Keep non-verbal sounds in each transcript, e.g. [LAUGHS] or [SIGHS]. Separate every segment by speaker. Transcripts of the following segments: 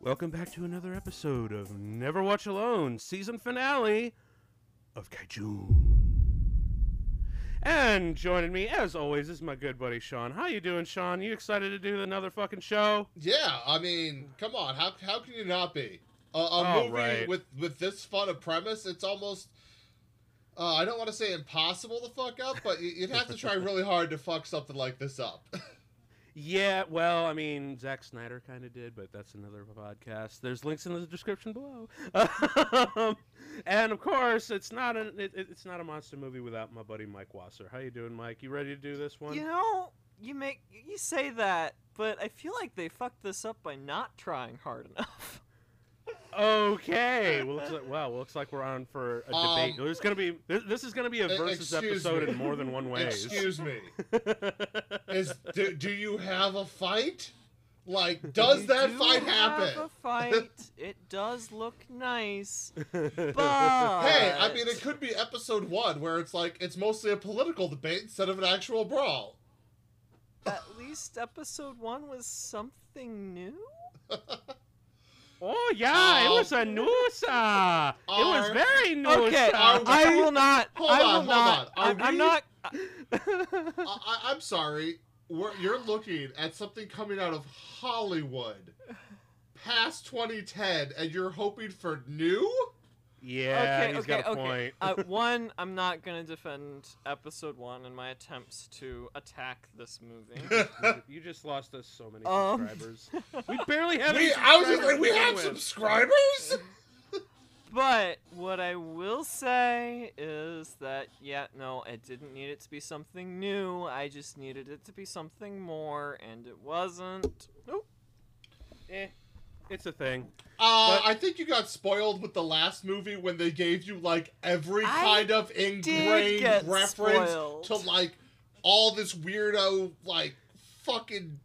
Speaker 1: Welcome back to another episode of Never Watch Alone, season finale of Kaiju. And joining me, as always, is my good buddy Sean. How you doing, Sean? You excited to do another fucking show?
Speaker 2: Yeah, I mean, come on, how how can you not be? A, a
Speaker 1: Oh,
Speaker 2: movie
Speaker 1: right.
Speaker 2: with with this fun a premise, it's almost. Uh, I don't want to say impossible to fuck up, but y- you'd have to try
Speaker 3: [LAUGHS]
Speaker 2: really hard to fuck something like this up.
Speaker 1: Yeah, well, I mean, Zack Snyder kind of did, but that's another podcast. There's links in the description below. [LAUGHS] Um, and of course, it's not an it, it- it's not a monster movie without my buddy Mike Wasser. How you doing, Mike? You ready to do this one?
Speaker 3: You know, you make you say that, but I feel like they fucked this up by not trying hard enough.
Speaker 1: Okay.
Speaker 2: [LAUGHS]
Speaker 1: Well, looks like, wow, looks like we're on for a debate.
Speaker 2: Um,
Speaker 1: There's gonna be th- this is gonna be a
Speaker 2: e-
Speaker 1: versus
Speaker 2: excuse
Speaker 1: episode
Speaker 2: me.
Speaker 1: in more than one
Speaker 2: [LAUGHS]
Speaker 1: way. [LAUGHS]
Speaker 2: Excuse me.
Speaker 3: [LAUGHS]
Speaker 2: Is do, do you have a fight? Like, does
Speaker 3: You
Speaker 2: [LAUGHS] that
Speaker 3: do
Speaker 2: fight
Speaker 3: have
Speaker 2: happen?
Speaker 3: A
Speaker 2: [LAUGHS]
Speaker 3: fight. it does look nice,
Speaker 2: [LAUGHS]
Speaker 3: but
Speaker 2: Hey, I mean, it could be episode one where it's like it's mostly a political debate instead of an actual brawl.
Speaker 3: at least episode one was something new.
Speaker 1: oh yeah, it
Speaker 2: Um,
Speaker 1: was a noosa. it was
Speaker 2: are-
Speaker 1: very noosa.
Speaker 3: Okay,
Speaker 2: Are
Speaker 3: I
Speaker 2: we-
Speaker 3: will not.
Speaker 2: Hold
Speaker 3: I
Speaker 2: on,
Speaker 3: will
Speaker 2: hold
Speaker 3: not.
Speaker 2: on. Are
Speaker 3: I'm, I'm
Speaker 2: we-
Speaker 3: not.
Speaker 2: I, I, I'm sorry. We're, you're looking at something coming out of Hollywood past 2010, and you're hoping for new? [LAUGHS]
Speaker 1: yeah,
Speaker 3: okay,
Speaker 1: he's
Speaker 3: okay,
Speaker 1: got a
Speaker 3: okay.
Speaker 1: point.
Speaker 3: uh,
Speaker 1: [LAUGHS]
Speaker 3: one, I'm not gonna defend episode one in my attempts to attack this
Speaker 2: [LAUGHS]
Speaker 3: movie.
Speaker 1: [LAUGHS] you just lost us so many
Speaker 3: Uh, Um.
Speaker 1: subscribers.
Speaker 3: [LAUGHS]
Speaker 1: We barely have any
Speaker 2: We, I was just
Speaker 1: subscribers
Speaker 2: like, we
Speaker 1: to begin
Speaker 2: have
Speaker 1: with.
Speaker 2: subscribers?
Speaker 3: But what I will say is that, yeah, no, I didn't need it to be something new. I just needed it to be something more, and it wasn't. Nope.
Speaker 1: Eh, it's a thing.
Speaker 2: Uh,
Speaker 1: But-
Speaker 2: I think you got spoiled with the last movie when they gave you, like, every
Speaker 3: I
Speaker 2: kind of ingrained
Speaker 3: get
Speaker 2: reference
Speaker 3: spoiled.
Speaker 2: to, like, all this weirdo, like, fucking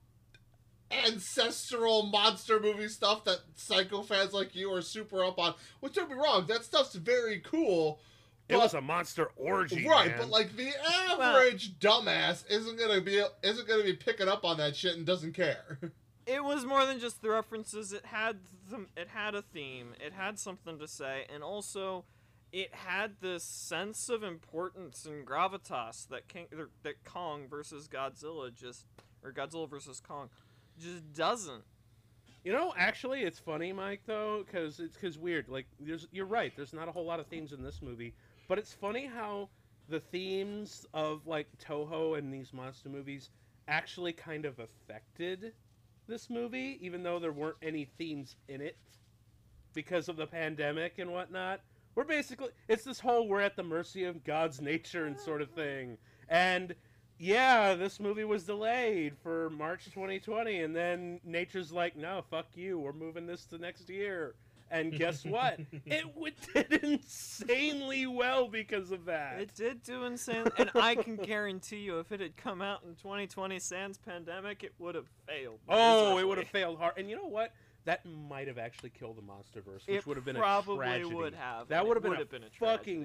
Speaker 2: ancestral monster movie stuff that psycho fans like you are super up on. Which, don't be wrong, that stuff's very cool.
Speaker 1: It was a monster orgy.
Speaker 2: Right,
Speaker 1: man.
Speaker 2: but like the
Speaker 3: Well-
Speaker 2: average dumbass isn't gonna be isn't gonna be picking up on that shit and doesn't care. [LAUGHS]
Speaker 3: It was more than just the references. It had them. It had a theme. It had something to say, and also, it had this sense of importance and gravitas that King, er, that Kong versus Godzilla just, or Godzilla versus Kong, just doesn't.
Speaker 1: You know, actually, it's funny, Mike, though, because it's because weird. Like, there's you're right. There's not a whole lot of themes in this movie, but it's funny how the themes of like Toho and these monster movies actually kind of affected this movie, even though there weren't any themes in it because of the pandemic and whatnot. We're basically it's this whole we're at the mercy of God's nature and sort of thing, and yeah, this movie was delayed for March 2020, and then nature's like, no, fuck you, we're moving this to next year. And
Speaker 2: [LAUGHS]
Speaker 1: guess what? it w- [LAUGHS] did insanely well because of that.
Speaker 3: It did do insane, and
Speaker 1: [LAUGHS]
Speaker 3: I can guarantee you, if it had come out in 2020 sans pandemic, it would have failed.
Speaker 1: oh, it would have
Speaker 3: miserably.
Speaker 1: failed hard. And you know what? That might have actually killed the MonsterVerse, which
Speaker 3: It
Speaker 1: would have been
Speaker 3: probably
Speaker 1: a tragedy.
Speaker 3: would have.
Speaker 1: That
Speaker 3: and
Speaker 1: would have
Speaker 3: it
Speaker 1: been, a
Speaker 3: been a
Speaker 1: fucking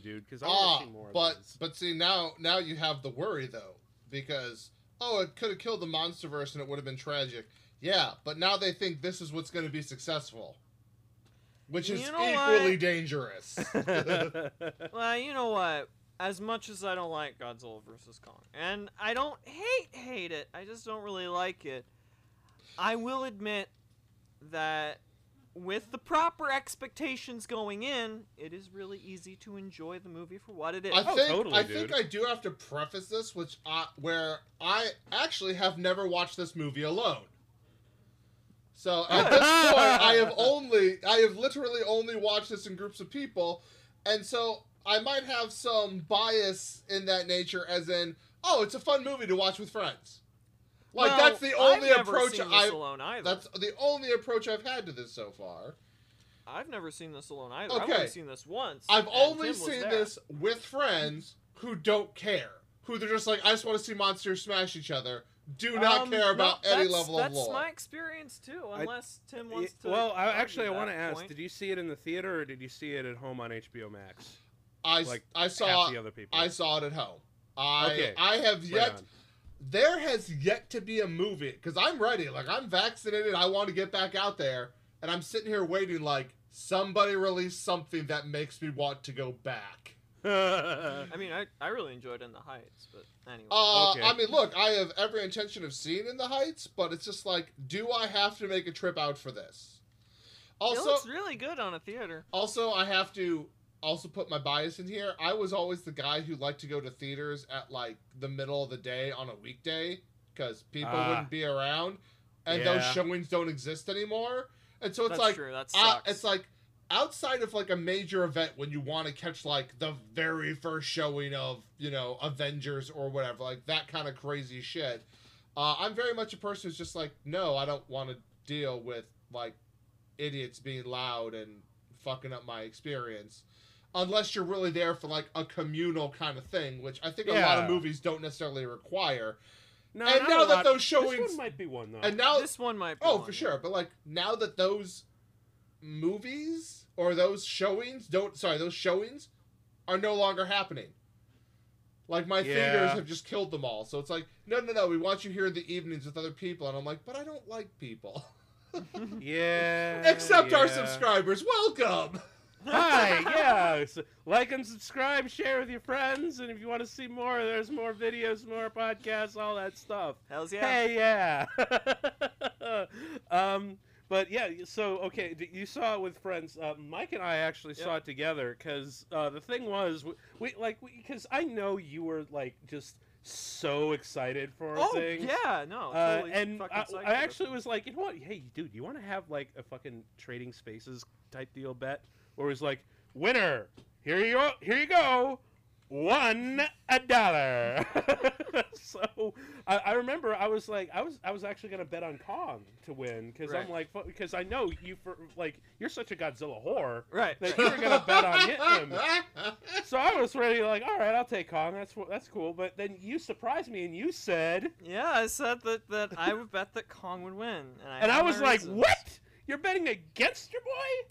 Speaker 1: tragedy, dude. Because I want
Speaker 2: Ah,
Speaker 1: to see more
Speaker 2: but
Speaker 1: of this.
Speaker 2: but see now now you have the worry though because oh it could have killed the MonsterVerse and it would have been tragic. Yeah, but now they think this is what's gonna be successful, which is
Speaker 3: You know
Speaker 2: equally
Speaker 3: what?
Speaker 2: dangerous.
Speaker 3: Well, you know what? As much as I don't like Godzilla vs Kong, and I don't hate hate it, I just don't really like it. I will admit that with the proper expectations going in, it is really easy to enjoy the movie for what [LAUGHS] it is.
Speaker 2: I
Speaker 1: Oh,
Speaker 2: think
Speaker 1: totally,
Speaker 2: I
Speaker 1: dude.
Speaker 2: think I do have to preface this, which I, where I actually have never watched this movie alone. So at this point, I
Speaker 3: [LAUGHS]
Speaker 2: have only I have literally only watched this in groups of people, and so I might have some bias in that nature, as in, oh, it's a fun movie to watch with friends. Like
Speaker 3: Well,
Speaker 2: that's the only
Speaker 3: I've never
Speaker 2: approach
Speaker 3: seen this
Speaker 2: I.
Speaker 3: alone either.
Speaker 2: That's the only approach I've had to this so far.
Speaker 3: I've never seen this alone either. I've
Speaker 2: Okay.
Speaker 3: only seen this once.
Speaker 2: I've
Speaker 3: and
Speaker 2: only
Speaker 3: Tim was
Speaker 2: seen
Speaker 3: there.
Speaker 2: this with [LAUGHS] friends who don't care, who they're just like, I just want to see monsters smash each other. Do not
Speaker 3: Um,
Speaker 2: care
Speaker 3: no,
Speaker 2: about any
Speaker 3: that's-
Speaker 2: level of
Speaker 3: That's
Speaker 2: lore.
Speaker 3: my experience too.
Speaker 1: I-
Speaker 3: Unless Tim wants
Speaker 1: Yeah,
Speaker 3: to.
Speaker 1: well, I,
Speaker 3: argue
Speaker 1: actually, I
Speaker 3: that
Speaker 1: want to ask:
Speaker 3: point.
Speaker 1: Did you see it in the theater, or did you see it at home on HBO Max?
Speaker 2: I
Speaker 1: like,
Speaker 2: I
Speaker 1: Half
Speaker 2: saw
Speaker 1: the other people.
Speaker 2: I saw it at home. I
Speaker 1: Okay,
Speaker 2: I have
Speaker 1: Right
Speaker 2: yet
Speaker 1: on.
Speaker 2: there has yet to be a movie because I'm ready. Like I'm vaccinated. I want to get back out there, and I'm sitting here waiting. Like somebody release something that makes me want to go back.
Speaker 1: uh,
Speaker 3: I mean, I, I really enjoyed In the Heights, but anyway.
Speaker 2: Uh,
Speaker 1: Okay.
Speaker 2: I mean, look, I have every intention of seeing in the Heights, but it's just like, do I have to make a trip out for this?
Speaker 3: it
Speaker 2: Also,
Speaker 3: looks really good on a theater.
Speaker 2: also, I have to also put my bias in here. I was always the guy who liked to go to theaters at like the middle of the day on a weekday because people
Speaker 1: Ah.
Speaker 2: wouldn't be around, and those
Speaker 1: Yeah.
Speaker 2: showings don't exist anymore. And so it's
Speaker 3: That's
Speaker 2: like,
Speaker 3: true. That
Speaker 2: uh,
Speaker 3: sucks.
Speaker 2: it's like outside of like a major event when you want to catch like the very first showing of you know Avengers or whatever, like that kind of crazy shit. Uh, I'm very much a person who's just like, no, I don't want to deal with like idiots being loud and fucking up my experience. Unless you're really there for like a communal kind of thing, which I think a lot of
Speaker 1: Yeah.
Speaker 2: movies don't necessarily require.
Speaker 1: [LAUGHS] No,
Speaker 2: and
Speaker 1: not
Speaker 2: now
Speaker 1: a
Speaker 2: that
Speaker 1: lot.
Speaker 2: those
Speaker 1: this
Speaker 2: showings,
Speaker 1: one might be one though.
Speaker 2: and now
Speaker 3: this one might. Be
Speaker 2: Oh,
Speaker 3: one,
Speaker 2: for
Speaker 3: yeah. [LAUGHS]
Speaker 2: sure. But like now that those movies or those showings don't sorry, those showings are no longer happening. Like my theaters
Speaker 1: Yeah.
Speaker 2: have just killed them all. So it's like, no no no, we want you here in the evenings with other people and I'm like, but I don't like people. [LAUGHS]
Speaker 1: yeah.
Speaker 2: Except our
Speaker 1: yeah.
Speaker 2: subscribers. Welcome. [LAUGHS]
Speaker 1: Hi, yeah. s- Like and subscribe, share with your friends, and if you want to see more, there's more videos, more podcasts, all that stuff.
Speaker 3: Hell's yeah.
Speaker 1: Hey, yeah. [LAUGHS] um, but yeah, so okay, d- you saw it with friends. Uh, Mike and I actually saw
Speaker 3: Yep.
Speaker 1: it together because uh, the thing was, we, we like because I know you were like just so excited for
Speaker 3: Oh
Speaker 1: things.
Speaker 3: yeah, no,
Speaker 1: Uh,
Speaker 3: totally
Speaker 1: and
Speaker 3: fucking
Speaker 1: I,
Speaker 3: psyched
Speaker 1: I
Speaker 3: about
Speaker 1: actually
Speaker 3: it.
Speaker 1: was like, you know what? Hey, dude, you want to have like a fucking trading spaces type deal bet, where it's like, winner, here you go, here you go, one a dollar. [LAUGHS] so I, I remember I was like, I was I was actually gonna bet on Kong to win because I'm like, because I know you for like you're such a Godzilla whore
Speaker 3: right.
Speaker 1: that you were gonna bet on hitting him. So I was ready, like, all right, I'll take Kong. That's wh- that's cool. But then you surprised me and you said.
Speaker 3: Yeah, I said that that I would bet that Kong would win, and I,
Speaker 1: And I
Speaker 3: had
Speaker 1: was
Speaker 3: my
Speaker 1: like,
Speaker 3: reasons.
Speaker 1: "What? You're betting against your boy?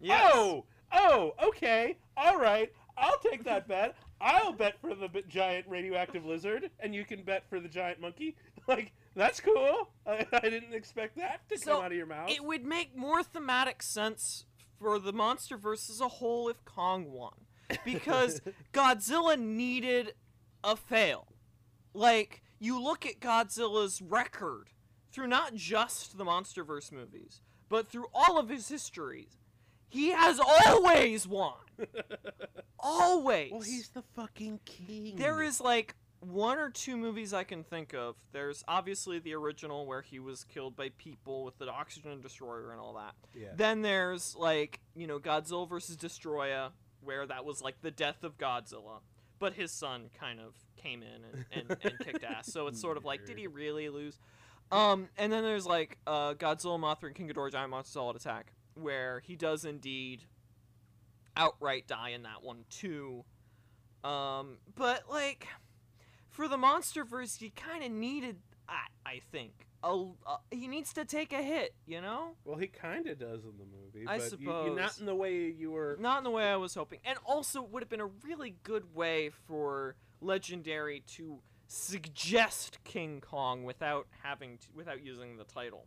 Speaker 3: Yes.
Speaker 1: Oh, oh, okay, all right. I'll take that [LAUGHS] bet. I'll bet for the b- giant radioactive lizard, and you can bet for the giant monkey. [LAUGHS] Like that's cool. I, [LAUGHS] I didn't expect that to
Speaker 3: So,
Speaker 1: come out of your mouth.
Speaker 3: It would make more thematic sense for the monster versus a whole if Kong won.
Speaker 1: [LAUGHS]
Speaker 3: Because Godzilla needed a fail. Like, you look at Godzilla's record through not just the Monsterverse movies, but through all of his histories. He has always
Speaker 1: [LAUGHS]
Speaker 3: won. always.
Speaker 1: well, he's the fucking king.
Speaker 3: There is like one or two movies I can think of. There's obviously the original where he was killed by people with the oxygen destroyer and all that.
Speaker 1: Yeah.
Speaker 3: Then there's like, you know, Godzilla versus Destroya, where that was like the death of Godzilla. But his son kind of came in and, and, and kicked ass. So it's sort of like, did he really lose? Um, and then there's like uh, Godzilla, Mothra, and King Ghidorah Giant Monster Solid Attack, where he does indeed outright die in that one too. Um, but like for the MonsterVerse, you kind of needed that. I think a, a, he needs to take a hit, you know.
Speaker 1: Well, he kind of does in the movie.
Speaker 3: I
Speaker 1: but you- you're not
Speaker 3: suppose.
Speaker 1: in the way you were.
Speaker 3: Not in the way I was hoping. And also would have been a really good way for Legendary to suggest King Kong without having to, without using the title,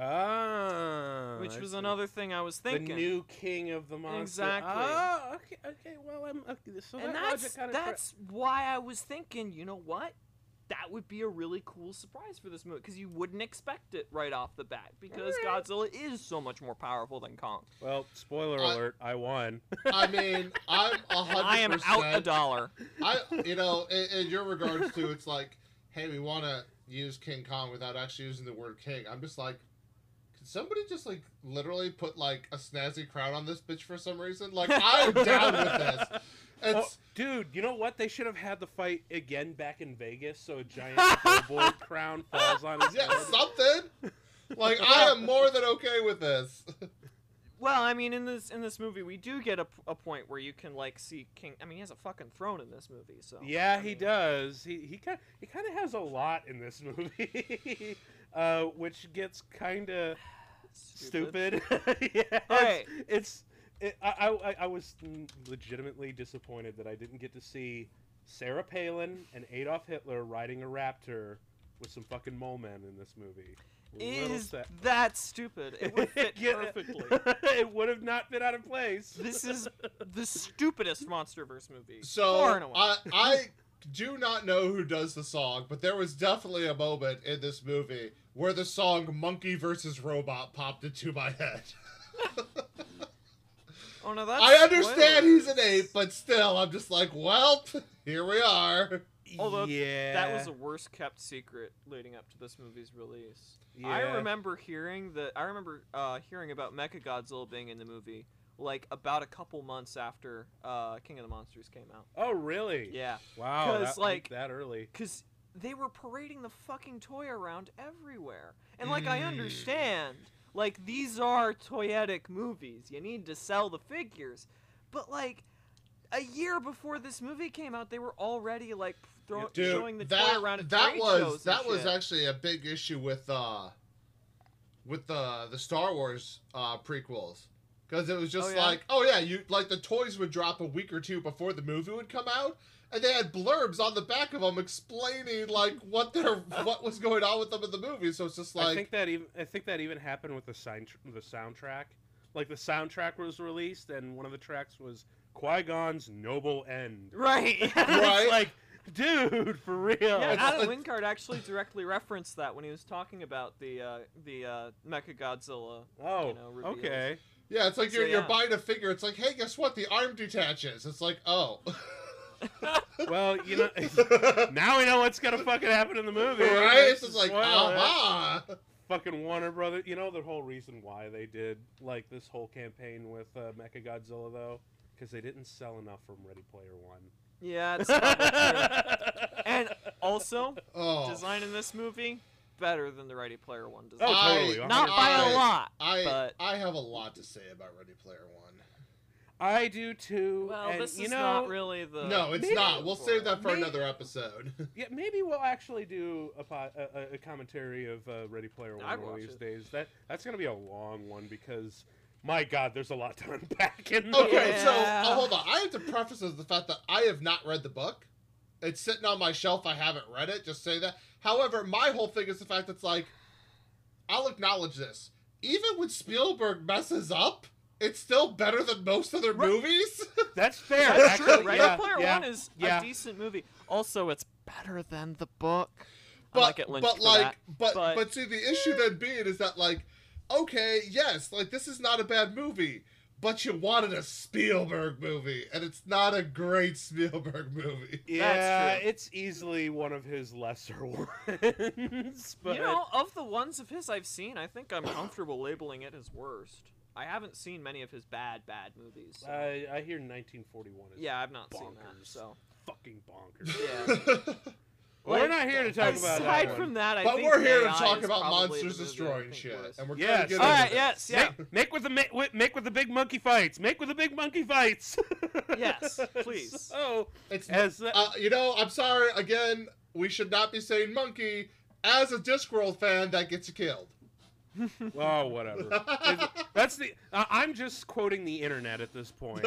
Speaker 1: Ah,
Speaker 3: which
Speaker 1: I
Speaker 3: was
Speaker 1: see.
Speaker 3: another thing I was thinking.
Speaker 1: The new king of the monster.
Speaker 3: Exactly.
Speaker 1: Oh, okay, okay. Well, I'm okay. So that
Speaker 3: and that's
Speaker 1: logic kinda tra-
Speaker 3: that's why I was thinking, you know what? That would be a really cool surprise for this movie because you wouldn't expect it right off the bat because
Speaker 1: Alright.
Speaker 3: Godzilla is so much more powerful than Kong.
Speaker 1: Well, spoiler
Speaker 2: I-
Speaker 1: alert, I won.
Speaker 2: [LAUGHS] I mean, I'm a
Speaker 3: And
Speaker 2: hundred
Speaker 3: I am out a
Speaker 2: percent-
Speaker 3: dollar.
Speaker 2: I, you know, in, in your regards to it's like, hey, we want to use King Kong without actually using the word king. I'm just like, could somebody just like literally put like a snazzy crown on this bitch for some reason? Like, I'm down
Speaker 1: [LAUGHS]
Speaker 2: with this.
Speaker 1: Oh,
Speaker 2: It's
Speaker 1: dude, you know what? They should have had the fight again back in Vegas so a
Speaker 3: [LAUGHS]
Speaker 1: giant billboard crown falls on his
Speaker 2: yeah,
Speaker 1: head.
Speaker 2: something. Like, I am more than okay with this.
Speaker 3: Well, I mean, in this in this movie, we do get a, p- a point where you can like see King. I mean, he has a fucking throne in this movie, so.
Speaker 1: Yeah,
Speaker 3: I
Speaker 1: he
Speaker 3: mean,
Speaker 1: does. He he kind he kind of has a lot in this movie, [LAUGHS] uh, which gets kind of stupid. [LAUGHS] yeah,
Speaker 3: Alright.
Speaker 1: it's, it's it, I, I I was legitimately disappointed that I didn't get to see Sarah Palin and Adolf Hitler riding a raptor with some fucking mole men in this movie. Little
Speaker 3: Is
Speaker 1: set.
Speaker 3: that stupid? [LAUGHS] It would fit
Speaker 1: [LAUGHS] Yeah.
Speaker 3: perfectly.
Speaker 1: [LAUGHS] it would have not been out of place.
Speaker 3: This is the stupidest MonsterVerse movie. Far and
Speaker 2: So
Speaker 3: away.
Speaker 2: I I do not know who does the song, but there was definitely a moment in this movie where the song "Monkey versus Robot" popped into my head.
Speaker 3: oh no, that's
Speaker 2: I understand he's an
Speaker 3: spoilers.
Speaker 2: ape, but still, I'm just like, well, [LAUGHS] here we are.
Speaker 3: Although
Speaker 1: yeah,
Speaker 3: That was the worst kept secret leading up to this movie's release.
Speaker 1: yeah.
Speaker 3: I remember hearing that. I remember uh, hearing about Mechagodzilla being in the movie, like about a couple months after uh, King of the Monsters came out.
Speaker 1: Oh really?
Speaker 3: Yeah,
Speaker 1: Wow.
Speaker 3: 'Cause,
Speaker 1: That,
Speaker 3: like-
Speaker 1: that early.
Speaker 3: because they were parading the fucking toy around everywhere. And like I
Speaker 2: Mm.
Speaker 3: understand, like these are toyetic movies. You need to sell the figures, but like a year before this movie came out, they were already like throw- showing the
Speaker 2: Dude,
Speaker 3: toy around
Speaker 2: that
Speaker 3: at
Speaker 2: that
Speaker 3: trade shows
Speaker 2: was
Speaker 3: and
Speaker 2: that was
Speaker 3: shit.
Speaker 2: actually a big issue with uh with the the Star Wars uh prequels because it was just
Speaker 3: Oh, yeah?
Speaker 2: like, oh yeah, you like the toys would drop a week or two before the movie would come out, and they had blurbs on the back of them explaining like what
Speaker 3: [LAUGHS]
Speaker 2: their what was going on with them in the movie. So it's just
Speaker 1: I
Speaker 2: like,
Speaker 1: think that even I think that even happened with the sign the soundtrack. Like the soundtrack was released, and one of the tracks was Qui Gon's Noble End. [LAUGHS]
Speaker 3: right.
Speaker 2: [LAUGHS] Right.
Speaker 1: it's like, dude, for real.
Speaker 3: [LAUGHS] Yeah,
Speaker 2: It's
Speaker 3: Adam
Speaker 2: like-
Speaker 3: Wingard actually directly referenced that when he was talking about the uh, the uh, Mechagodzilla.
Speaker 1: oh,
Speaker 3: you know, reveals.
Speaker 1: okay.
Speaker 2: yeah, it's like
Speaker 3: So,
Speaker 2: you're you're
Speaker 3: yeah.
Speaker 2: buying a figure. It's like, hey, guess what? The arm detaches. It's like,
Speaker 3: [LAUGHS]
Speaker 2: oh, [LAUGHS]
Speaker 1: Well, you know, [LAUGHS] now we know what's gonna fucking happen in the
Speaker 2: [LAUGHS]
Speaker 1: movie,
Speaker 2: right? It's just like, uh-huh.
Speaker 1: Spoiler.
Speaker 2: aha.
Speaker 1: Fucking Warner Brother. You know the whole reason why they did like this whole campaign with uh, Mechagodzilla though, because they didn't sell enough from Ready Player One.
Speaker 3: [LAUGHS] Yeah, it's probably true.
Speaker 2: [LAUGHS]
Speaker 3: And also,
Speaker 2: Oh,
Speaker 3: design in this movie better than the Ready Player One design.
Speaker 1: Oh,
Speaker 2: I-
Speaker 1: totally. a
Speaker 3: Not
Speaker 1: hundred
Speaker 3: by
Speaker 1: percent.
Speaker 3: a lot.
Speaker 2: I
Speaker 3: but-
Speaker 2: I have a lot to say about Ready Player One.
Speaker 1: I do too.
Speaker 3: Well,
Speaker 1: and,
Speaker 3: this
Speaker 1: you
Speaker 3: is
Speaker 1: know,
Speaker 3: not really the.
Speaker 2: no, it's
Speaker 1: maybe-
Speaker 2: not. We'll save that for
Speaker 1: maybe-
Speaker 2: another episode. [LAUGHS]
Speaker 1: Yeah, maybe we'll actually do a, po- a, a- a commentary of uh, Ready Player One
Speaker 3: I'd
Speaker 1: one of
Speaker 3: watch
Speaker 1: these
Speaker 3: it.
Speaker 1: days. That that's gonna be a long one because, my God, there's a lot to [LAUGHS] unpack in there.
Speaker 2: okay, so
Speaker 3: Yeah.
Speaker 2: oh, hold on. I have to preface this with the fact that I have not read the book. It's sitting on my shelf. I haven't read it. Just say that. However, my whole thing is the fact that's like, I'll acknowledge this. Even when Spielberg messes up, it's still better than most other
Speaker 3: Right.
Speaker 2: movies.
Speaker 1: That's fair.
Speaker 3: That's
Speaker 1: actually,
Speaker 3: true. Ready
Speaker 1: yeah,
Speaker 3: Player
Speaker 1: yeah.
Speaker 3: One is
Speaker 1: yeah.
Speaker 3: a decent movie. Also, it's better than the book.
Speaker 2: but
Speaker 3: I like it lynched
Speaker 2: but
Speaker 3: for
Speaker 2: like
Speaker 3: that.
Speaker 2: but
Speaker 3: but-
Speaker 2: but see the issue then being is that like okay yes like this is not a bad movie but you wanted a Spielberg movie and it's not a great Spielberg movie.
Speaker 3: [LAUGHS]
Speaker 1: Yeah,
Speaker 3: true.
Speaker 1: it's easily one of his lesser [LAUGHS] ones. But
Speaker 3: you know, of the ones of his I've seen, I think I'm comfortable labeling it as worst. I haven't seen many of his bad, bad movies. so-
Speaker 1: I, I hear 1941 is
Speaker 3: yeah, I've not seen that.
Speaker 1: bonkers. [LAUGHS]
Speaker 3: So,
Speaker 1: fucking
Speaker 3: [LAUGHS]
Speaker 1: bonkers.
Speaker 3: Yeah.
Speaker 1: Well,
Speaker 3: Like,
Speaker 1: we're not here to talk about
Speaker 3: aside
Speaker 1: that one.
Speaker 3: from that, I
Speaker 2: but
Speaker 3: think
Speaker 2: we're here to
Speaker 3: AI
Speaker 2: talk
Speaker 3: is
Speaker 2: about
Speaker 3: probably
Speaker 2: monsters
Speaker 3: the movie I
Speaker 2: destroying
Speaker 3: think
Speaker 2: shit,
Speaker 3: worse.
Speaker 2: and we're
Speaker 1: Yes.
Speaker 2: trying to get
Speaker 1: All
Speaker 2: into
Speaker 3: right,
Speaker 2: this.
Speaker 3: yes, yeah.
Speaker 1: Make, make with the ma- wi- make with the big monkey fights. Make with the big monkey fights. [LAUGHS]
Speaker 3: Yes, please.
Speaker 1: So
Speaker 2: It's
Speaker 1: as the,
Speaker 2: uh, you know, I'm sorry again. We should not be saying monkey. As a Discworld fan, that gets you killed.
Speaker 1: [LAUGHS] oh whatever.
Speaker 2: [LAUGHS]
Speaker 1: If- That's the I I'm just quoting the internet at this point.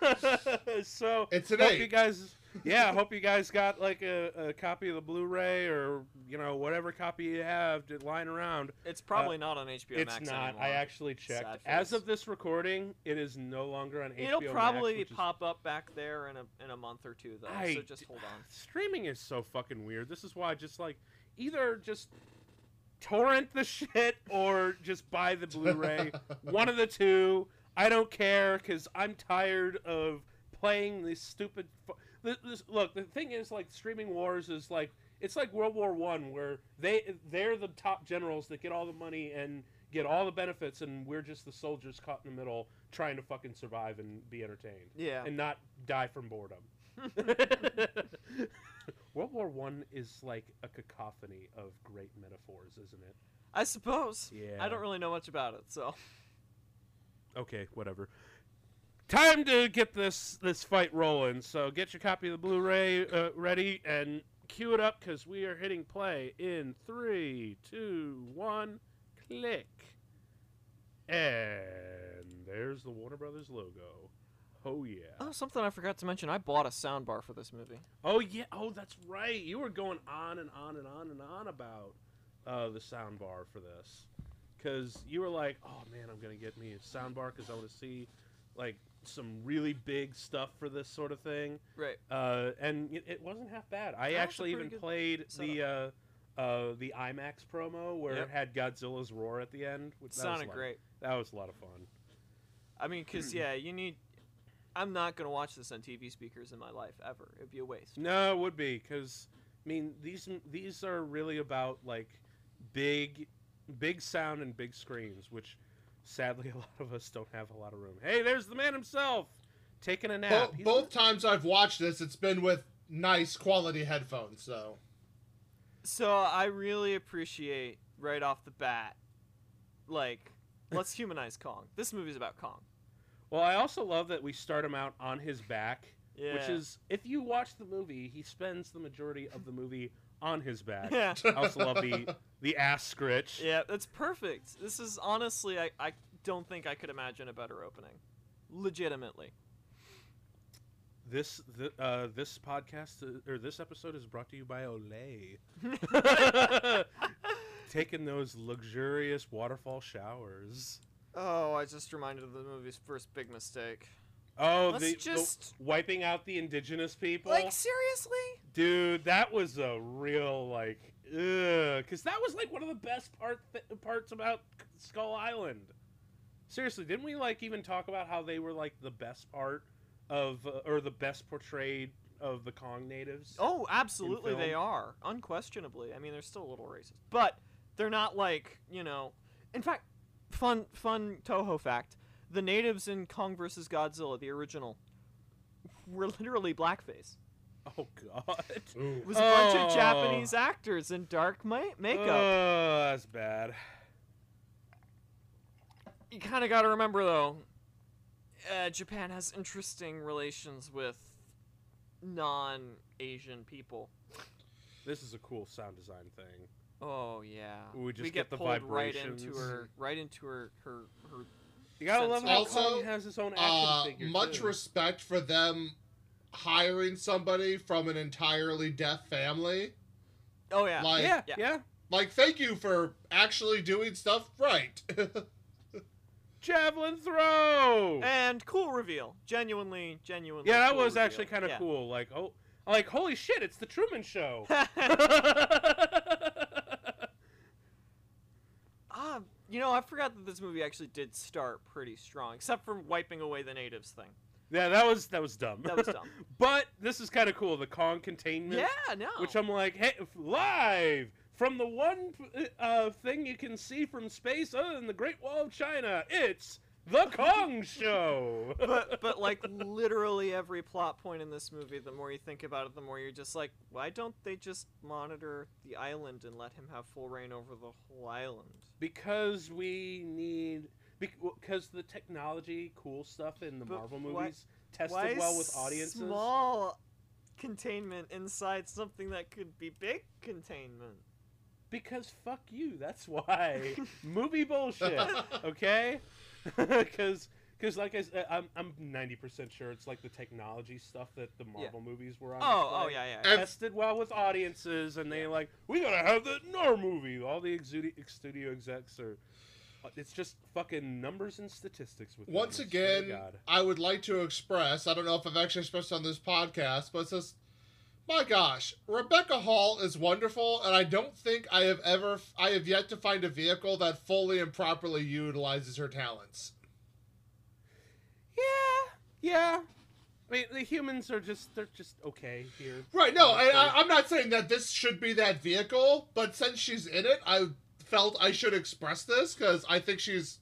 Speaker 1: But [LAUGHS] so
Speaker 2: It's an
Speaker 1: hope
Speaker 2: ape.
Speaker 1: you guys. Yeah, hope you guys got like a, a copy of the Blu-ray or you know whatever copy you have to- lying around.
Speaker 3: It's probably not on HBO
Speaker 1: Uh, it's
Speaker 3: Max
Speaker 1: not.
Speaker 3: anymore.
Speaker 1: I actually checked.
Speaker 3: Sad
Speaker 1: As
Speaker 3: face.
Speaker 1: of this recording, it is no longer on HBO
Speaker 3: It'll probably
Speaker 1: Max, which is
Speaker 3: pop up back there in a in a month or two though.
Speaker 1: I
Speaker 3: so just
Speaker 1: d- [LAUGHS]
Speaker 3: hold on.
Speaker 1: Streaming is so fucking weird. This is why I just like either just torrent the [LAUGHS] shit or just buy the
Speaker 2: [LAUGHS]
Speaker 1: Blu-ray. One of the two. I don't care because I'm tired of playing these stupid. Fu- this, this, look, the thing is, like streaming wars is like it's like World War One, where they they're the top generals that get all the money and get all the benefits, and we're just the soldiers caught in the middle trying to fucking survive and be entertained
Speaker 3: Yeah.
Speaker 1: and not die from boredom. World War One is like a cacophony of great metaphors, isn't it?
Speaker 3: I suppose.
Speaker 1: Yeah.
Speaker 3: I don't really know much about it, so
Speaker 1: Okay, whatever. Time to get this this fight rolling. So get your copy of the Blu-ray uh, ready and cue it up because we are hitting play in three, two, one, click. And there's the Warner Brothers logo. Oh yeah.
Speaker 3: Oh, something I forgot to mention. I bought a soundbar for this movie.
Speaker 1: Oh yeah. Oh, that's right. You were going on and on and on and on about uh, the sound bar for this, because you were like, "Oh man, I'm gonna get me a sound bar because I want to see like some really big stuff for this sort of thing."
Speaker 3: Right.
Speaker 1: Uh, and it, it wasn't half bad. I
Speaker 3: That was a
Speaker 1: actually
Speaker 3: pretty
Speaker 1: even
Speaker 3: good
Speaker 1: played the
Speaker 3: setup.
Speaker 1: uh, uh, the IMAX promo where
Speaker 3: Yep.
Speaker 1: it had Godzilla's roar at the end. Which that was a
Speaker 3: Sounded
Speaker 1: lot-
Speaker 3: great.
Speaker 1: That was a lot of fun.
Speaker 3: I mean,
Speaker 1: [CLEARS THROAT]
Speaker 3: cause yeah, you need. I'm not gonna watch this on TV speakers in my life ever. It'd be a waste.
Speaker 1: No, it would be because I mean these these are really about like big big sound and big screens, which sadly [LAUGHS] a lot of us don't have a lot of room. Hey, there's the man himself taking a nap.
Speaker 2: Bo-
Speaker 1: He's
Speaker 2: both
Speaker 1: not-
Speaker 2: times I've watched this, it's been with nice quality headphones. So
Speaker 3: So I really appreciate right off the bat, like,
Speaker 1: [LAUGHS]
Speaker 3: let's humanize Kong. This movie's about Kong.
Speaker 1: well, I also love that we start him out on his back,
Speaker 3: Yeah.
Speaker 1: which is if you watch the movie, he spends the majority of the movie on his back.
Speaker 3: [LAUGHS] [LAUGHS] yeah.
Speaker 1: I also love the the ass scritch.
Speaker 3: Yeah, that's perfect. This is honestly, I, I don't think I could imagine a better opening. Legitimately.
Speaker 1: This th- uh, this podcast uh, or this episode is brought to you by
Speaker 3: [LAUGHS]
Speaker 1: Olay. Taking those luxurious waterfall showers.
Speaker 3: oh, I just reminded of the movie's first big mistake.
Speaker 1: Oh,
Speaker 3: Let's
Speaker 1: the, the-
Speaker 3: just-
Speaker 1: wiping out the indigenous people.
Speaker 3: Like, seriously?
Speaker 1: Dude, that was a real like, because that was like one of the best part th- parts about Skull Island. Seriously, didn't we like even talk about how they were like the best part of uh, or the best portrayed of the Kong natives?
Speaker 3: Oh, absolutely, they
Speaker 1: film.
Speaker 3: are. Unquestionably. I mean, they're still a little racist, but they're not like, you know. In fact, fun, fun Toho fact the natives in Kong vs. Godzilla, the original, were literally blackface.
Speaker 1: Oh God.
Speaker 2: [LAUGHS] ooh.
Speaker 3: It was a bunch
Speaker 1: Oh.
Speaker 3: of Japanese actors in dark ma- makeup.
Speaker 1: Oh, that's bad.
Speaker 3: you kind of got to remember though uh, japan has interesting relations with non-asian people
Speaker 1: This is a cool sound design thing.
Speaker 3: oh yeah
Speaker 1: We just get
Speaker 3: get,
Speaker 1: the
Speaker 3: pulled right into
Speaker 1: vibrations.
Speaker 3: her right into her her, her
Speaker 1: You gotta love how
Speaker 2: Also,
Speaker 1: Kong has his own action
Speaker 2: uh,
Speaker 1: figure.
Speaker 2: much
Speaker 1: too.
Speaker 2: respect for them hiring somebody from an entirely deaf family.
Speaker 3: oh yeah
Speaker 2: Like,
Speaker 1: yeah, yeah,
Speaker 3: Yeah.
Speaker 2: like thank you for actually doing stuff right. [LAUGHS]
Speaker 1: Javelin throw.
Speaker 3: and cool reveal genuinely genuinely
Speaker 1: yeah, that
Speaker 3: cool
Speaker 1: was
Speaker 3: reveal.
Speaker 1: actually kind of
Speaker 3: [LAUGHS] Yeah.
Speaker 1: cool. Like, oh, like holy shit, it's the Truman
Speaker 3: [LAUGHS]
Speaker 1: Show. [LAUGHS]
Speaker 3: ah you know i forgot that this movie actually did start pretty strong except for wiping away the natives thing
Speaker 1: yeah, that was that was dumb. [LAUGHS]
Speaker 3: that was dumb
Speaker 1: but this is kind of cool. The Kong containment.
Speaker 3: yeah no
Speaker 1: Which I'm like, hey, f- live from the one uh, thing you can see from space other than the Great Wall of China. It's the Kong
Speaker 3: [LAUGHS]
Speaker 1: Show.
Speaker 3: but but like literally every plot point in this movie the more you think about it the more you're just like why don't they just monitor the island and let him have full reign over the whole island
Speaker 1: because we need because the technology cool stuff in the
Speaker 3: But
Speaker 1: marvel
Speaker 3: why-
Speaker 1: movies tested
Speaker 3: why
Speaker 1: well with audiences
Speaker 3: small containment inside something that could be big containment
Speaker 1: because fuck you that's
Speaker 3: [LAUGHS]
Speaker 1: why movie bullshit okay [LAUGHS] because because like I, s- uh, I'm, I'm 90% sure it's like the technology stuff that the marvel movies were on
Speaker 3: oh oh
Speaker 1: display.
Speaker 3: yeah yeah
Speaker 2: And-
Speaker 1: tested well with audiences and they like we gotta have that in our movie all the exudi- studio execs are uh, it's just fucking numbers and statistics with them,
Speaker 2: Once
Speaker 1: I swear to
Speaker 2: again,
Speaker 1: God.
Speaker 2: I would like to express, I don't know if I've actually expressed on this podcast, but it's just, my gosh, Rebecca Hall is wonderful, and I don't think I have ever, I have yet to find a vehicle that fully and properly utilizes her talents.
Speaker 1: Yeah, yeah. I mean, the humans are just—they're just okay here.
Speaker 2: Right, no, I,
Speaker 1: Honestly.
Speaker 2: I, I'm not saying that this should be that vehicle, but since she's in it, I felt I should express this because I think she's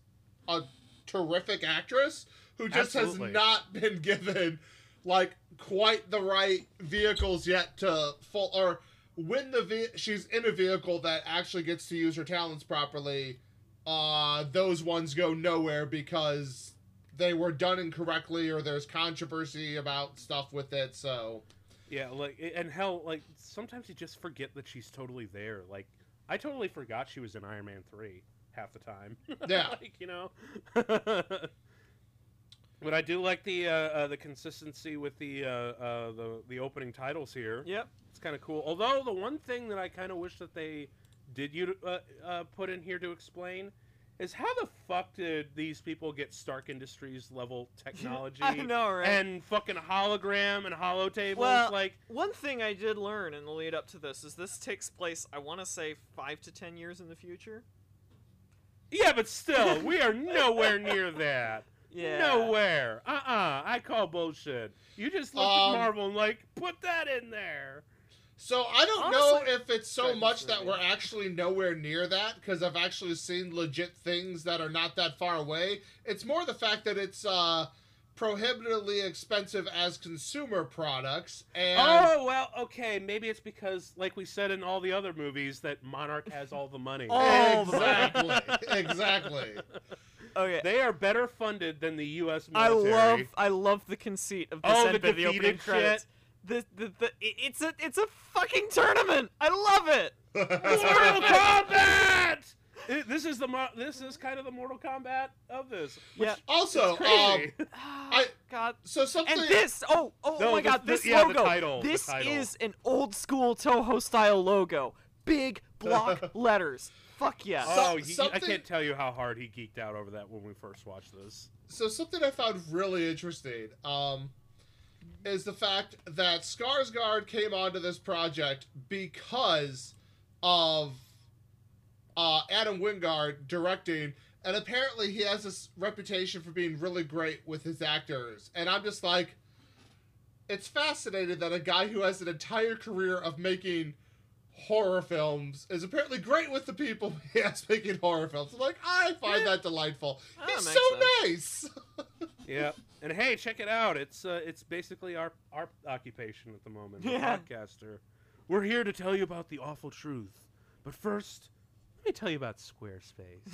Speaker 2: a terrific actress who just
Speaker 1: Absolutely.
Speaker 2: has not [LAUGHS] been given like quite the right vehicles yet to full or when the ve- she's in a vehicle that actually gets to use her talents properly. Uh, those ones go nowhere because they were done incorrectly or there's controversy about stuff with it. So.
Speaker 1: Yeah, like, and hell, like sometimes you just forget that she's totally there. Like, I totally forgot she was in Iron
Speaker 3: [LAUGHS]
Speaker 1: Man three half the time.
Speaker 2: Yeah.
Speaker 1: like you know. But I do like the uh, uh, the consistency with the uh, uh, the the opening titles here.
Speaker 3: Yep.
Speaker 1: It's kind of cool. Although the one thing that I kind of wish that they did you uh, uh, put in here to explain is how the fuck did these people get Stark Industries level technology
Speaker 3: [LAUGHS] I know, right?
Speaker 1: and fucking hologram and holo tables?
Speaker 3: Well,
Speaker 1: like,
Speaker 3: One thing I did learn in the lead up to this is this takes place, I want to say, five to ten years in the future.
Speaker 1: yeah, but still, we are nowhere near that.
Speaker 3: Yeah.
Speaker 1: Nowhere. Uh uh I call bullshit. You just looked
Speaker 2: Um,
Speaker 1: at Marvel and, like, put that in there.
Speaker 2: So I don't
Speaker 3: Honestly-
Speaker 2: know if it's so
Speaker 3: Sorry,
Speaker 2: much
Speaker 3: Mr.
Speaker 2: that
Speaker 3: Reed.
Speaker 2: we're actually nowhere near that because I've actually seen legit things that are not that far away. It's more the fact that it's uh, prohibitively expensive as consumer products, and
Speaker 1: oh, well, okay. Maybe it's because, like we said in all the other movies, that Monarch has [LAUGHS] all the money.
Speaker 3: Oh,
Speaker 2: exactly,
Speaker 3: [LAUGHS]
Speaker 2: exactly.
Speaker 3: Okay.
Speaker 1: They are better funded than the U.S.
Speaker 3: I
Speaker 1: military.
Speaker 3: love I love the conceit of this
Speaker 1: Oh,
Speaker 3: end
Speaker 1: the
Speaker 3: of the opening
Speaker 1: defeated
Speaker 3: credits. The, the, the, i- it's a it's a fucking tournament. I love it.
Speaker 1: Mortal [LAUGHS] Kombat. It- This is the mo- this is kind of the Mortal Kombat of this. Which [LAUGHS]
Speaker 3: Yeah. Ah,
Speaker 1: is
Speaker 2: also, um,
Speaker 1: crazy.
Speaker 3: God.
Speaker 2: so something.
Speaker 3: And this oh oh,
Speaker 1: No,
Speaker 3: my
Speaker 1: the-
Speaker 3: God
Speaker 1: the-
Speaker 3: this
Speaker 1: yeah, the
Speaker 3: logo
Speaker 1: title, the
Speaker 3: this
Speaker 1: title.
Speaker 3: is an old school Toho style logo big block
Speaker 1: [LAUGHS]
Speaker 3: letters fuck yes
Speaker 1: [LAUGHS]
Speaker 2: So-
Speaker 1: oh, he- I
Speaker 2: something-
Speaker 1: can't tell you how hard he geeked out over that when we first watched this.
Speaker 2: so something I found really interesting um, is the fact that Skarsgård came onto this project because of uh, Adam Wingard directing, and apparently he has this reputation for being really great with his actors. And I'm just like, it's fascinating that a guy who has an entire career of making horror films is apparently great with the people [LAUGHS] he has making horror films. I'm like, I find
Speaker 3: Yeah.
Speaker 2: that delightful.
Speaker 3: Ah,
Speaker 2: He's
Speaker 3: makes
Speaker 2: so
Speaker 3: sense.
Speaker 2: nice.
Speaker 1: Yeah. And hey, check it out. It's uh, it's basically our our occupation at the moment, the
Speaker 3: Yeah.
Speaker 1: podcaster. We're here to tell you about the awful truth. But first, let me tell you about
Speaker 3: [LAUGHS]
Speaker 1: Squarespace.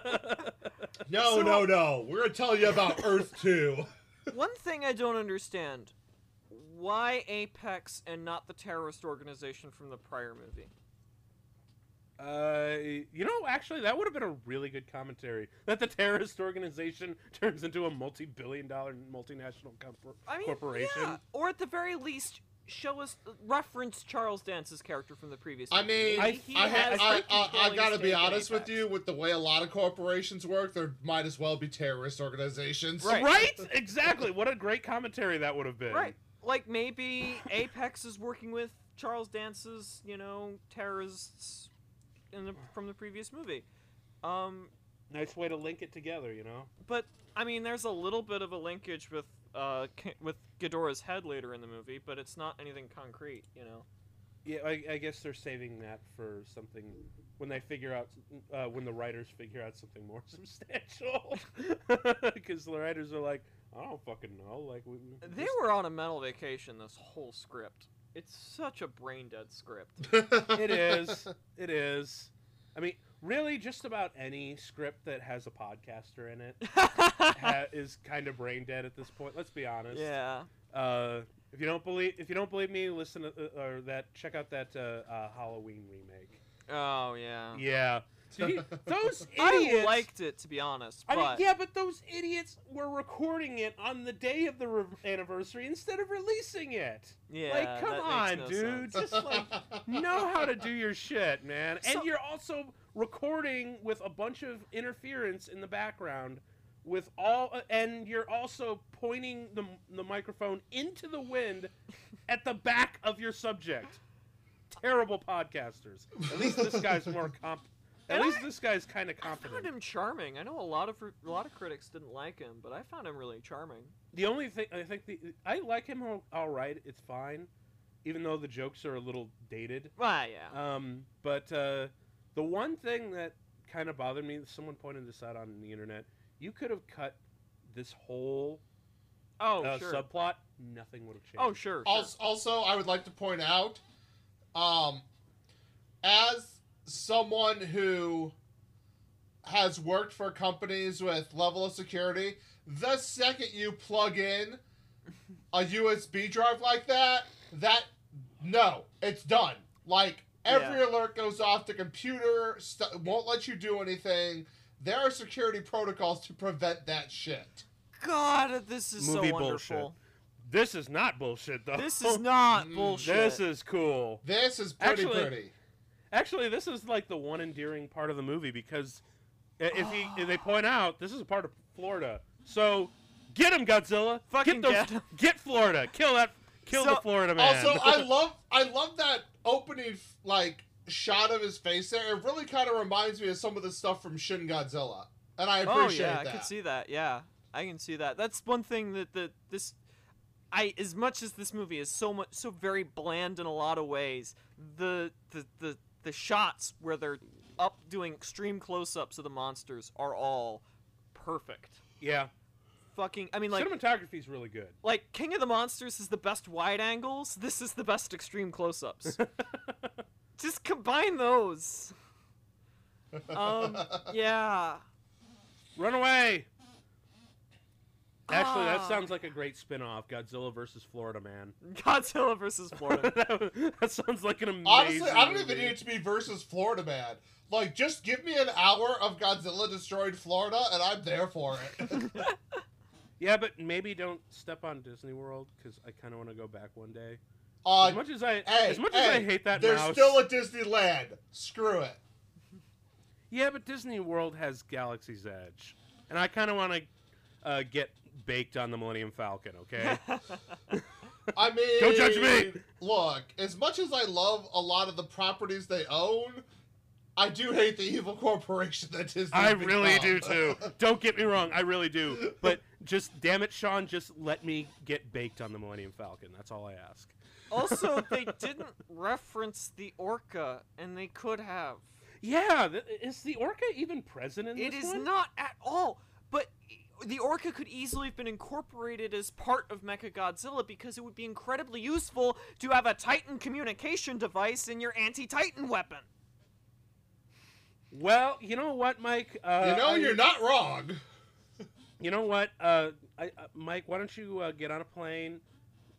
Speaker 2: [LAUGHS]
Speaker 1: [LAUGHS]
Speaker 2: No,
Speaker 3: So-
Speaker 2: no, no. We're gonna tell you about Earth Two.
Speaker 3: One thing I don't understand: why Apex and not the terrorist organization from the prior movie?
Speaker 1: Uh, you know, actually, that would have been a really good commentary. That the terrorist organization [LAUGHS] turns into a multi-billion-dollar multinational comp-
Speaker 3: I mean,
Speaker 1: corporation.
Speaker 3: yeah, Or at the very least, show us reference Charles Dance's character from the previous.
Speaker 2: I
Speaker 3: movie.
Speaker 2: mean,
Speaker 1: I-
Speaker 2: I,
Speaker 3: Maybe he
Speaker 2: I,
Speaker 3: has
Speaker 2: I,
Speaker 3: a
Speaker 2: I, I
Speaker 3: controlling
Speaker 2: gotta be
Speaker 3: stake in
Speaker 2: honest with
Speaker 3: Apex.
Speaker 2: you. With the way a lot of corporations work, there might as well be terrorist organizations. [LAUGHS]
Speaker 3: Right.
Speaker 1: Right? exactly. What a great commentary that would have been.
Speaker 3: Right. Like maybe Apex is working with Charles Dance's, you know, terrorists in the, from the previous movie. Um,
Speaker 1: Nice way to link it together. You know.
Speaker 3: but I mean, there's a little bit of a linkage with uh K- with Ghidorah's head later in the movie, but it's not anything concrete, you know.
Speaker 1: Yeah, I, I guess they're saving that for something when they figure out uh, when the writers figure out something more [LAUGHS] substantial. [LAUGHS] Because the writers are like, I don't fucking know. Like we. we
Speaker 3: They
Speaker 1: just-
Speaker 3: were on a mental vacation this whole script. It's such a brain dead
Speaker 1: [LAUGHS]
Speaker 3: script.
Speaker 1: it
Speaker 3: [LAUGHS]
Speaker 1: is. It is. I mean, really, just about any script that has a podcaster in it
Speaker 3: [LAUGHS]
Speaker 1: ha- is kind of brain dead at this point. Let's be honest.
Speaker 3: yeah.
Speaker 1: Uh, if you don't believe, if you don't believe me, listen to uh, or that. Check out that uh, uh, Halloween remake.
Speaker 3: Oh yeah. [LAUGHS]
Speaker 1: Yeah. See, those
Speaker 3: I
Speaker 1: idiots.
Speaker 3: liked it to be honest,
Speaker 1: I
Speaker 3: but
Speaker 1: mean, yeah, but those idiots were recording it on the day of the re- anniversary instead of releasing it.
Speaker 3: yeah,
Speaker 1: like, come
Speaker 3: that
Speaker 1: on,
Speaker 3: makes no
Speaker 1: dude.
Speaker 3: sense.
Speaker 1: Just like know how to do your shit, man. And
Speaker 3: So-
Speaker 1: you're also recording with a bunch of interference in the background with all and you're also pointing the, the microphone into the wind at the back of your subject terrible podcasters at least this guy's more comp at
Speaker 3: And
Speaker 1: least
Speaker 3: I-
Speaker 1: this guy's kind of
Speaker 3: I found
Speaker 1: competent
Speaker 3: him charming. I know a lot of a lot of critics didn't like him, but I found him really charming.
Speaker 1: the only thing i think the i like him all, all right it's fine even though the jokes are a little dated
Speaker 3: Well, yeah.
Speaker 1: Um, but uh, the one thing that kind of bothered me, someone pointed this out on the internet. You could have cut this whole
Speaker 3: Oh,
Speaker 1: uh,
Speaker 3: sure.
Speaker 1: subplot; nothing would have changed.
Speaker 3: Oh, sure. sure.
Speaker 2: also, also, I would like to point out, um, as someone who has worked for companies with level of security, the second you plug in a USB drive like that, that no, it's done. Like every alert goes off. The computer st- won't let you do anything. There are security protocols to prevent that shit.
Speaker 3: God, this is
Speaker 1: Movie
Speaker 3: so
Speaker 1: bullshit.
Speaker 3: wonderful.
Speaker 1: This is not bullshit though. [LAUGHS]
Speaker 3: This is not
Speaker 2: Mm,
Speaker 3: bullshit.
Speaker 1: This is cool.
Speaker 2: This is pretty
Speaker 1: Actually-
Speaker 2: pretty.
Speaker 1: Actually, this is like the one endearing part of the movie because i- if he if they point out this is a part of Florida, so get him Godzilla. get
Speaker 3: Fucking
Speaker 1: those,
Speaker 3: get him.
Speaker 1: [LAUGHS] get Florida. Kill that. Kill the
Speaker 3: So-
Speaker 1: Florida man.
Speaker 2: Also, I love I love that opening like shot of his face there. It really kind of reminds me of some of the stuff from Shin Godzilla, and I
Speaker 3: oh
Speaker 2: appreciate
Speaker 3: yeah,
Speaker 2: that.
Speaker 3: I can see that. Yeah, I can see that. That's one thing that the this, I as much as this movie is so much so very bland in a lot of ways, the the the the shots where they're up doing extreme close-ups of the monsters are all perfect.
Speaker 2: uh,
Speaker 1: yeah,
Speaker 3: Fucking, I mean like.
Speaker 1: cinematography's really good.
Speaker 3: like King of the Monsters is the best wide angles. This is the best extreme
Speaker 2: [LAUGHS]
Speaker 3: close-ups. Just combine those.
Speaker 2: [LAUGHS]
Speaker 3: Um, yeah.
Speaker 1: Run away. Actually,
Speaker 3: Ah.
Speaker 1: that sounds like a great spin-off, Godzilla versus Florida Man. [LAUGHS]
Speaker 3: Godzilla versus Florida.
Speaker 1: that, that sounds like an amazing.
Speaker 2: Honestly, I don't even
Speaker 1: movie.
Speaker 2: need it to be versus Florida man. Like, just give me an hour of Godzilla destroyed Florida, and I'm there for it.
Speaker 1: [LAUGHS] Yeah, but maybe don't step on Disney World because I kind of want to go back one day.
Speaker 2: Uh,
Speaker 1: as much as I,
Speaker 2: hey,
Speaker 1: as much as
Speaker 2: hey,
Speaker 1: I hate that
Speaker 2: there's
Speaker 1: mouse.
Speaker 2: still a Disneyland. Screw it.
Speaker 1: yeah, but Disney World has Galaxy's Edge, and I kind of want to uh, get baked on the Millennium Falcon.
Speaker 2: [LAUGHS]
Speaker 1: Okay.
Speaker 3: [LAUGHS]
Speaker 2: I mean,
Speaker 1: Don't judge me.
Speaker 2: Look, as much as I love a lot of the properties they own, I do hate the evil corporation that Disney.
Speaker 1: I
Speaker 2: has
Speaker 1: really do
Speaker 2: become.
Speaker 1: too. Don't get me wrong, I really do. But just damn it, Sean, just let me get baked on the Millennium Falcon. That's all I ask.
Speaker 3: also, they didn't reference the orca, and they could have.
Speaker 1: Yeah, th- is the Orca even present in
Speaker 3: It
Speaker 1: this
Speaker 3: is
Speaker 1: one?
Speaker 3: not at all. But the orca could easily have been incorporated as part of Mechagodzilla because it would be incredibly useful to have a Titan communication device in your anti-Titan weapon.
Speaker 1: Well, you know what, Mike? Uh,
Speaker 2: [LAUGHS] You know,
Speaker 1: I-
Speaker 2: you're not wrong.
Speaker 1: You know what, uh, I, uh, Mike? Why don't you uh, get on a plane,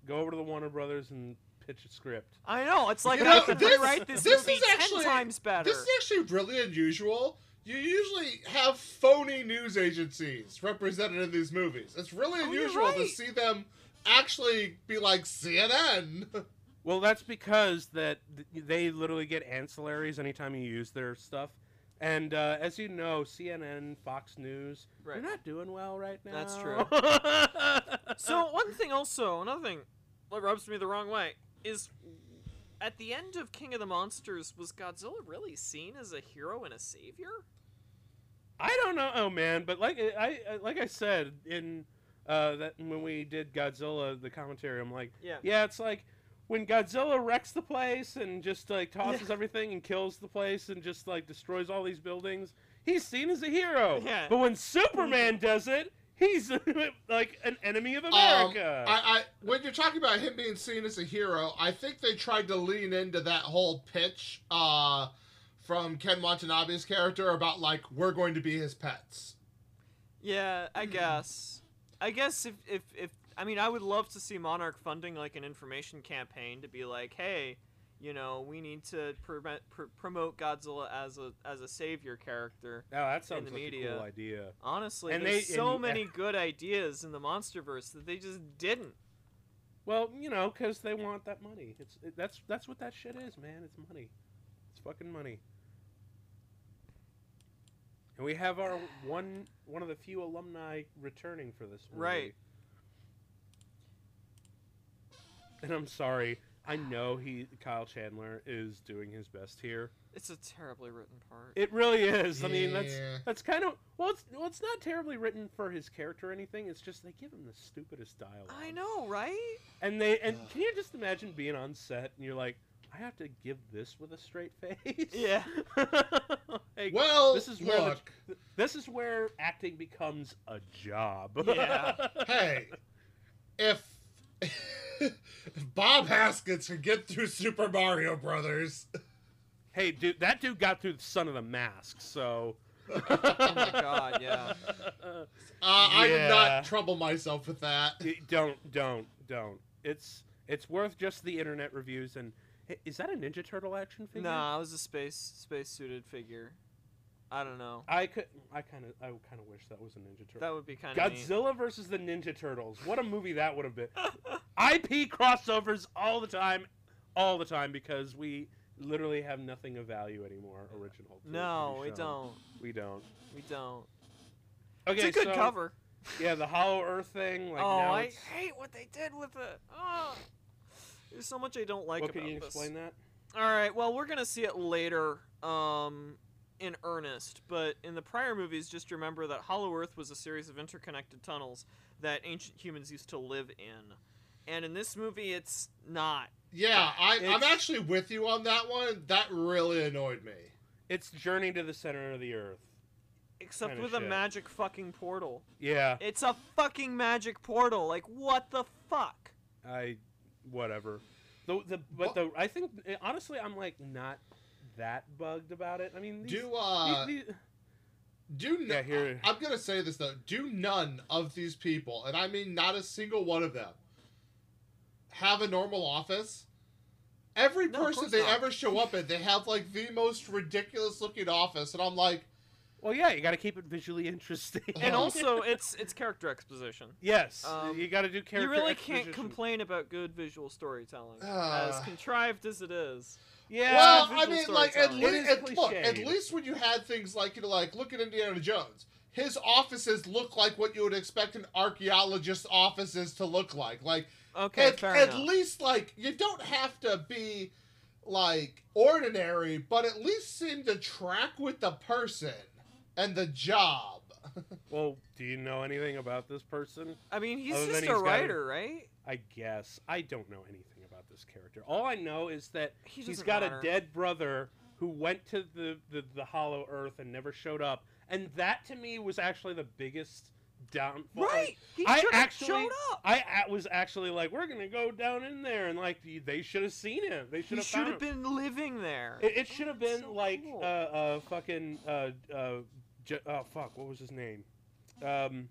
Speaker 1: go over to the Warner Brothers, and pitch a script?
Speaker 3: I know. It's like
Speaker 2: You
Speaker 3: I
Speaker 2: know,
Speaker 3: could
Speaker 2: this-
Speaker 3: rewrite this,
Speaker 2: this
Speaker 3: movie
Speaker 2: is actually-
Speaker 3: ten times better.
Speaker 2: This is actually really unusual. You usually have phony news agencies represented in these movies. It's really
Speaker 3: Oh, you're
Speaker 2: unusual to
Speaker 3: right.
Speaker 2: see them actually be like CNN. [LAUGHS]
Speaker 1: Well, that's because that th- they literally get ancillaries anytime you use their stuff. And uh, as you know, CNN, Fox News,
Speaker 3: Right.
Speaker 1: they're not doing well right now. [LAUGHS]
Speaker 3: That's
Speaker 1: true.
Speaker 3: so one thing also, another thing that rubs me the wrong way is at the end of King of the Monsters, was Godzilla really seen as a hero and a savior?
Speaker 1: I don't know, oh man. But like I I- like I said in uh, that when we did Godzilla, the commentary, I'm like,
Speaker 3: Yeah.
Speaker 1: yeah, it's like when Godzilla wrecks the place and just like tosses
Speaker 3: Yeah.
Speaker 1: everything and kills the place and just like destroys all these buildings. He's seen as a hero.
Speaker 3: Yeah. Mm-hmm.
Speaker 1: But when Superman does it, he's [LAUGHS] like an enemy
Speaker 3: Um,
Speaker 1: of America.
Speaker 2: I, I when you're talking about him being seen as a hero, I think they tried to lean into that whole pitch uh, from Ken Watanabe's character about like we're going to be his pets.
Speaker 3: Yeah, I guess. I guess if, if if I mean, I would love to see Monarch funding like an information campaign to be like, hey, you know, we need to prevent, pr- promote Godzilla as a as a savior character.
Speaker 1: now that sounds
Speaker 3: the
Speaker 1: like a
Speaker 3: media.
Speaker 1: cool idea.
Speaker 3: Honestly,
Speaker 1: And
Speaker 3: there's
Speaker 1: they-
Speaker 3: so
Speaker 1: and-
Speaker 3: many good ideas in the MonsterVerse that they just didn't.
Speaker 1: Well, you know, 'cause they want that money. It's it, that's that's what that shit is, man. It's money. It's fucking money. And we have our one one of the few alumni returning for this movie.
Speaker 3: Right.
Speaker 1: And I'm sorry. I know he Kyle Chandler is doing his best here.
Speaker 3: It's a terribly written part.
Speaker 1: It really is. I mean, that's
Speaker 2: Yeah.
Speaker 1: that's kind of well. It's well, it's not terribly written for his character or anything. It's just they give him the stupidest dialogue.
Speaker 3: I know, right?
Speaker 1: And they and
Speaker 2: Ugh.
Speaker 1: can you just imagine being on set and you're like, I have to give this with a straight [LAUGHS] face.
Speaker 3: Yeah.
Speaker 1: Like,
Speaker 2: Well,
Speaker 1: this is where the-
Speaker 2: look,
Speaker 1: this is where acting becomes a job.
Speaker 3: Yeah.
Speaker 2: hey, if if Bob Haskins could get through Super Mario Brothers,
Speaker 1: [LAUGHS]
Speaker 2: uh,
Speaker 1: hey, dude, that dude got through Son of the Mask, so.
Speaker 3: [LAUGHS] Oh my god, yeah.
Speaker 2: Uh, I did
Speaker 1: Yeah.
Speaker 2: not trouble myself with that.
Speaker 1: Y- don't, don't, don't. It's it's worth just the internet reviews and. Hey, Is that a Ninja Turtle action [LAUGHS] figure?
Speaker 3: Nah, I was a space space suited figure. I don't know.
Speaker 1: I could. I kind of. I kind of wish that was a Ninja Turtle.
Speaker 3: That would be kind of
Speaker 1: Godzilla versus the Ninja Turtles. What a movie that would have been. IP crossovers all the time, all the time because we literally have nothing of value anymore. Original. to- to
Speaker 3: [LAUGHS] No,
Speaker 1: be
Speaker 3: we
Speaker 1: shown.
Speaker 3: don't.
Speaker 1: We don't.
Speaker 3: We don't.
Speaker 1: Okay,
Speaker 3: it's a
Speaker 1: so,
Speaker 3: good cover.
Speaker 1: Yeah, the Hollow Earth thing. Like
Speaker 3: oh,
Speaker 1: now
Speaker 3: I
Speaker 1: it's-
Speaker 3: hate what they did with it. Oh, there's so much I don't like
Speaker 1: what
Speaker 3: about
Speaker 1: can you
Speaker 3: this.
Speaker 1: explain that?
Speaker 3: All right. Well, we're gonna see it later, um, in earnest. But in the prior movies, just remember that Hollow Earth was a series of interconnected tunnels that ancient humans used to live in, and in this movie, it's not.
Speaker 2: Yeah, I, I'm
Speaker 1: It's-
Speaker 2: actually with you on that one. That really annoyed me.
Speaker 1: It's Journey to the Center of the Earth.
Speaker 3: Except
Speaker 1: Kinda
Speaker 3: with a
Speaker 1: shit.
Speaker 3: magic fucking portal.
Speaker 1: Yeah,
Speaker 3: It's a fucking magic portal. Like, what the fuck?
Speaker 1: I, whatever. The the but the I think eh, honestly I'm like not that bugged about it. I mean, these,
Speaker 2: Do uh,
Speaker 1: these- these-
Speaker 2: do no,
Speaker 1: yeah, here-
Speaker 2: I'm gonna say this though. Do none of these people, and I mean not a single one of them, have a normal office. Every
Speaker 3: No, of
Speaker 2: person
Speaker 3: course
Speaker 2: they
Speaker 3: not.
Speaker 2: ever show up in, they have like the most ridiculous looking office, and I'm like,
Speaker 1: well, yeah, you got to keep it visually [LAUGHS] interesting.
Speaker 3: And
Speaker 2: Oh. [LAUGHS]
Speaker 3: also, it's it's character exposition.
Speaker 1: yes,
Speaker 3: Um,
Speaker 1: you got to do character.
Speaker 3: you really can't
Speaker 1: exposition.
Speaker 3: complain about good visual storytelling,
Speaker 2: [SIGHS]
Speaker 3: as
Speaker 2: Ah.
Speaker 3: contrived as it is.
Speaker 1: Yeah,
Speaker 2: well,
Speaker 3: visual
Speaker 2: I mean, like at
Speaker 3: storytelling.
Speaker 1: It
Speaker 2: least
Speaker 1: is
Speaker 2: look, at
Speaker 1: cliched.
Speaker 2: least when you had things like you know, like look at Indiana Jones. His offices look like what you would expect an archaeologist's offices to look like. Like
Speaker 3: Okay,
Speaker 2: at,
Speaker 3: fair
Speaker 2: at
Speaker 3: enough.
Speaker 2: least like you don't have to be like ordinary, but at least seem to track with the person and the job.
Speaker 1: well, do you know anything about this person?
Speaker 3: I mean, he's
Speaker 1: Other than
Speaker 3: just
Speaker 1: he's
Speaker 3: a
Speaker 1: got a-
Speaker 3: writer, right?
Speaker 1: I guess I don't know anything about this character. All I know is that
Speaker 3: He
Speaker 1: he's
Speaker 3: doesn't
Speaker 1: got
Speaker 3: matter.
Speaker 1: a dead brother who went to the, the the Hollow Earth and never showed up, and that to me was actually the biggest downfall. Like,
Speaker 3: Right. He
Speaker 1: I
Speaker 3: should have
Speaker 1: actually-
Speaker 3: showed up.
Speaker 1: I a- was actually like, we're gonna go down in there, and like y- they should have seen him. They should
Speaker 3: He
Speaker 1: have
Speaker 3: should
Speaker 1: found
Speaker 3: have
Speaker 1: him.
Speaker 3: been living there.
Speaker 1: It, it should have been
Speaker 3: so
Speaker 1: like
Speaker 3: cool.
Speaker 1: uh, uh fucking uh uh J- oh fuck, what was his name? Um,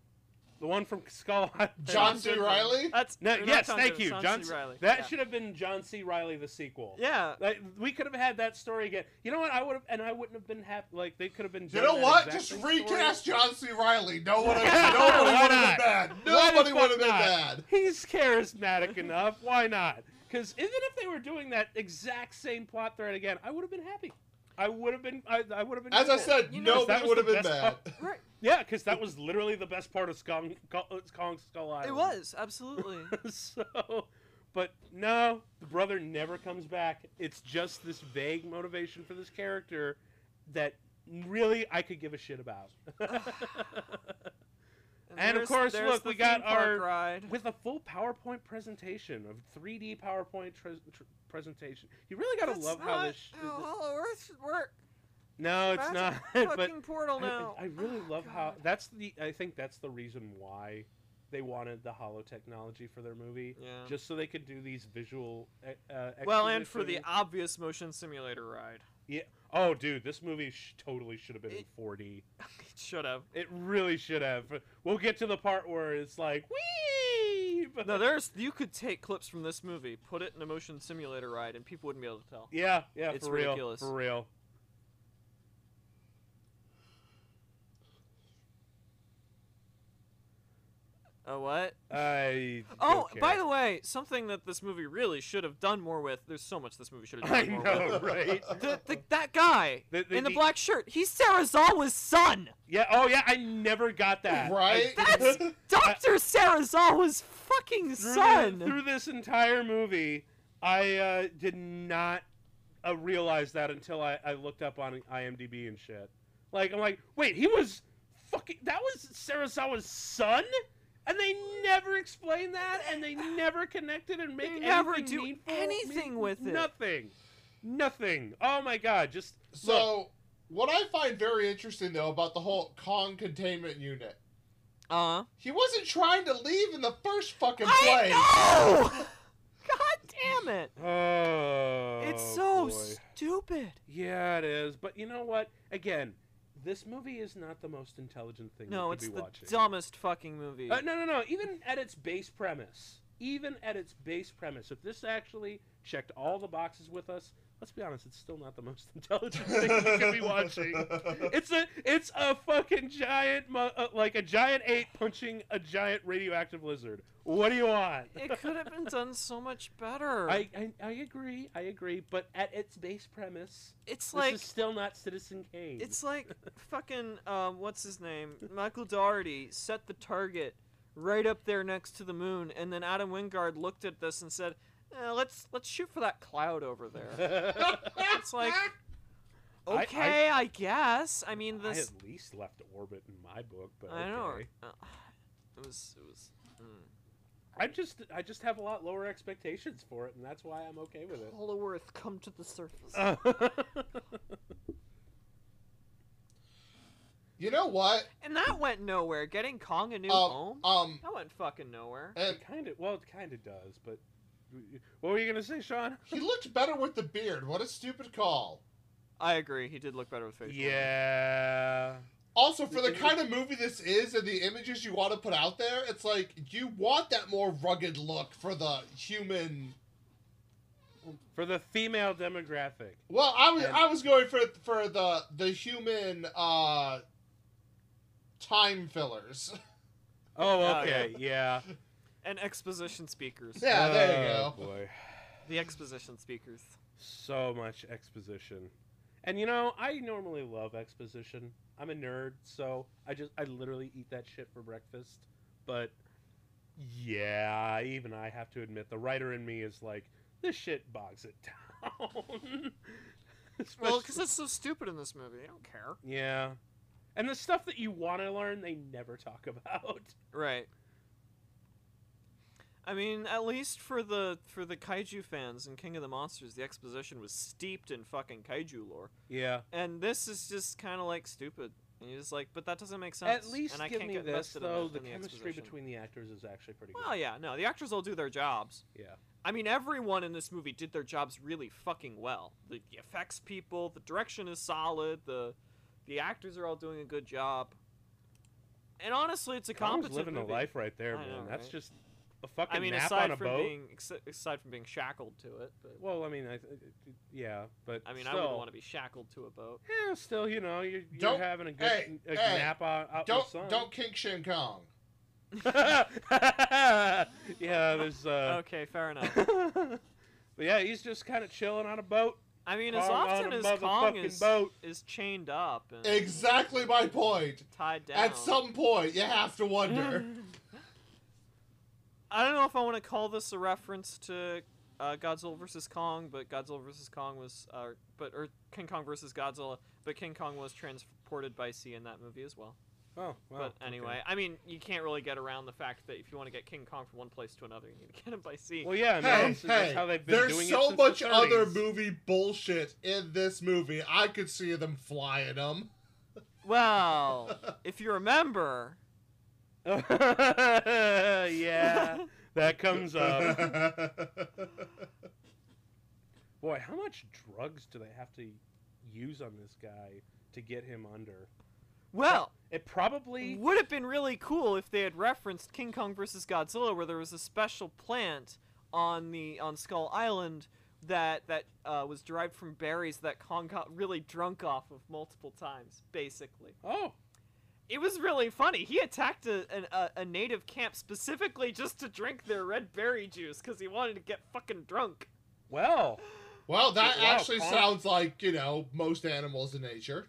Speaker 1: the one from Skull Island.
Speaker 2: John
Speaker 3: John
Speaker 2: C.
Speaker 3: Goodman.
Speaker 2: Riley.
Speaker 3: That's
Speaker 1: No,
Speaker 3: or not
Speaker 1: yes,
Speaker 3: John
Speaker 1: thank
Speaker 3: Goodman,
Speaker 1: you,
Speaker 3: John,
Speaker 1: John
Speaker 3: C.
Speaker 1: C-
Speaker 3: Riley.
Speaker 1: That
Speaker 3: yeah.
Speaker 1: should have been John C. Riley the sequel.
Speaker 3: Yeah.
Speaker 1: Like we could have had that story again. You know what? I would have, and I wouldn't have been happy. Like they could have been.
Speaker 2: You
Speaker 1: done
Speaker 2: know
Speaker 1: that
Speaker 2: what?
Speaker 1: exact
Speaker 2: Just
Speaker 1: same
Speaker 2: recast
Speaker 1: story.
Speaker 2: John C. Riley. No
Speaker 1: [LAUGHS]
Speaker 2: one,
Speaker 1: Yeah,
Speaker 2: nobody
Speaker 1: why
Speaker 2: would have been
Speaker 1: not?
Speaker 2: bad.
Speaker 1: Why the
Speaker 2: Nobody
Speaker 1: fuck
Speaker 2: would have been
Speaker 1: not?
Speaker 2: bad.
Speaker 1: He's charismatic enough. Why not? Because even if they were doing that exact same plot thread again, I would have been happy. I would have been. I, I would have been.
Speaker 2: As I
Speaker 1: cool.
Speaker 2: said,
Speaker 3: You know,
Speaker 2: nobody
Speaker 1: that was
Speaker 2: would have
Speaker 1: the
Speaker 2: been
Speaker 1: best
Speaker 2: bad.
Speaker 3: Right.
Speaker 1: yeah, because that was literally the best part of Skong, Kong, Kong Skull Island.
Speaker 3: It was absolutely.
Speaker 1: [LAUGHS] so, but no, the brother never comes back. It's just this vague motivation for this character that really I could give a shit about. And of
Speaker 3: there's-
Speaker 1: course,
Speaker 3: there's
Speaker 1: look,
Speaker 3: the
Speaker 1: we got
Speaker 3: theme park
Speaker 1: our-
Speaker 3: ride.
Speaker 1: With a full PowerPoint presentation of 3D PowerPoint tr- tr- presentation, you really gotta
Speaker 3: That's
Speaker 1: love
Speaker 3: not
Speaker 1: how this. Sh-
Speaker 3: how Hollow Earth should work.
Speaker 1: [LAUGHS] no, it's not. [LAUGHS]
Speaker 3: Magic
Speaker 1: but
Speaker 3: [LAUGHS] fucking portal
Speaker 1: I- I-
Speaker 3: now.
Speaker 1: I, really
Speaker 3: Oh,
Speaker 1: love how
Speaker 3: God.
Speaker 1: that's the. I think that's the reason why they wanted the hollow technology for their movie,
Speaker 3: Yeah.
Speaker 1: just so they could do these visual. Uh, uh,
Speaker 3: well, and for the
Speaker 1: exposition.
Speaker 3: obvious motion simulator ride, [LAUGHS]
Speaker 1: Oh, dude, this movie sh- totally should have been in
Speaker 3: It-
Speaker 1: 4D.
Speaker 3: it should have.
Speaker 1: It really should have. We'll get to the part where it's like, wee! But
Speaker 3: No, there's you could take clips from this movie, put it in a motion simulator ride, and people wouldn't be able to tell.
Speaker 1: Yeah, yeah,
Speaker 3: It's
Speaker 1: for real.
Speaker 3: ridiculous.
Speaker 1: For real.
Speaker 3: Oh, what?
Speaker 1: I.
Speaker 3: Oh, by the way, something that this movie really should have done more with. There's so much this movie should
Speaker 1: [LAUGHS]
Speaker 3: have
Speaker 1: I
Speaker 3: done more with.
Speaker 1: know, right?
Speaker 3: The, the, that guy
Speaker 1: [LAUGHS] The- the-
Speaker 3: in the,
Speaker 1: the-
Speaker 3: black shirt, he's Sarazawa's son.
Speaker 1: Yeah. Oh, yeah. I never got [LAUGHS] that. I
Speaker 2: Right?
Speaker 3: That's Doctor Sarazawa's fucking
Speaker 1: through,
Speaker 3: son.
Speaker 1: The, through this entire movie, I uh, did not uh, realize that until I, I looked up on IMDb and shit. Like, I'm like, wait, he was fucking. That was Sarasawa's son? And they never explained that, and they never connected and make
Speaker 3: They never
Speaker 1: anything
Speaker 3: do
Speaker 1: meaningful-
Speaker 3: anything with it.
Speaker 1: Nothing, nothing. Oh my god, just
Speaker 2: [LAUGHS] So,
Speaker 1: look,
Speaker 2: what I find very interesting though about the whole Kong containment unit,
Speaker 3: uh,
Speaker 2: he wasn't trying to leave in the first fucking place.
Speaker 3: I
Speaker 2: [LAUGHS]
Speaker 3: know. [LAUGHS] God damn it!
Speaker 1: oh,
Speaker 3: it's so
Speaker 1: boy.
Speaker 3: stupid.
Speaker 1: Yeah, it is. But you know what? Again, this movie is not the most intelligent thing.
Speaker 3: No,
Speaker 1: you could
Speaker 3: it's
Speaker 1: be
Speaker 3: the
Speaker 1: watching.
Speaker 3: dumbest fucking movie.
Speaker 1: Uh, no, no, no. Even at its base premise, even at its base premise, if this actually checked all the boxes with us, let's be honest, it's still not the most [LAUGHS] intelligent thing you could be watching. It's a it's a fucking giant mu- uh, like a giant ape punching a giant radioactive lizard. What do you want?
Speaker 3: It could have been done so much better.
Speaker 1: [LAUGHS] I, I I agree, I agree, but at its base premise,
Speaker 3: it's
Speaker 1: this
Speaker 3: like
Speaker 1: is still not Citizen Kane.
Speaker 3: it's like fucking um, what's his name? Michael Dougherty set the target right up there next to the moon, and then Adam Wingard looked at this and said, eh, "Let's let's shoot for that cloud
Speaker 1: [LAUGHS]
Speaker 3: over there." It's like
Speaker 1: I- I-
Speaker 3: okay, I, guess. I mean
Speaker 1: I
Speaker 3: this.
Speaker 1: at least left orbit in my book, but
Speaker 3: I know.
Speaker 1: okay.
Speaker 3: uh, It was. It was. Mm.
Speaker 1: I just I just have a lot lower expectations for it, and that's why I'm okay with [LAUGHS] it.
Speaker 3: Hollow Earth, come to the surface.
Speaker 2: you know what?
Speaker 3: and that went nowhere. Getting Kong a new home.
Speaker 2: Um, um,
Speaker 3: that went fucking nowhere.
Speaker 2: and
Speaker 1: it kind of well, it kind of does, but what were you gonna say, Sean?
Speaker 2: he looked better with the beard. What a stupid call.
Speaker 3: I agree. He did look better with facial. hair.
Speaker 1: Yeah.
Speaker 2: Also, for the kind of movie this is and the images you want to put out there, it's like you want that more rugged look for the human.
Speaker 1: For the female demographic.
Speaker 2: Well, I was
Speaker 1: And-
Speaker 2: I was going for for the the human uh time fillers.
Speaker 1: Oh,
Speaker 3: Oh,
Speaker 1: okay, [LAUGHS] yeah.
Speaker 3: And exposition speakers.
Speaker 2: Yeah, there you
Speaker 1: Oh,
Speaker 2: go.
Speaker 1: Boy,
Speaker 3: The exposition speakers.
Speaker 1: so much exposition, and you know I normally love exposition. I'm a nerd, so I just I literally eat that shit for breakfast. But yeah, even I have to admit the writer in me is like this shit bogs it [LAUGHS] down.
Speaker 3: Well,
Speaker 1: Especially-
Speaker 3: because it's so stupid in this movie. I don't care.
Speaker 1: yeah, and the stuff that you want to learn they never talk [LAUGHS] about.
Speaker 3: Right. I mean, at least for the for the kaiju fans and King of the Monsters, the exposition was steeped in fucking kaiju lore.
Speaker 1: Yeah.
Speaker 3: And this is just kind of like stupid. And you're just like, but that doesn't make sense.
Speaker 1: At least
Speaker 3: and I
Speaker 1: give
Speaker 3: can't
Speaker 1: me
Speaker 3: get
Speaker 1: this
Speaker 3: invested in
Speaker 1: though.
Speaker 3: in
Speaker 1: The, chemistry
Speaker 3: exposition.
Speaker 1: between the actors is actually pretty good.
Speaker 3: Well, yeah, no, the actors all do their jobs.
Speaker 1: Yeah.
Speaker 3: I mean, everyone in this movie did their jobs really fucking well. The, the effects people, the direction is solid. The the actors are all doing a good job. And honestly, it's a
Speaker 1: Kong's
Speaker 3: competent
Speaker 1: living
Speaker 3: movie.
Speaker 1: a life right there,
Speaker 3: I
Speaker 1: man.
Speaker 3: know,
Speaker 1: That's
Speaker 3: right?
Speaker 1: just a fucking
Speaker 3: I mean,
Speaker 1: nap
Speaker 3: aside
Speaker 1: on a
Speaker 3: from
Speaker 1: boat.
Speaker 3: being ex- aside from being shackled to it, but
Speaker 1: Well, I mean, I, th- yeah, but
Speaker 3: I mean, I
Speaker 1: still,
Speaker 3: wouldn't want to be shackled to a boat.
Speaker 1: Yeah, still, you know, you're, you're
Speaker 2: Don't-
Speaker 1: having a good
Speaker 2: hey,
Speaker 1: a
Speaker 2: hey,
Speaker 1: nap on out
Speaker 2: Don't
Speaker 1: in the sun.
Speaker 2: don't kink Shin Kong.
Speaker 1: [LAUGHS] yeah, there's. Uh...
Speaker 3: Okay,
Speaker 1: [LAUGHS]
Speaker 3: fair enough.
Speaker 1: but yeah, he's just kind of chilling on a boat.
Speaker 3: I mean,
Speaker 1: Kong
Speaker 3: as often
Speaker 1: on a
Speaker 3: as Kong
Speaker 1: motherfucking
Speaker 2: [LAUGHS]
Speaker 3: is [LAUGHS]
Speaker 1: boat.
Speaker 3: is chained up and
Speaker 2: Exactly my point.
Speaker 3: tied down.
Speaker 2: At some point, you have to
Speaker 1: [LAUGHS]
Speaker 2: wonder.
Speaker 1: Oh,
Speaker 3: I don't know if I want to call this a reference to uh, Godzilla vs Kong, but Godzilla vs Kong was, uh, but or King Kong vs Godzilla, but King Kong was transported by sea in that movie as well.
Speaker 1: Oh, well,
Speaker 3: but anyway, I mean, you can't really get around the fact that if you want to get King Kong from one place to another, you need to get him by sea.
Speaker 1: okay. Well, yeah, I mean,
Speaker 2: hey,
Speaker 1: that's, that's
Speaker 2: hey,
Speaker 1: how they've been doing
Speaker 2: there's
Speaker 1: it
Speaker 2: so
Speaker 1: since the
Speaker 2: much other
Speaker 1: 30s.
Speaker 2: movie bullshit in this movie. I could see them flying them.
Speaker 3: well, [LAUGHS] if you remember,
Speaker 1: [LAUGHS] yeah, that comes up. Boy, how much drugs do they have to use on this guy to get him under?
Speaker 3: [LAUGHS] well,
Speaker 1: It probably
Speaker 3: would have been really cool if they had referenced King Kong vs. Godzilla, where there was a special plant on the on Skull Island that that uh, was derived from berries that Kong got really drunk off of multiple times. Basically,
Speaker 1: Oh,
Speaker 3: it was really funny. He attacked a an, a, a native camp specifically just to drink their red berry juice because he wanted to get fucking drunk.
Speaker 1: well.
Speaker 2: [LAUGHS] well, that
Speaker 1: Wow,
Speaker 2: actually
Speaker 1: Kong.
Speaker 2: sounds like, you know, most animals in nature.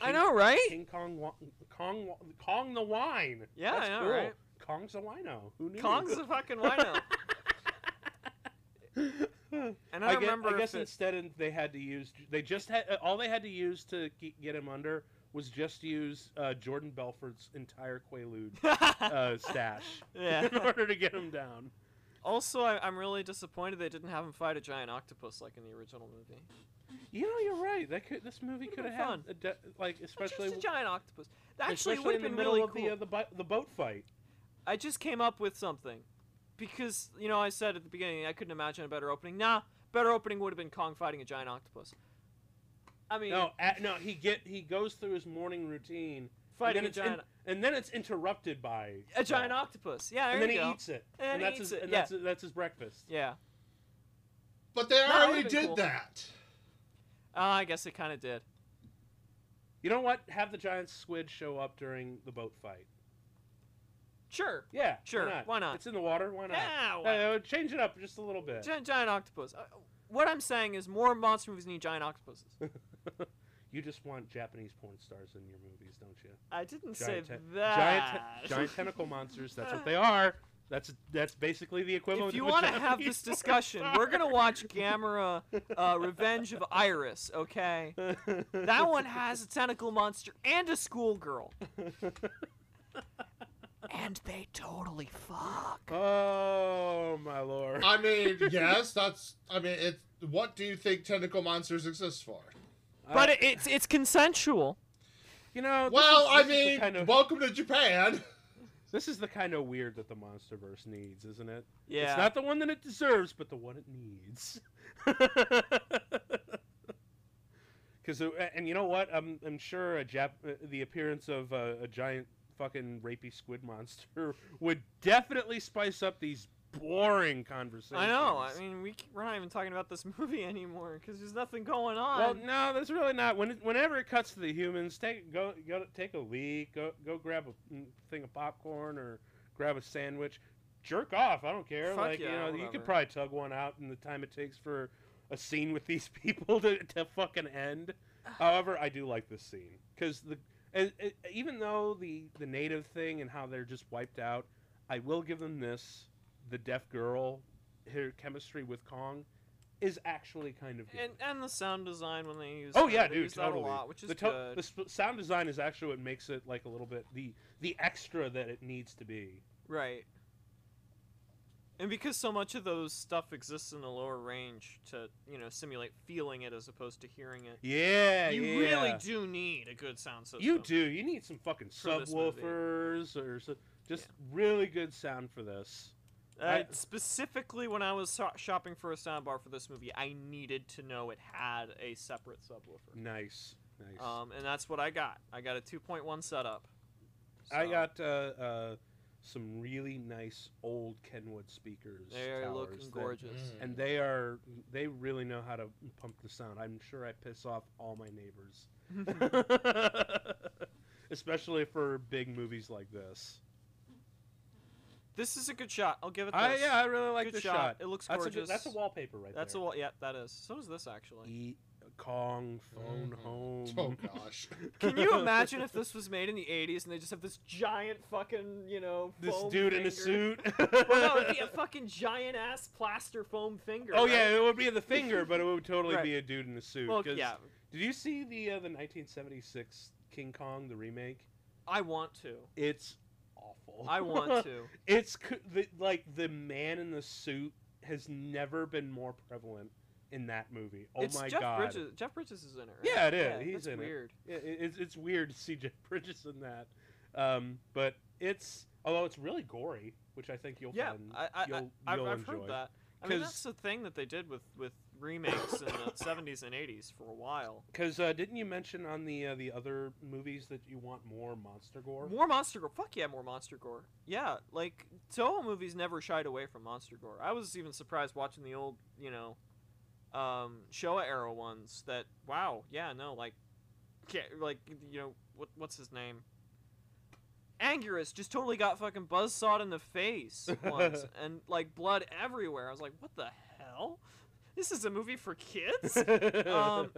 Speaker 3: I know, right?
Speaker 1: King Kong wa- Kong wa- Kong the wine.
Speaker 3: Yeah, I
Speaker 1: That's
Speaker 3: know,
Speaker 1: cool.
Speaker 3: right?
Speaker 1: Kong's a wino. Who knew? [LAUGHS]
Speaker 3: Kong's a fucking wino. And I,
Speaker 1: I,
Speaker 3: don't
Speaker 1: gue-
Speaker 3: remember
Speaker 1: I guess
Speaker 3: if it-
Speaker 1: instead in- they had to use they just had uh, all they had to use to ge- get him under was just use uh, Jordan Belfort's entire Quaalude
Speaker 3: [LAUGHS]
Speaker 1: uh, stash
Speaker 3: yeah.
Speaker 1: in order to get him down.
Speaker 3: Also, I, I'm really disappointed they didn't have him fight a giant octopus like in the original movie.
Speaker 1: You know, you're right. That could, this movie
Speaker 3: Would've
Speaker 1: could have had
Speaker 3: been fun.
Speaker 1: a de- like
Speaker 3: But
Speaker 1: especially
Speaker 3: just a giant octopus. That
Speaker 1: especially
Speaker 3: actually would
Speaker 1: in
Speaker 3: have
Speaker 1: the
Speaker 3: been
Speaker 1: middle
Speaker 3: really
Speaker 1: of
Speaker 3: cool.
Speaker 1: the, uh, the bu- the boat fight.
Speaker 3: I just came up with something, because you know I said at the beginning I couldn't imagine a better opening. Nah, better opening would have been Kong fighting a giant octopus. I mean,
Speaker 1: No, at, no, he get he goes through his morning routine,
Speaker 3: fighting
Speaker 1: and then,
Speaker 3: a
Speaker 1: it's in-
Speaker 3: giant
Speaker 1: and then it's interrupted by
Speaker 3: a giant
Speaker 1: that.
Speaker 3: octopus. Yeah, there
Speaker 1: and then
Speaker 3: you
Speaker 1: he
Speaker 3: go.
Speaker 1: eats it,
Speaker 3: And
Speaker 1: and,
Speaker 3: he
Speaker 1: that's
Speaker 3: eats
Speaker 1: his
Speaker 3: it,
Speaker 1: and
Speaker 3: yeah.
Speaker 1: that's that's his breakfast.
Speaker 3: Yeah,
Speaker 2: But they
Speaker 3: No, it
Speaker 2: already
Speaker 3: would've been
Speaker 2: did
Speaker 3: cool.
Speaker 2: that.
Speaker 3: Oh, I guess it kind of did.
Speaker 1: You know what? Have the giant squid show up during the boat fight.
Speaker 3: Sure.
Speaker 1: Yeah,
Speaker 3: Sure, why not?
Speaker 1: It's in the water. Why not?
Speaker 3: Yeah. why-
Speaker 1: Uh, change it up just a little bit.
Speaker 3: Gi- giant octopus. Uh, what I'm saying is more monster movies need giant octopuses.
Speaker 1: [LAUGHS] You just want Japanese porn stars in your movies, don't you?
Speaker 3: I didn't
Speaker 1: Giant
Speaker 3: say
Speaker 1: te-
Speaker 3: that.
Speaker 1: Giant, te- giant tentacle monsters. That's what they are. That's that's basically the equivalent.
Speaker 3: if you
Speaker 1: want to
Speaker 3: have [LAUGHS] this discussion, we're gonna watch Gamera, uh, Revenge of Iris. Okay, that one has a tentacle monster and a schoolgirl, and they totally fuck.
Speaker 1: [LAUGHS] Oh my lord!
Speaker 3: Uh,
Speaker 2: I mean, [LAUGHS] yes, that's. I mean, it's. What do you think tentacle monsters exist for?
Speaker 3: But
Speaker 1: Uh,
Speaker 3: it, it's it's consensual.
Speaker 1: you know, this
Speaker 2: Well,
Speaker 1: is-
Speaker 2: I
Speaker 1: this is the
Speaker 2: mean,
Speaker 1: kind of-
Speaker 2: welcome to Japan. [LAUGHS]
Speaker 1: this is the kind of weird that the MonsterVerse needs, isn't it?
Speaker 3: Yeah.
Speaker 1: It's not the one that it deserves, but the one it needs. [LAUGHS] Because uh, and you know what? I'm I'm sure a Jap- uh, the appearance of uh, a giant fucking rapey squid monster [LAUGHS] would definitely spice up these boring conversations.
Speaker 3: I know. I mean, we, c- we're not even talking about this [LAUGHS] movie anymore because there's nothing going on.
Speaker 1: Well, no, that's really not. When it, whenever it cuts to the humans, take go go take a leak, go go grab a mm, thing of popcorn or grab a sandwich, jerk off. I don't care.
Speaker 3: Fuck
Speaker 1: like you know,
Speaker 3: yeah,
Speaker 1: you
Speaker 3: whatever.
Speaker 1: could probably tug one out in the time it takes for a scene with [LAUGHS] these people to, to fucking
Speaker 3: [SIGHS]
Speaker 1: end. However, I do like this scene because the and, and even though the the native thing and how they're just wiped out, I will give them this. The deaf girl, her chemistry with Kong, is actually kind of good.
Speaker 3: and and the sound design when they use
Speaker 1: Oh
Speaker 3: that,
Speaker 1: yeah,
Speaker 3: they
Speaker 1: dude,
Speaker 3: use
Speaker 1: totally.
Speaker 3: that a lot, which is
Speaker 1: the, to-
Speaker 3: good.
Speaker 1: the sp- sound design is actually what makes it like a little bit the the extra that it needs to be.
Speaker 3: Right. And because so much of those stuff exists in the lower range to, you know, simulate feeling it as opposed to hearing it.
Speaker 1: Yeah,
Speaker 3: you really do need a good sound system.
Speaker 1: You do. You need some fucking
Speaker 3: For this movie.
Speaker 1: subwoofers or so, just really good sound for this.
Speaker 3: Uh,
Speaker 1: I-
Speaker 3: specifically, when I was so- shopping for a soundbar for this movie, I needed to know it had a separate subwoofer.
Speaker 1: Nice, nice.
Speaker 3: Um, and that's what I got. I got a 2.1 setup.
Speaker 1: I
Speaker 3: So,
Speaker 1: got uh, uh, some really nice old Kenwood speakers.
Speaker 3: They're
Speaker 1: towers
Speaker 3: looking
Speaker 1: that-
Speaker 3: gorgeous.
Speaker 2: Mm.
Speaker 1: and they are they really know how to pump the sound. I'm sure I piss off all my neighbors, [LAUGHS] especially for big movies like this.
Speaker 3: [LAUGHS] This is a good shot. I'll give it this.
Speaker 1: I, yeah, I really like
Speaker 3: good
Speaker 1: the
Speaker 3: shot.
Speaker 1: shot.
Speaker 3: It looks
Speaker 1: That's a,
Speaker 3: gorgeous.
Speaker 1: good- that's a wallpaper right
Speaker 3: That's a
Speaker 1: there.
Speaker 3: wall. Yeah, that is. So is this actually.
Speaker 1: Eat Kong phone
Speaker 2: Mhm.
Speaker 1: home.
Speaker 2: Oh
Speaker 1: [LAUGHS]
Speaker 2: gosh.
Speaker 3: Mm-hmm. Can you imagine if this was made in the 80s and they just have this giant fucking, you know,
Speaker 1: this
Speaker 3: foam
Speaker 1: dude in
Speaker 3: finger.
Speaker 1: a suit?
Speaker 3: [LAUGHS] Well, no, it'd
Speaker 1: [LAUGHS]
Speaker 3: be a fucking giant ass plaster foam finger.
Speaker 1: oh
Speaker 3: right?
Speaker 1: yeah, it would be the finger, but it would totally
Speaker 3: Right.
Speaker 1: be a dude in a suit.
Speaker 3: Well,
Speaker 1: 'cause-
Speaker 3: yeah.
Speaker 1: Did you see the uh, the 1976 King Kong the remake?
Speaker 3: I want to.
Speaker 1: It's awful. [LAUGHS]
Speaker 3: I want to.
Speaker 1: it's c- the, like the man in the suit has never been more prevalent in that movie. Oh
Speaker 3: it's
Speaker 1: my
Speaker 3: Jeff
Speaker 1: god!
Speaker 3: Bridges. Jeff Bridges is in it. Right?
Speaker 1: Yeah, it is. He's
Speaker 3: that's
Speaker 1: in it.
Speaker 3: weird.
Speaker 1: I- i- it's, it's weird to see [LAUGHS] Jeff Bridges in that, um, but it's although it's really gory, which I think you'll
Speaker 3: Yeah,
Speaker 1: find
Speaker 3: I, I,
Speaker 1: you'll,
Speaker 3: I, I've,
Speaker 1: you'll
Speaker 3: I've
Speaker 1: enjoy.
Speaker 3: heard that. I mean,
Speaker 1: 'Cause-
Speaker 3: that's the thing that they did with with remakes
Speaker 1: [COUGHS]
Speaker 3: in the 70s and 80s for a while.
Speaker 1: Because uh, didn't you mention on the uh, the other movies that you want more monster gore?
Speaker 3: More monster gore. Fuck yeah, more monster gore. Yeah, like Toho movies never shied away from monster gore. I was even surprised watching the old, you know, um, Showa era ones. That wow, yeah, no, like, ca like you know, what what's his name? Anguirus just totally got fucking buzzsawed in the face once, and like blood everywhere. I was like, what the hell? This is a movie
Speaker 1: [LAUGHS]
Speaker 3: for kids. Um,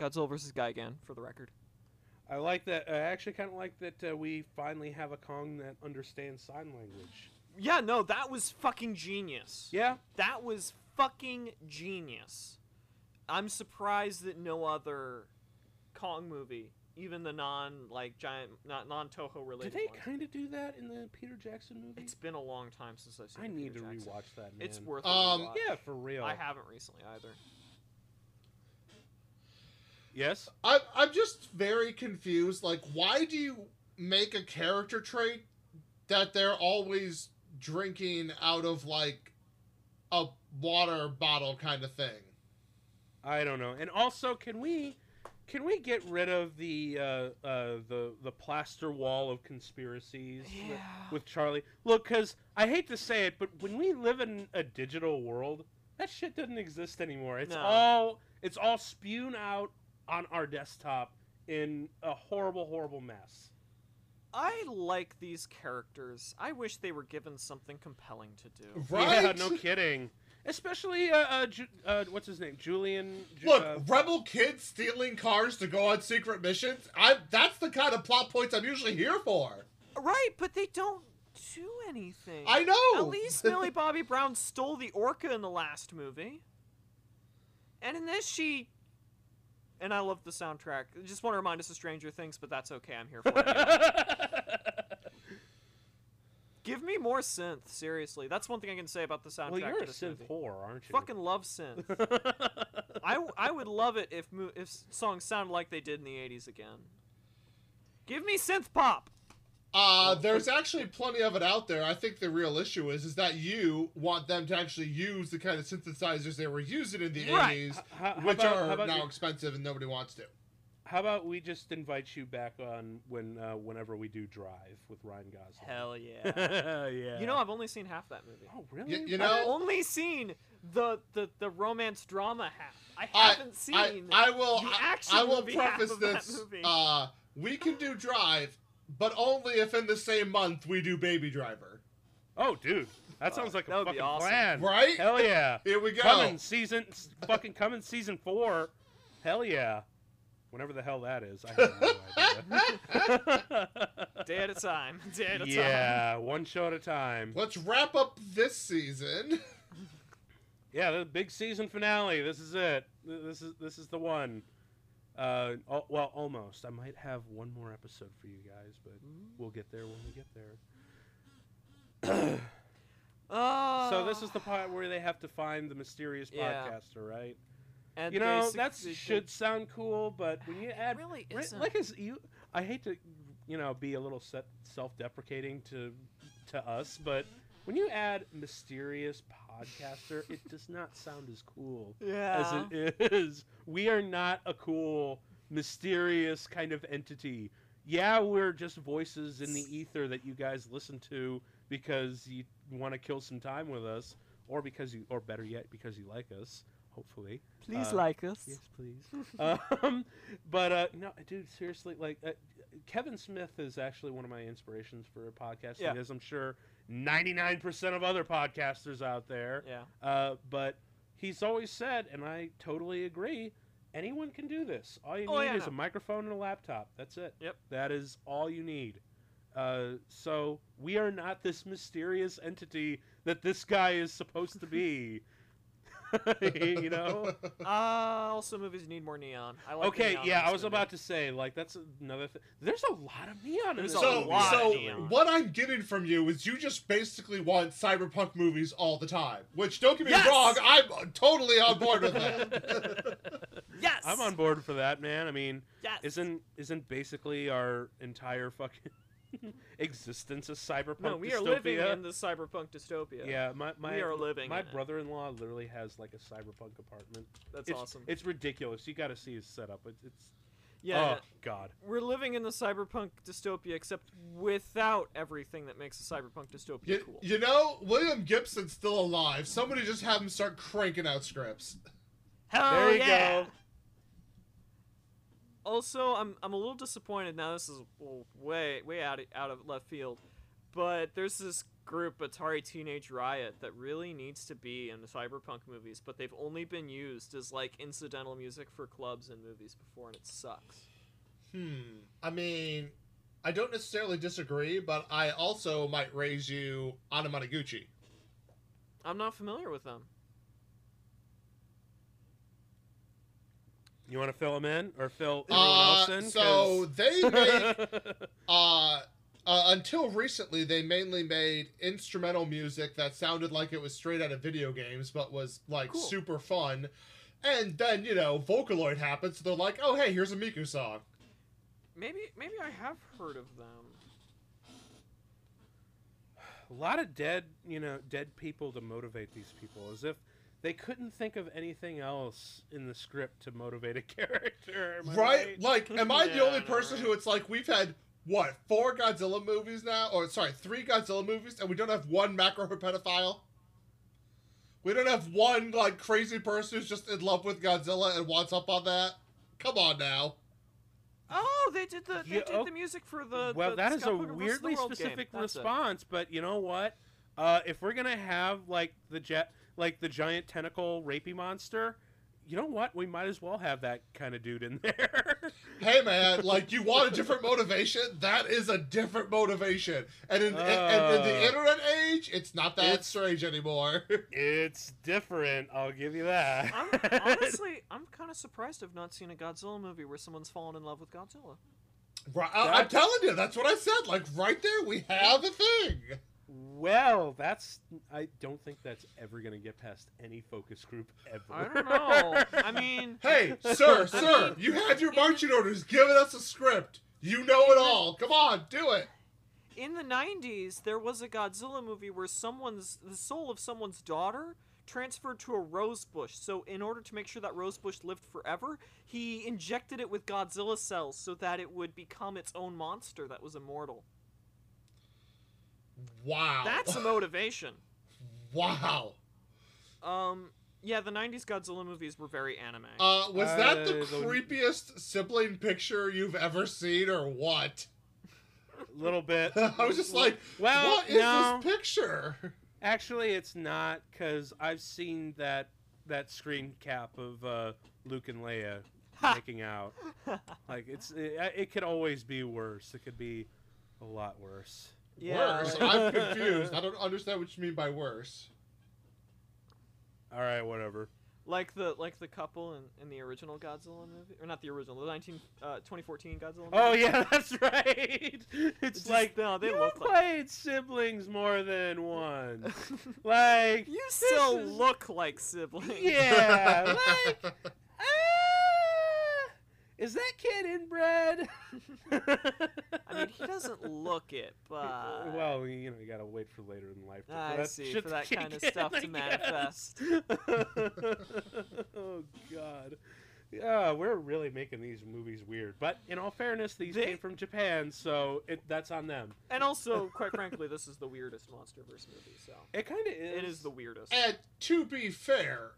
Speaker 3: Godzilla vs. Gigan, for the record.
Speaker 1: I like that. I actually kind of like that uh, we finally have a Kong that understands sign language.
Speaker 3: Yeah, no, that was fucking genius.
Speaker 1: Yeah,
Speaker 3: That was fucking genius. I'm surprised that no other Kong movie, even the non like giant not non Toho
Speaker 1: Did
Speaker 3: related
Speaker 1: they
Speaker 3: ones.
Speaker 1: kind of do that in the Peter Jackson movie?
Speaker 3: It's been a long time since I've seen.
Speaker 1: I
Speaker 3: the
Speaker 1: need to
Speaker 3: Peter Jackson.
Speaker 1: rewatch that. Man.
Speaker 3: It's worth.
Speaker 2: Um,
Speaker 3: a rewatch.
Speaker 1: Yeah, for real.
Speaker 3: I haven't recently either.
Speaker 1: yes.
Speaker 2: I, I'm just very confused. Like, why do you make a character trait that they're always drinking out of like a water bottle kind of thing?
Speaker 1: I don't know. And also, can we Can we get rid of the uh, uh, the the plaster wall of conspiracies
Speaker 3: Yeah.
Speaker 1: with, with Charlie? Look, because I hate to say it, but when we live in a digital world, that shit doesn't exist anymore. It's
Speaker 3: No.
Speaker 1: all it's all spewed out on our desktop in a horrible, horrible mess.
Speaker 3: I like these characters. I wish they were given something compelling to do.
Speaker 2: Right?
Speaker 1: Yeah, no kidding. Especially uh, uh, Ju- uh what's his name, Julian. Ju-
Speaker 2: Look,
Speaker 1: uh,
Speaker 2: rebel kids stealing cars to go on secret missions. I that's the kind of plot points I'm usually here for.
Speaker 3: Right, but they don't do anything.
Speaker 2: I know.
Speaker 1: Oh.
Speaker 3: At least Millie Bobby Brown stole the orca in the last movie. And in this, she. And I love the soundtrack. Just want to remind us of Stranger Things, but that's okay. I'm here for
Speaker 1: [LAUGHS]
Speaker 3: it. Give me more synth, seriously. That's one thing I can say about the
Speaker 1: [LAUGHS]
Speaker 3: soundtrack.
Speaker 1: well, you're
Speaker 3: to
Speaker 1: a
Speaker 3: this
Speaker 1: synth
Speaker 3: movie.
Speaker 1: whore, aren't you?
Speaker 3: Fucking love synth.
Speaker 1: [LAUGHS]
Speaker 3: I, w- I would love it if mo- if s- songs sounded like they did in the 80s again. Give me synth pop.
Speaker 2: [LAUGHS] Uh, there's actually plenty of it out there. I think the real issue is is that you want them to actually use the kind of synthesizers they were using in the
Speaker 3: Right.
Speaker 2: 80s,
Speaker 1: How- how
Speaker 2: which
Speaker 1: about- how
Speaker 2: are
Speaker 1: about
Speaker 2: now
Speaker 1: you-
Speaker 2: expensive and nobody wants to.
Speaker 1: How about we just invite you back on when uh, whenever we do Drive with Ryan Gosling?
Speaker 3: Hell yeah.
Speaker 1: [LAUGHS] yeah.
Speaker 3: you know I've only seen half that movie.
Speaker 1: Oh really?
Speaker 2: Y- you know-
Speaker 3: I've only seen the, the, the romance drama half. I
Speaker 2: I-
Speaker 3: haven't seen.
Speaker 2: I, I will.
Speaker 3: the
Speaker 2: I,
Speaker 3: action
Speaker 2: I will
Speaker 3: movie half
Speaker 2: preface
Speaker 3: of that
Speaker 2: this.
Speaker 3: movie.
Speaker 2: Uh, we can do Drive, but only if in the same month we do Baby Driver.
Speaker 1: Oh, dude, that sounds like a
Speaker 3: that would be
Speaker 1: fucking
Speaker 3: awesome.
Speaker 1: plan.
Speaker 2: Right?
Speaker 1: Hell yeah.
Speaker 2: Here we go.
Speaker 1: Coming season, s- fucking coming season four. Hell yeah. Whenever the hell that is, I have no
Speaker 3: [LAUGHS]
Speaker 1: idea.
Speaker 3: day at a time. [LAUGHS] Day at a time.
Speaker 1: yeah, one show at a time.
Speaker 2: Let's wrap up this season.
Speaker 1: Yeah, the big season finale. This is it. Th- This is this is the one. Uh, al- well, almost. I might have one more episode for you guys, but we'll get there when we get there.
Speaker 3: Oh.
Speaker 1: so this is the part where they have to find the mysterious
Speaker 3: Yeah.
Speaker 1: podcaster, right?
Speaker 3: And
Speaker 1: you
Speaker 3: they
Speaker 1: know
Speaker 3: suc-
Speaker 1: that
Speaker 3: they-
Speaker 1: should sound cool, but when you add
Speaker 3: really
Speaker 1: Right,
Speaker 3: isn't.
Speaker 1: Like as you, I hate to, you know, be a little set, self-deprecating to, to us, but when you add mysterious podcaster, it does not sound as cool
Speaker 3: yeah.
Speaker 1: as it is. We are not a cool, mysterious kind of entity. Yeah, we're just voices in the ether that you guys listen to because you want to kill some time with us, or because you, or better yet, because you like us. Hopefully.
Speaker 3: Please
Speaker 1: uh,
Speaker 3: like us.
Speaker 1: Yes, please. [LAUGHS] um, but uh, no, dude, seriously, like uh, Kevin Smith is actually one of my inspirations for a podcast,
Speaker 3: Yeah.
Speaker 1: as I'm sure 99% of other podcasters out there.
Speaker 3: Yeah.
Speaker 1: Uh, but he's always said, and I totally agree, anyone can do this. All you
Speaker 3: Oh,
Speaker 1: need
Speaker 3: yeah,
Speaker 1: is
Speaker 3: no.
Speaker 1: a microphone and a laptop. That's it.
Speaker 3: Yep.
Speaker 1: That is all you need. Uh, so we are not this mysterious entity that this guy is supposed to be. [LAUGHS] you
Speaker 2: [LAUGHS]
Speaker 1: know.
Speaker 3: Uh, also, movies need more neon. I like. the
Speaker 1: Okay,
Speaker 3: neon in
Speaker 1: yeah, I
Speaker 3: this
Speaker 1: was
Speaker 3: movie.
Speaker 1: about to say like that's another thing. There's a lot of neon in
Speaker 3: There's
Speaker 1: this
Speaker 3: a
Speaker 2: so,
Speaker 1: movie,
Speaker 3: lot of
Speaker 2: so
Speaker 1: actually.
Speaker 3: neon.
Speaker 2: what I'm getting from you is you just basically want cyberpunk movies all the time. Which don't get me
Speaker 3: Yes!
Speaker 2: wrong, I'm totally on board with
Speaker 3: [LAUGHS]
Speaker 2: that.
Speaker 3: Yes.
Speaker 1: I'm on board for that, man. I mean,
Speaker 3: Yes.
Speaker 1: isn't isn't basically our entire fucking [LAUGHS] existence a cyberpunk
Speaker 3: No, we
Speaker 1: dystopia?
Speaker 3: are living in the cyberpunk dystopia.
Speaker 1: yeah, my my
Speaker 3: we are living
Speaker 1: my
Speaker 3: in it.
Speaker 1: brother-in-law literally has like a cyberpunk apartment.
Speaker 3: That's
Speaker 1: it's,
Speaker 3: awesome.
Speaker 1: It's ridiculous. You got to see his setup. It's, it's
Speaker 3: yeah.
Speaker 1: oh god.
Speaker 3: We're living in the cyberpunk dystopia, except without everything that makes a cyberpunk dystopia
Speaker 2: you,
Speaker 3: cool.
Speaker 2: you know, William Gibson's still alive. Somebody just have him start cranking out scripts.
Speaker 3: Hell
Speaker 1: there you
Speaker 3: Oh, yeah!
Speaker 1: go.
Speaker 3: Also, I'm I'm a little disappointed. Now this is well, way way out of, out of left field, but there's this group Atari Teenage Riot that really needs to be in the cyberpunk movies, but they've only been used as like incidental music for clubs and movies before, and it sucks.
Speaker 2: Hmm. I mean, I don't necessarily disagree, but I also might raise you Anamanaguchi.
Speaker 3: I'm not familiar with them.
Speaker 1: You want to fill him in or fill everyone
Speaker 2: Uh,
Speaker 1: else in? 'Cause-
Speaker 2: so they made
Speaker 1: [LAUGHS]
Speaker 3: [LAUGHS]
Speaker 2: uh, uh, until recently they mainly made instrumental music that sounded like it was straight out of video games, but was like
Speaker 3: Cool.
Speaker 2: super fun. And then you know Vocaloid happens, so they're like, oh hey, here's a Miku song.
Speaker 3: Maybe maybe I have heard of them.
Speaker 1: a lot of dead you know dead people to motivate these people as if They couldn't think of anything else in the script to motivate a [LAUGHS] character. am I
Speaker 2: Right? Like, am I
Speaker 3: Yeah,
Speaker 2: the only
Speaker 3: I know,
Speaker 2: person who
Speaker 3: right?
Speaker 2: it's like we've had what four Godzilla movies now, or sorry, three Godzilla movies, and we don't have one macro pedophile. We don't have one like crazy person who's just in love with Godzilla and wants up on that. Come on now.
Speaker 3: Oh, they did the they
Speaker 1: Yeah,
Speaker 3: did
Speaker 1: oh,
Speaker 3: the music for the
Speaker 1: well,
Speaker 3: the
Speaker 1: that is
Speaker 3: Scott
Speaker 1: a
Speaker 3: Pilgrim vs.
Speaker 1: weirdly
Speaker 3: the World game.
Speaker 1: specific
Speaker 3: That's it.
Speaker 1: response, but you know what? Uh, if we're gonna have like the jet, like the giant tentacle rapey monster, you know what? We might as well have that kind of dude in [LAUGHS] there.
Speaker 2: Hey man, like you want a different motivation? That is a different motivation. And in, and in the
Speaker 1: Uh,
Speaker 2: internet age, it's not that
Speaker 1: it's-
Speaker 2: strange anymore. [LAUGHS]
Speaker 1: it's different. I'll give you that.
Speaker 3: I'm
Speaker 1: [LAUGHS]
Speaker 3: honestly, I'm kind of surprised I've not seen a Godzilla movie where someone's fallen in love with Godzilla.
Speaker 2: Right, I, I'm
Speaker 1: That's-
Speaker 2: telling you, that's what I said. Like right there, we have a thing.
Speaker 1: Well, that's. I don't think that's ever going to get past any focus group ever.
Speaker 3: I don't know.
Speaker 1: [LAUGHS]
Speaker 3: I mean,
Speaker 2: Hey, sir, sir, you had your marching orders. Giving us a script. You know it all. Come on, do it.
Speaker 3: in the 90s, there was a Godzilla movie where someone's the soul of someone's daughter transferred to a rose bush. So in order to make sure that rose bush lived forever, he injected it with Godzilla cells so that it would become its own monster that was immortal.
Speaker 2: Wow.
Speaker 3: That's
Speaker 2: [LAUGHS]
Speaker 3: a motivation.
Speaker 2: wow.
Speaker 3: Um yeah, the 90s Godzilla movies were very anime.
Speaker 2: Uh, was that the
Speaker 1: Uh, the-
Speaker 2: creepiest sibling picture you've ever seen, or what? [LAUGHS]
Speaker 1: A little bit.
Speaker 2: I was just like,
Speaker 1: Well,
Speaker 2: what is
Speaker 1: no.
Speaker 2: this picture?
Speaker 1: Actually, it's not because I've seen that that screen cap of uh, Luke and
Speaker 3: [LAUGHS]
Speaker 1: Leia making out. Like it's it, it could always be worse. It could be a lot worse.
Speaker 3: yeah.
Speaker 2: Worse.
Speaker 3: like-
Speaker 2: I'm
Speaker 3: [LAUGHS]
Speaker 2: confused. I don't understand what you mean by worse.
Speaker 1: All right, whatever.
Speaker 3: like the like the couple in, in the original Godzilla movie, or not the original, the 19 uh, 2014 Godzilla.
Speaker 1: Oh
Speaker 3: movie.
Speaker 1: yeah, [LAUGHS] that's right. It's
Speaker 3: Just-
Speaker 1: like
Speaker 3: no, they
Speaker 1: you
Speaker 3: look like-
Speaker 1: played siblings more than [LAUGHS] one. like
Speaker 3: [LAUGHS] you still
Speaker 1: is-
Speaker 3: look like siblings.
Speaker 1: yeah, like Ah, is that kid inbred?
Speaker 3: [LAUGHS]
Speaker 1: [LAUGHS]
Speaker 3: I mean, he doesn't look it, but
Speaker 1: well, you know, you gotta wait for later in life. to-
Speaker 3: I
Speaker 1: that
Speaker 3: see,
Speaker 1: shit to
Speaker 3: for that
Speaker 1: kick
Speaker 3: kind of
Speaker 1: in,
Speaker 3: stuff
Speaker 1: I
Speaker 3: to
Speaker 1: guess.
Speaker 3: manifest.
Speaker 1: [LAUGHS] oh God. Yeah, we're really making these movies weird. But in all fairness, these
Speaker 3: They-
Speaker 1: came from Japan, so it, that's on them.
Speaker 3: and also, quite frankly, this is the weirdest MonsterVerse movie, so
Speaker 1: It kind of is.
Speaker 3: it is the
Speaker 2: [LAUGHS]
Speaker 3: weirdest.
Speaker 2: And to be fair,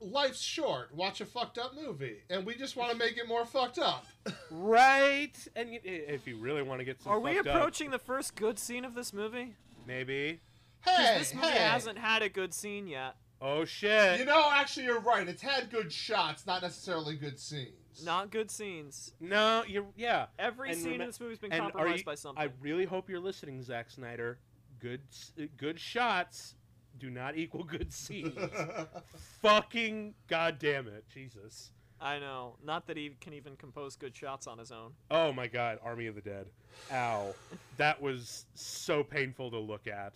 Speaker 2: life's short. Watch a fucked up movie, and we just want to make it more fucked up.
Speaker 1: right. And y- i- if you really want to get some,
Speaker 3: Are we
Speaker 1: fucked up,
Speaker 3: approaching the first good scene of this movie?
Speaker 1: Maybe.
Speaker 2: Hey,
Speaker 3: this movie
Speaker 2: hey.
Speaker 3: hasn't had a good scene yet.
Speaker 1: Oh shit.
Speaker 2: You know, actually, you're right. It's had good shots, not necessarily good scenes. [LAUGHS]
Speaker 3: Not good scenes.
Speaker 1: no, you're yeah.
Speaker 3: Every
Speaker 1: And
Speaker 3: scene
Speaker 1: remem-
Speaker 3: in this movie's been
Speaker 1: and are
Speaker 3: compromised
Speaker 1: you-
Speaker 3: by something.
Speaker 1: I really hope you're listening, Zack Snyder. Good, s- uh, good shots do not equal
Speaker 3: [LAUGHS]
Speaker 1: good scenes. Fucking goddamn it, Jesus!
Speaker 3: I know. Not that he can even compose good shots on his own.
Speaker 1: Oh my God, Army of the Dead. Ow, that was so painful to look at.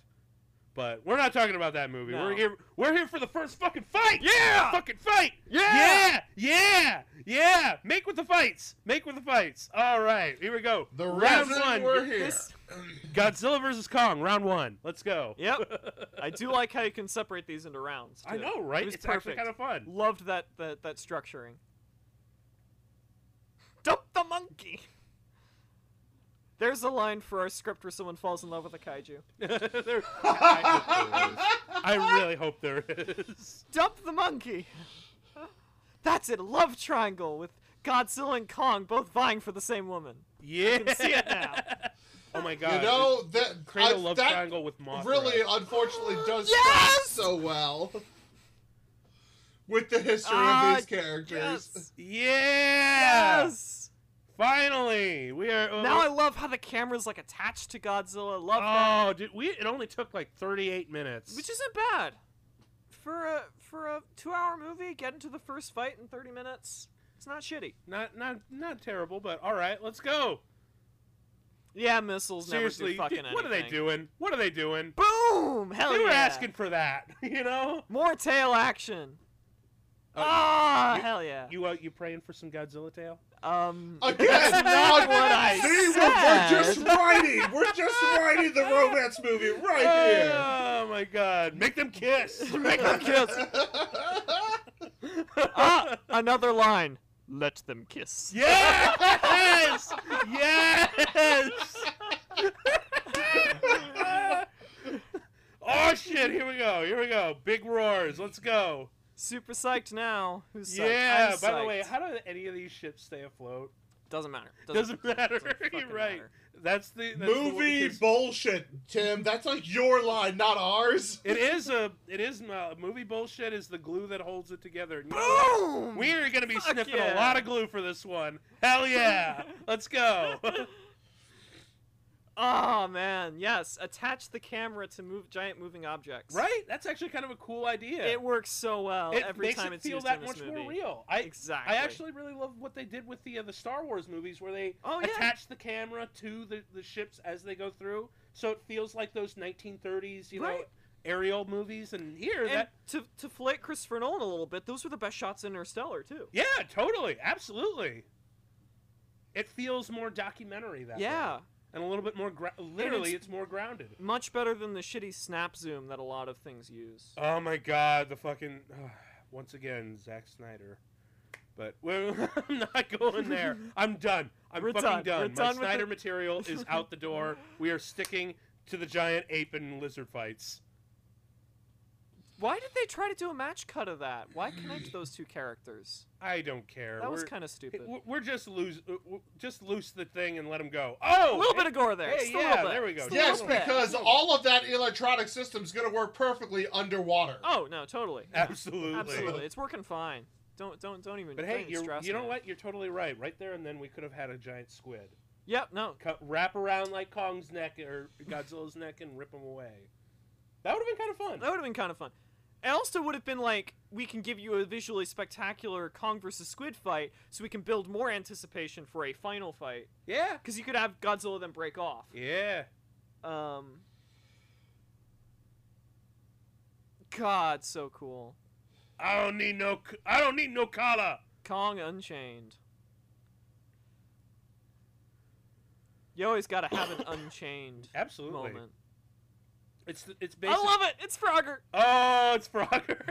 Speaker 1: But we're not talking about that movie. We're
Speaker 3: No.
Speaker 1: here. We're here for the first fucking fight.
Speaker 3: Yeah!
Speaker 1: fucking fight. yeah,
Speaker 3: Yeah!
Speaker 1: yeah, yeah. Make with the fights. Make with the fights. All right, here we go.
Speaker 2: the
Speaker 1: round
Speaker 2: reason
Speaker 1: one.
Speaker 2: we're here.
Speaker 3: This-
Speaker 1: Godzilla versus Kong, round one. Let's go. [LAUGHS]
Speaker 3: Yep. I do like how you can separate these into rounds.
Speaker 1: I
Speaker 3: too.
Speaker 1: know,
Speaker 3: It
Speaker 1: right?
Speaker 3: was
Speaker 1: It's actually kind of fun.
Speaker 3: Loved that that that structuring. Dump the monkey. There's a line for our script where someone falls in love with a kaiju.
Speaker 1: [LAUGHS] There- I, hope there is. I really hope there is.
Speaker 3: Dump the monkey. That's it. a Love triangle with Godzilla and Kong both vying for the same woman.
Speaker 1: Yeah.
Speaker 3: can see it now.
Speaker 1: Oh my god.
Speaker 2: You know that
Speaker 1: create
Speaker 2: I-
Speaker 1: a love
Speaker 2: that
Speaker 1: triangle with Mothra.
Speaker 2: really, unfortunately, does
Speaker 3: Yes!
Speaker 2: fit so well with the history
Speaker 3: Ah,
Speaker 2: of these characters.
Speaker 3: Yes.
Speaker 1: Yeah.
Speaker 3: Yes.
Speaker 1: Finally, we are. oh,
Speaker 3: Now I love how the camera's like attached to Godzilla. Love that.
Speaker 1: oh, dude, we. It only took like 38 minutes.
Speaker 3: which isn't bad for a for a two hour movie. Get into the first fight in thirty minutes. It's not shitty.
Speaker 1: not not not terrible, but all right, let's go.
Speaker 3: Yeah, missiles
Speaker 1: Seriously,
Speaker 3: never do fucking
Speaker 1: dude, what are they
Speaker 3: anything.
Speaker 1: doing? What are they doing?
Speaker 3: Boom! Hell
Speaker 1: they [LAUGHS]
Speaker 3: yeah!
Speaker 1: were asking for that, you know.
Speaker 3: more tail action. Ah, hell yeah.
Speaker 1: You uh, you praying for some Godzilla tail?
Speaker 3: um,
Speaker 2: [LAUGHS] Again,
Speaker 3: that's not
Speaker 2: on-
Speaker 3: what I
Speaker 2: [LAUGHS] See, we're, we're
Speaker 3: said.
Speaker 2: just writing. We're
Speaker 3: [LAUGHS]
Speaker 2: just writing the romance movie
Speaker 3: Uh,
Speaker 2: right here.
Speaker 1: Oh
Speaker 3: Um,
Speaker 1: my God! Make them [LAUGHS] kiss.
Speaker 2: [LAUGHS]
Speaker 3: Make them kiss. Ah, another line. Let them kiss.
Speaker 1: Yes! yes!
Speaker 3: [LAUGHS]
Speaker 1: oh shit! Here we go. Here we go. Big roars. Let's go.
Speaker 3: Super psyched now. Who's psyched?
Speaker 1: Yeah.
Speaker 3: I'm
Speaker 1: By the way,
Speaker 3: psyched.
Speaker 1: how do any of these ships stay afloat?
Speaker 3: doesn't matter.
Speaker 1: Doesn't, matter. [LAUGHS]
Speaker 3: fucking
Speaker 1: You're right.
Speaker 3: matter.
Speaker 1: That's the that's the one-
Speaker 2: Movie
Speaker 1: 'cause
Speaker 2: bullshit, Tim. That's like your line, not ours.
Speaker 1: It is a it is uh, movie bullshit is the glue that holds it together. And you know what?
Speaker 3: Boom!
Speaker 1: We're gonna be
Speaker 3: Fuck
Speaker 1: sniffing
Speaker 3: yeah.
Speaker 1: a lot of glue for this one. Hell
Speaker 3: [LAUGHS]
Speaker 1: yeah! Let's go. [LAUGHS]
Speaker 3: oh man, yes. Attach the camera to move giant moving objects.
Speaker 1: right? That's actually kind of a cool idea.
Speaker 3: It works so well
Speaker 1: It
Speaker 3: every
Speaker 1: makes
Speaker 3: time
Speaker 1: it
Speaker 3: it's
Speaker 1: feel
Speaker 3: used
Speaker 1: that
Speaker 3: in this
Speaker 1: much
Speaker 3: movie.
Speaker 1: more real. I
Speaker 3: Exactly.
Speaker 1: I actually really love what they did with the uh, the Star Wars movies where they
Speaker 3: Oh, yeah.
Speaker 1: attach the camera to the, the ships as they go through, so it feels like those 1930s, you know,
Speaker 3: Right.
Speaker 1: aerial movies. And here,
Speaker 3: and
Speaker 1: that
Speaker 3: to to flake Christopher Nolan a little bit, those were the best shots in Interstellar too.
Speaker 1: yeah, totally, absolutely. It feels more documentary that way.
Speaker 3: Yeah,
Speaker 1: and a little bit more gra- literally, it's more grounded.
Speaker 3: much better than the shitty snap zoom that a lot of things use.
Speaker 1: Oh my god, the fucking [SIGHS] once again Zack Snyder. But [LAUGHS] well, I'm not going
Speaker 3: [LAUGHS]
Speaker 1: there. I'm done. I'm
Speaker 3: We're
Speaker 1: fucking
Speaker 3: done.
Speaker 1: done.
Speaker 3: We're
Speaker 1: my
Speaker 3: done with
Speaker 1: Snyder
Speaker 3: the-
Speaker 1: material
Speaker 3: [LAUGHS]
Speaker 1: is out the door. We are sticking to the giant ape and lizard fights.
Speaker 3: Why did they try to do a match cut of that?
Speaker 1: [CLEARS THROAT]
Speaker 3: Why connect those two characters?
Speaker 1: I don't care.
Speaker 3: That was
Speaker 1: We're-
Speaker 3: kind of stupid.
Speaker 1: We're- We're just loose, uh, w- just loose the thing and let him go. Oh,
Speaker 3: a little bit of gore there.
Speaker 1: hey,
Speaker 3: just a
Speaker 1: yeah,
Speaker 3: little bit.
Speaker 1: there we go.
Speaker 3: just a
Speaker 2: Yes,
Speaker 3: little bit.
Speaker 2: because all of that electronic system's gonna work perfectly underwater.
Speaker 1: [LAUGHS]
Speaker 3: Oh no, totally. Yeah.
Speaker 1: [LAUGHS] absolutely.
Speaker 3: Absolutely, it's working fine. Don't don't don't even.
Speaker 1: But hey,
Speaker 3: don't even
Speaker 1: you're,
Speaker 3: stress
Speaker 1: you know
Speaker 3: me.
Speaker 1: what? You're totally right. Right there and then, we could have had a giant squid
Speaker 3: Yep. No.
Speaker 1: cut, wrap around like Kong's neck or Godzilla's neck and rip him away. That would have been kind of fun.
Speaker 3: That would have been kind of fun. It also would have been like we can give you a visually spectacular Kong versus Squid fight, so we can build more anticipation for a final fight.
Speaker 1: Yeah.
Speaker 3: Because you could have Godzilla then break off.
Speaker 1: Yeah.
Speaker 3: Um. God, so cool.
Speaker 1: I don't need no. c- I don't need no collar.
Speaker 3: Kong Unchained. You always gotta have
Speaker 1: [COUGHS]
Speaker 3: an Unchained
Speaker 1: Absolutely.
Speaker 3: moment.
Speaker 1: It's th- it's basically.
Speaker 3: I love it. It's Frogger.
Speaker 1: Oh, it's Frogger.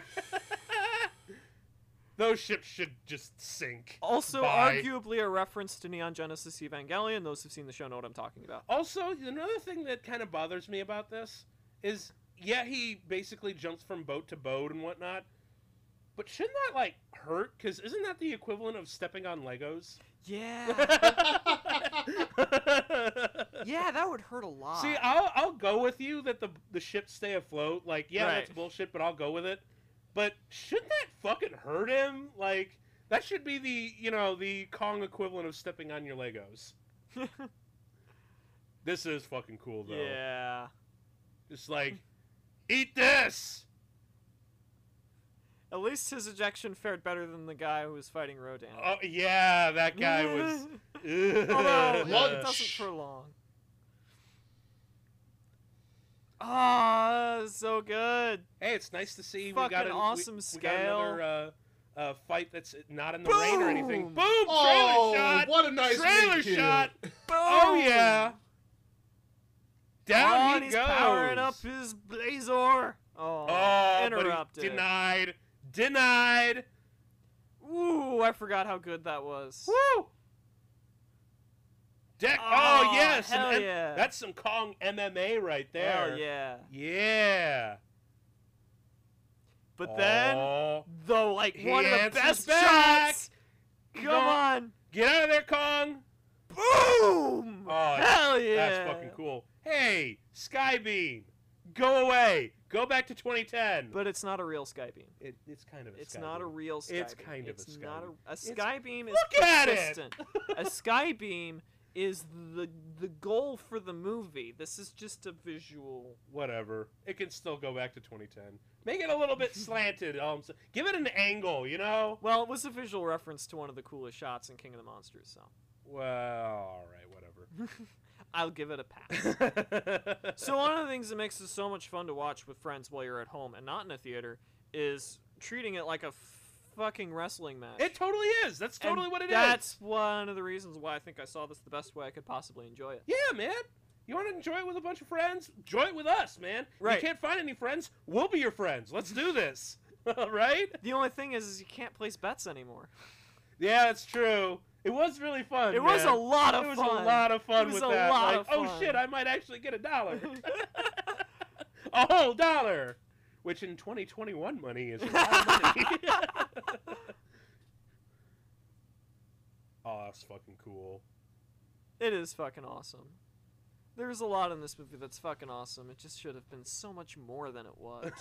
Speaker 1: [LAUGHS] Those ships should just sink.
Speaker 3: Also,
Speaker 1: Bye.
Speaker 3: arguably a reference to Neon Genesis Evangelion. Those who've seen the show know what I'm talking about.
Speaker 1: Also, another thing that kind of bothers me about this is, yeah, he basically jumps from boat to boat and whatnot. But shouldn't that like hurt? Because isn't that the equivalent of stepping on Legos? [LAUGHS]
Speaker 3: [LAUGHS] Yeah. [LAUGHS]
Speaker 1: See,
Speaker 3: yeah, that would hurt a lot.
Speaker 1: I'll I'll go with you that the the ships stay afloat. Like, yeah,
Speaker 3: Right.
Speaker 1: that's bullshit, but I'll go with it. But shouldn't that fucking hurt him? Like, that should be the you know the Kong equivalent of stepping on your
Speaker 3: [LAUGHS]
Speaker 1: Legos. This is fucking cool though.
Speaker 3: yeah.
Speaker 1: Just like, eat this.
Speaker 3: At least his ejection fared better than the guy who was fighting Rodan.
Speaker 1: Oh yeah, that
Speaker 3: [LAUGHS]
Speaker 1: guy was. [LAUGHS]
Speaker 3: Although, it
Speaker 2: Lunch.
Speaker 3: doesn't for long. Ah, so good.
Speaker 1: Hey, it's nice to see we got
Speaker 3: Fucking
Speaker 1: an
Speaker 3: awesome
Speaker 1: we,
Speaker 3: scale.
Speaker 1: We got another uh, uh, fight that's not in the rain or anything.
Speaker 3: Boom!
Speaker 1: Boom! Trailer
Speaker 2: Oh,
Speaker 1: shot.
Speaker 2: what a nice
Speaker 1: trailer
Speaker 2: meet cute.
Speaker 1: shot. Oh
Speaker 3: Boom!
Speaker 1: yeah. Down
Speaker 3: Oh,
Speaker 1: he
Speaker 3: and he's
Speaker 1: goes.
Speaker 3: powering up his Blazor. Oh,
Speaker 1: Oh,
Speaker 3: interrupted.
Speaker 1: But he denied. Denied.
Speaker 3: Ooh, I forgot how good that was.
Speaker 1: Woo. Deck.
Speaker 3: Oh,
Speaker 1: Oh, yes.
Speaker 3: hell
Speaker 1: and-
Speaker 3: yeah.
Speaker 1: That's some Kong MMA right there.
Speaker 3: Oh yeah.
Speaker 1: Yeah.
Speaker 3: But then
Speaker 1: Oh.
Speaker 3: though like
Speaker 1: He
Speaker 3: one of the
Speaker 1: answers
Speaker 3: best
Speaker 1: back.
Speaker 3: shots.
Speaker 1: You
Speaker 3: Come
Speaker 1: know-
Speaker 3: on.
Speaker 1: Get out of there, Kong.
Speaker 3: Boom!
Speaker 1: Oh,
Speaker 3: Hell yeah.
Speaker 1: That's fucking cool. Hey, Skybeam, go away. Go back to 2010.
Speaker 3: But it's not a real Skybeam.
Speaker 1: it, it's kind of a
Speaker 3: It's
Speaker 1: Skybeam.
Speaker 3: not a real Skybeam.
Speaker 1: It's kind of a
Speaker 3: It's Not a, a
Speaker 1: Skybeam.
Speaker 3: Skybeam is
Speaker 1: Look at it!
Speaker 3: persistent. a Skybeam is the the goal for the movie. This is just a visual.
Speaker 1: Whatever. It can still go back to 2010. Make it a little bit
Speaker 3: [LAUGHS]
Speaker 1: slanted. Um, so- give it an angle, you know?
Speaker 3: Well, it was a visual reference to one of the coolest shots in King of the Monsters, so [LAUGHS]
Speaker 1: Well, all right, whatever.
Speaker 3: I'll give it a pass. [LAUGHS] so one of the things that makes this so much fun to watch with friends while you're at home and not in a theater is treating it like a f- fucking wrestling match.
Speaker 1: It totally is. That's
Speaker 3: And
Speaker 1: totally what it is.
Speaker 3: That's one of the reasons why I think I saw this the best way I could possibly enjoy it.
Speaker 1: Yeah, man. You want to enjoy it with a bunch of friends? Enjoy it with us, man.
Speaker 3: Right.
Speaker 1: You can't find any friends? We'll be your friends. Let's do this. [LAUGHS] right?
Speaker 3: The only thing is, is you can't place bets anymore.
Speaker 1: Yeah, that's true. It was really fun.
Speaker 3: It was a
Speaker 1: Oh, man.
Speaker 3: lot of
Speaker 1: It was
Speaker 3: fun.
Speaker 1: a lot [LAUGHS] of fun
Speaker 3: was
Speaker 1: with
Speaker 3: a
Speaker 1: that.
Speaker 3: lot
Speaker 1: like,
Speaker 3: of
Speaker 1: oh
Speaker 3: fun.
Speaker 1: shit, I might actually get a dollar. a whole dollar. Which in 2021 money is a lot of
Speaker 3: [LAUGHS]
Speaker 1: money. oh, that's fucking cool.
Speaker 3: [LAUGHS] It is fucking awesome. There's a lot in this movie that's fucking awesome. It just should have been so much more than it
Speaker 1: [LAUGHS]
Speaker 3: was.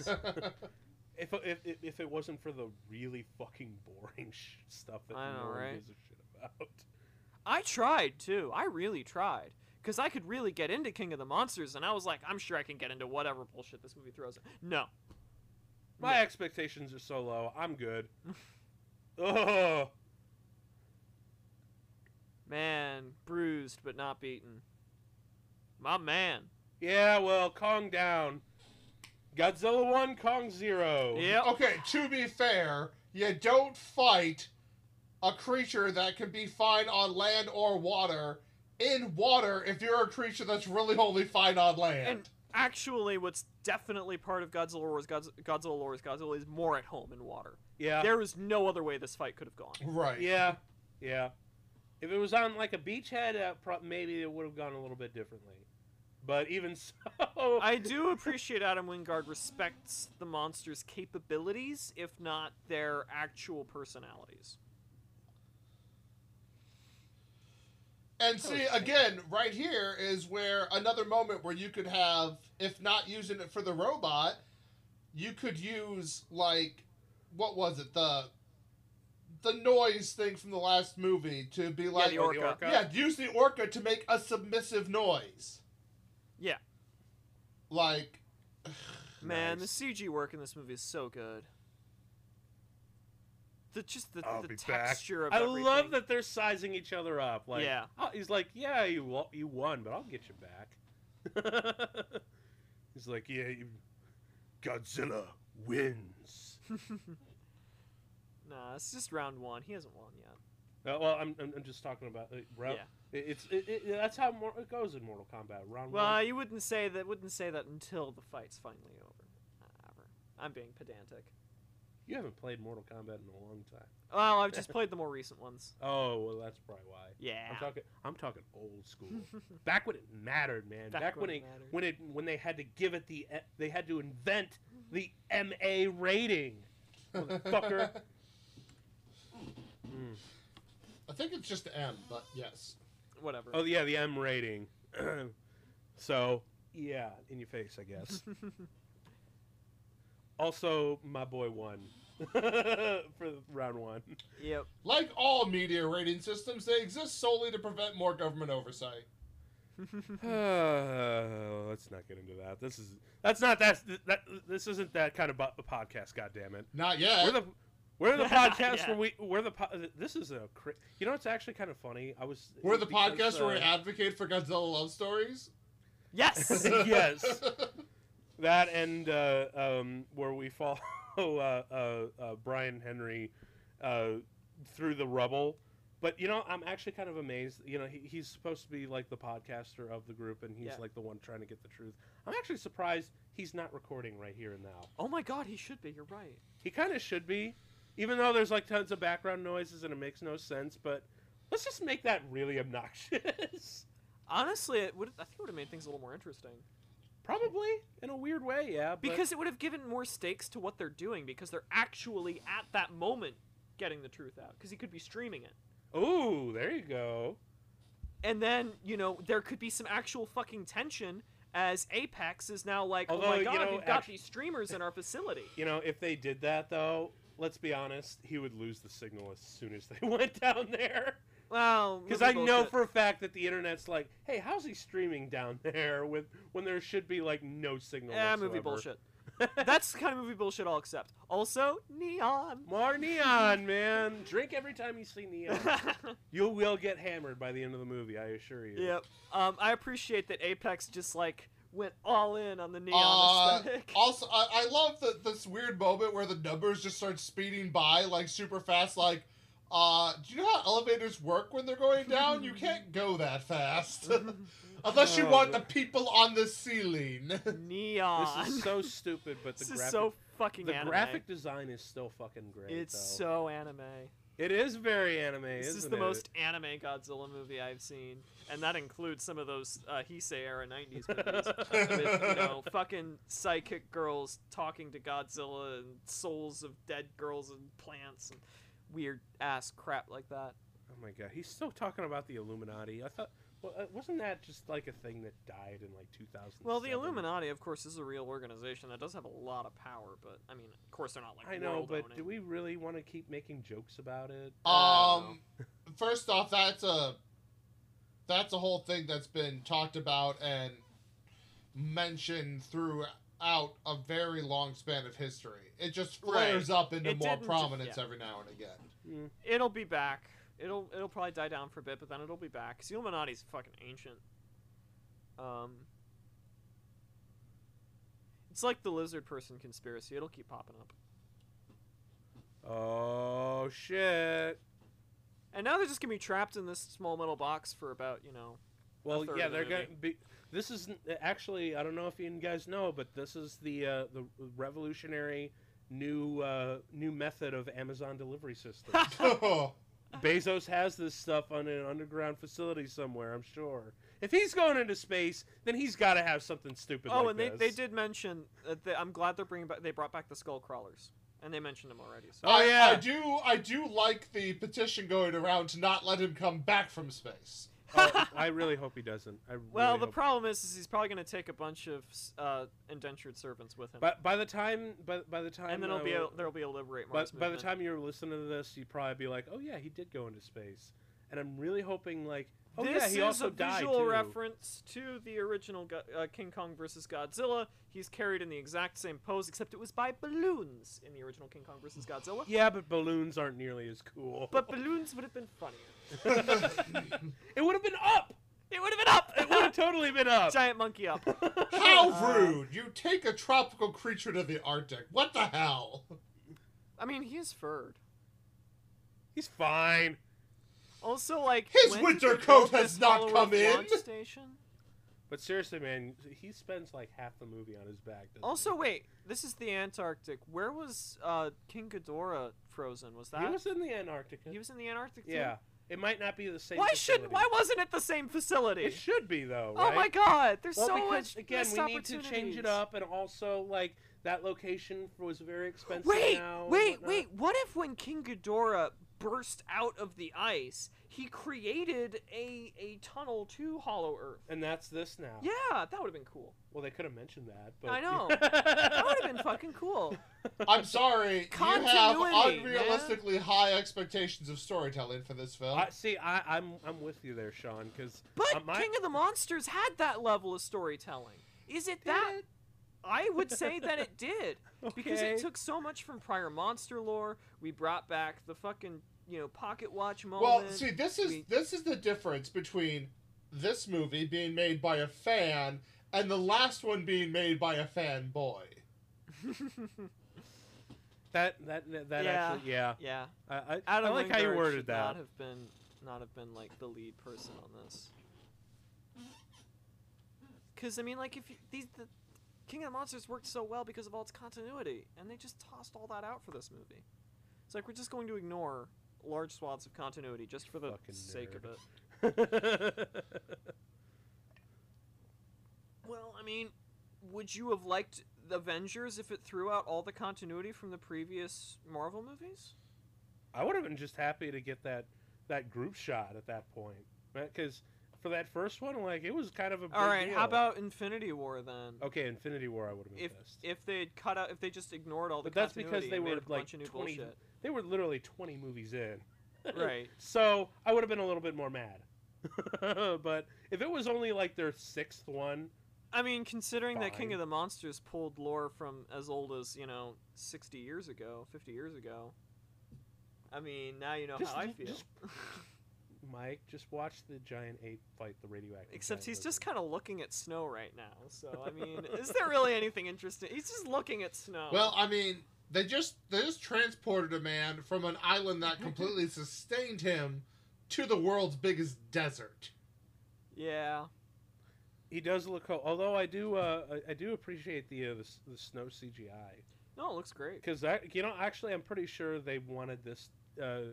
Speaker 1: If, if, if- if it wasn't for the really fucking boring [LAUGHS] sh- stuff that
Speaker 3: I know,
Speaker 1: no one
Speaker 3: right?
Speaker 1: gives a shit
Speaker 3: [LAUGHS]
Speaker 1: about.
Speaker 3: I tried too. I really tried. Because I could really get into King of the Monsters, and I was like, I'm sure I can get into whatever bullshit this movie throws at. No.
Speaker 1: My
Speaker 3: No.
Speaker 1: expectations are so low. I'm
Speaker 3: [LAUGHS]
Speaker 1: good. Ugh.
Speaker 3: Man, bruised but not beaten. My man.
Speaker 1: Yeah, well, Kong down. Godzilla 1, Kong 0.
Speaker 3: Yep.
Speaker 2: [LAUGHS] okay, to be fair, you don't fight a creature that can be fine on land or water in water if you're a creature that's really only fine on land.
Speaker 3: And actually, what's definitely part of Godzilla lore is Godz- Godzilla lore is Godzilla is more at home in water.
Speaker 1: Yeah.
Speaker 3: There was no other way this fight could have gone.
Speaker 2: right.
Speaker 1: Yeah. Yeah. If it was on like a beachhead, uh, pro- maybe it would have gone a little bit differently. But even [LAUGHS] so,
Speaker 3: I do appreciate Adam Wingard respects the monster's capabilities, if not their actual personalities. Oh,
Speaker 2: And see, again, right here is where another moment where you could have, if not using it for the robot, you could use like, what was it the, the noise thing from the last movie to be like,
Speaker 3: the orca.
Speaker 2: yeah, use the orca to make a submissive noise.
Speaker 3: Yeah.
Speaker 2: Like,
Speaker 3: Man,
Speaker 1: Nice.
Speaker 3: the CG work in this movie is so good. The just the,
Speaker 1: I'll
Speaker 3: the
Speaker 1: be back.
Speaker 3: texture
Speaker 1: I
Speaker 3: of everything.
Speaker 1: love that they're sizing each other up. Like,
Speaker 3: Yeah.
Speaker 1: oh, he's like, yeah, you wo- you won, but I'll get you back. [LAUGHS] he's like, yeah, you, Godzilla wins.
Speaker 3: [LAUGHS] Nah, it's just round one. He hasn't won yet.
Speaker 1: Uh, well, I'm, I'm I'm just talking about uh, bro.
Speaker 3: Yeah.
Speaker 1: It, it's it, it, that's how mor- it goes in Mortal Kombat. Round
Speaker 3: Well,
Speaker 1: one.
Speaker 3: you wouldn't say that. Wouldn't say that until the fight's finally over. However, I'm being pedantic.
Speaker 1: You haven't played Mortal Kombat in a long time.
Speaker 3: Well, I've just played the more recent ones.
Speaker 1: Oh, well, that's probably why.
Speaker 3: Yeah.
Speaker 1: I'm talking I'm talking old school. [LAUGHS]
Speaker 3: [LAUGHS]
Speaker 1: Back when it mattered, man. Back, when it
Speaker 3: mattered.
Speaker 1: when it when they had to give it the e- they had to invent the MA rating. Motherfucker. Mm.
Speaker 2: [LAUGHS] I think it's just M, but yes.
Speaker 3: Whatever. [LAUGHS]
Speaker 1: Oh yeah, the M rating. [CLEARS THROAT] so yeah, in your face, I guess. [LAUGHS] also, my boy won [LAUGHS] for round one.
Speaker 3: Yep.
Speaker 1: [LAUGHS]
Speaker 2: Like all media rating systems, they exist solely to prevent more government oversight.
Speaker 1: Uh, [SIGHS] let's not get into that. This is that's not that's that this isn't that kind of bo- podcast. God damn it.
Speaker 2: Not yet.
Speaker 1: We're the we're the podcast
Speaker 3: [LAUGHS] Yeah.
Speaker 1: where we we're the po- this is a cra- you know it's actually kind of funny. I was
Speaker 2: We're the
Speaker 1: because,
Speaker 2: podcast where we
Speaker 1: uh,
Speaker 2: advocate for Godzilla love stories.
Speaker 1: [LAUGHS]
Speaker 3: Yes.
Speaker 1: Yes. that and uh, um, where we follow [LAUGHS] uh, uh, uh, Brian Henry uh, through the rubble. But you know, I'm actually kind of amazed. You know, he, he's supposed to be like the podcaster of the group, and he's
Speaker 3: Yeah.
Speaker 1: like the one trying to get the truth. I'm actually surprised he's not recording right here and now.
Speaker 3: oh my God, he should be. You're right.
Speaker 1: He kind of should be, even though there's like tons of background noises and it makes no sense. But let's just make that really obnoxious. [LAUGHS]
Speaker 3: Honestly, it would. I think it would have made things a little more interesting
Speaker 1: Probably in a weird way, yeah. but-
Speaker 3: because it would have given more stakes to what they're doing because they're actually at that moment getting the truth out because he could be streaming it.
Speaker 1: ooh, there you go.
Speaker 3: And then, you know, there could be some actual fucking tension as Apex is now like, oh
Speaker 1: Although,
Speaker 3: my
Speaker 1: you
Speaker 3: god,
Speaker 1: know,
Speaker 3: we've got
Speaker 1: actu-
Speaker 3: these streamers in our
Speaker 1: [LAUGHS]
Speaker 3: facility.
Speaker 1: You know, if they did that though, let's be honest, he would lose the signal as soon as they [LAUGHS] went down there.
Speaker 3: Well,
Speaker 1: Because
Speaker 3: maybe
Speaker 1: I know
Speaker 3: bullshit.
Speaker 1: for a fact that the internet's like, hey, how's he streaming down [LAUGHS] there with when there should be like no signal?
Speaker 3: Yeah, Ah, movie
Speaker 1: whatsoever?
Speaker 3: bullshit.
Speaker 1: [LAUGHS]
Speaker 3: That's the kind of movie bullshit I'll accept. Also,
Speaker 1: [LAUGHS]
Speaker 3: neon. [LAUGHS]
Speaker 1: More neon, man. Drink every time you see neon.
Speaker 3: [LAUGHS]
Speaker 1: you will get hammered by the end of the movie, I assure you.
Speaker 3: yep. Um, I appreciate that Apex just like went all in on the neon
Speaker 2: Uh,
Speaker 3: aesthetic.
Speaker 2: Also, I, I love the, this weird moment where the numbers just start speeding by like super fast. Like, uh, do you know how elevators work when they're going down? You can't go that
Speaker 1: [LAUGHS]
Speaker 2: fast unless you
Speaker 1: Oh,
Speaker 2: want the
Speaker 1: man.
Speaker 2: people on the ceiling.
Speaker 3: [LAUGHS] neon.
Speaker 1: This is so stupid, but the
Speaker 3: [LAUGHS] This is
Speaker 1: graphic
Speaker 3: so fucking
Speaker 1: the
Speaker 3: anime.
Speaker 1: graphic design is still fucking great.
Speaker 3: it's
Speaker 1: though.
Speaker 3: so anime.
Speaker 1: It is very anime.
Speaker 3: This is
Speaker 1: isn't
Speaker 3: the
Speaker 1: it?
Speaker 3: most anime Godzilla movie I've seen, and that includes some of those uh, Heisei era '90s
Speaker 1: [LAUGHS]
Speaker 3: movies with you know fucking psychic girls talking to Godzilla and souls of dead girls and plants and weird ass crap like that.
Speaker 1: Oh my god, he's still talking about the Illuminati. I thought, well, uh, wasn't that just like a thing that died in like 2000?
Speaker 3: Well, the Illuminati, of course, is a real organization that does have a lot of power, but I mean, of course, they're not like
Speaker 1: I know,
Speaker 3: world
Speaker 1: but
Speaker 3: owning.
Speaker 1: do we really want to keep making jokes about it?
Speaker 2: Um, first off, that's a that's a whole thing that's been talked about and mentioned throughout a very long span of history. It just
Speaker 3: Right.
Speaker 2: flares up into
Speaker 3: It
Speaker 2: more
Speaker 3: didn't-
Speaker 2: prominence
Speaker 3: yeah.
Speaker 2: every now and
Speaker 3: [LAUGHS]
Speaker 2: again. [LAUGHS]
Speaker 1: Mm.
Speaker 3: It'll be back. It'll it'll probably die down for a bit, but then it'll be back. 'Cause The Illuminati's fucking ancient. Um, it's like the lizard person conspiracy. It'll keep popping up,
Speaker 1: Oh shit!
Speaker 3: and now they're just gonna be trapped in this small metal box for about you know.
Speaker 1: Well,
Speaker 3: third
Speaker 1: yeah,
Speaker 3: of the
Speaker 1: they're
Speaker 3: movie.
Speaker 1: gonna be. This is actually, I don't know if you guys know, but this is the uh, the revolutionary new uh, new method of Amazon delivery system.
Speaker 3: [LAUGHS]
Speaker 1: Bezos has this stuff on an underground facility somewhere, I'm sure. If he's going into space, then he's got to have something stupid.
Speaker 3: oh,
Speaker 1: like
Speaker 3: and they,
Speaker 1: this.
Speaker 3: they did mention that they, I'm glad they're bringing back. They brought back the skull crawlers, and they mentioned them already. So
Speaker 1: Oh,
Speaker 2: I,
Speaker 1: yeah.
Speaker 2: I do. I do like the petition going around to not let him come back from
Speaker 1: [LAUGHS]
Speaker 2: space.
Speaker 3: [LAUGHS]
Speaker 1: Oh, I really hope he doesn't. I really
Speaker 3: Well, the
Speaker 1: hope-
Speaker 3: problem is, is he's probably going to take a bunch of s- uh, indentured servants with him,
Speaker 1: by, by the time by, by the time
Speaker 3: and then it'll
Speaker 1: uh,
Speaker 3: be a, there'll be a liberate
Speaker 1: by,
Speaker 3: Mars
Speaker 1: by the
Speaker 3: movement.
Speaker 1: time you're listening to this, you'd probably be like, "Oh yeah, he did go into space," and I'm really hoping like, "Oh
Speaker 3: this
Speaker 1: yeah, he
Speaker 3: is
Speaker 1: also
Speaker 3: a
Speaker 1: died
Speaker 3: visual
Speaker 1: too."
Speaker 3: reference to the original Go- uh, King Kong versus Godzilla. He's carried in the exact same pose, except it was by balloons in the original King Kong versus Godzilla.
Speaker 1: Yeah, but balloons aren't nearly as cool. [LAUGHS]
Speaker 3: But [LAUGHS] balloons would have been funnier.
Speaker 1: it would have been up.
Speaker 3: It would have been up.
Speaker 1: It would have totally been [LAUGHS] up.
Speaker 3: Giant monkey up.
Speaker 2: How
Speaker 3: Uh,
Speaker 2: rude! You take a tropical creature to the Arctic. What the hell?
Speaker 3: I mean, he is furred.
Speaker 1: He's fine.
Speaker 3: Also, like
Speaker 2: His
Speaker 3: when
Speaker 2: winter
Speaker 3: did they
Speaker 2: coat
Speaker 3: build this
Speaker 2: has not
Speaker 3: Holloway
Speaker 2: come in.
Speaker 3: launch Station.
Speaker 1: But seriously, man, he spends like half the movie on his back. doesn't he?
Speaker 3: Also, wait. This is the Antarctic. Where was uh, King Ghidorah frozen? Was that
Speaker 1: he was in the Antarctica.
Speaker 3: he was in the Antarctic? too?
Speaker 1: yeah, it might not be the same.
Speaker 3: Why should
Speaker 1: facility.
Speaker 3: Why wasn't it the same facility?
Speaker 1: It should be though.
Speaker 3: Oh
Speaker 1: right?
Speaker 3: my God! There's
Speaker 1: Well,
Speaker 3: so
Speaker 1: because
Speaker 3: much
Speaker 1: again,
Speaker 3: missed
Speaker 1: we need to change it
Speaker 3: opportunities.
Speaker 1: up, and also like that location was very expensive.
Speaker 3: Wait,
Speaker 1: now and
Speaker 3: wait,
Speaker 1: whatnot.
Speaker 3: wait. What if when King Ghidorah burst out of the ice, he created a a tunnel to Hollow Earth?
Speaker 1: And that's this now.
Speaker 3: Yeah, that would have been cool.
Speaker 1: Well, they could have mentioned that, but [LAUGHS]
Speaker 3: I know. That would have been fucking cool.
Speaker 2: I'm sorry. you have
Speaker 3: Continuity,
Speaker 2: unrealistically high expectations of storytelling for this film.
Speaker 1: I, see, I, I'm I'm with you there, Sean, because
Speaker 3: But
Speaker 1: Uh, my- [LAUGHS]
Speaker 3: King of the Monsters had that level of storytelling. Is it that? I would
Speaker 1: [LAUGHS]
Speaker 3: say that it did because it
Speaker 1: Okay.
Speaker 3: took so much from prior monster lore. We brought back the fucking you know pocket watch moment.
Speaker 2: well, see, this is
Speaker 3: we-
Speaker 2: this is the difference between this movie being made by a fan and the last one being made by a fanboy.
Speaker 1: that that that, that
Speaker 3: Yeah.
Speaker 1: actually, yeah.
Speaker 3: [LAUGHS] yeah,
Speaker 1: I, I,
Speaker 3: Adam
Speaker 1: I like how you
Speaker 3: Wingard
Speaker 1: worded
Speaker 3: should
Speaker 1: that.
Speaker 3: Not have been not have been like the lead person on this. Because I mean, like if you, these the King of the Monsters worked so well because of all its continuity, and they just tossed all that out for this movie. It's like we're just going to ignore large swaths of continuity just for the
Speaker 1: Fucking
Speaker 3: sake of
Speaker 1: nerd.
Speaker 3: it. Well, I mean, would you have liked the Avengers if it threw out all the continuity from the previous Marvel movies?
Speaker 1: [LAUGHS] I would have been just happy to get that that group shot at that point, because for that first one, like it was kind of a. Big
Speaker 3: all right,
Speaker 1: deal.
Speaker 3: how about Infinity War then?
Speaker 1: okay, Infinity War? I would have been pissed.
Speaker 3: If they had cut out, if they just ignored all the
Speaker 1: But that's because
Speaker 3: continuity
Speaker 1: they
Speaker 3: and made
Speaker 1: were,
Speaker 3: up a
Speaker 1: like,
Speaker 3: bunch of new
Speaker 1: 20
Speaker 3: bullshit.
Speaker 1: [LAUGHS] they were literally 20 movies in.
Speaker 3: Right.
Speaker 1: So I would have been a little bit more mad. [LAUGHS] but if it was only like their sixth one,
Speaker 3: I mean, considering that King
Speaker 1: Fine.
Speaker 3: of the Monsters pulled lore from as old as you know, sixty years ago, fifty years ago. I mean, now you know
Speaker 1: Just-
Speaker 3: how I
Speaker 1: just-
Speaker 3: feel.
Speaker 1: just- Mike, just watch the giant ape fight the radioactive.
Speaker 3: Except
Speaker 1: giant
Speaker 3: he's just
Speaker 1: lizard.
Speaker 3: kind of looking at snow right now. So I mean, is there really anything interesting? He's just looking at snow.
Speaker 2: Well, I mean, they just they just transported a man from an island that completely sustained him to the world's biggest desert. [LAUGHS]
Speaker 3: yeah.
Speaker 1: He does look cool. Although I do, uh, I- I do appreciate the uh, the, s- the snow CGI
Speaker 3: No, it looks great.
Speaker 1: because that you know actually I'm pretty sure they wanted this. Uh,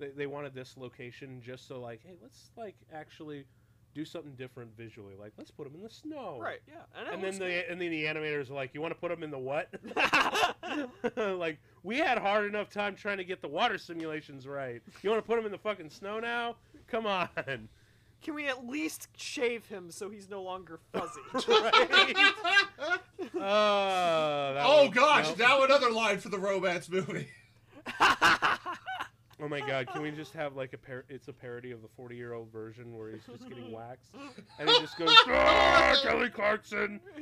Speaker 1: they, they wanted this location just so like, hey, let's like actually do something different visually. Like, let's put him in the snow.
Speaker 3: Right. Yeah. [LAUGHS] And, it
Speaker 1: And then
Speaker 3: looks
Speaker 1: the
Speaker 3: great.
Speaker 1: and then the animators are like, you want to put him in the what? [LAUGHS] like we had hard enough time trying to get the water simulations right. You want to put him in the fucking snow now?
Speaker 2: [LAUGHS]
Speaker 1: Come on. [LAUGHS]
Speaker 3: Can we at least shave him so he's no longer fuzzy?
Speaker 1: [LAUGHS]
Speaker 3: [LAUGHS]
Speaker 1: Right? oh, that
Speaker 2: oh
Speaker 1: one-
Speaker 2: gosh,
Speaker 1: nope.
Speaker 2: now another line for the romance movie.
Speaker 1: Oh my god, can we just have like a par- it's a parody of the 40-year-old version where he's just
Speaker 2: [LAUGHS]
Speaker 1: getting waxed and he just goes, "Ah, Kelly Clarkson." [LAUGHS]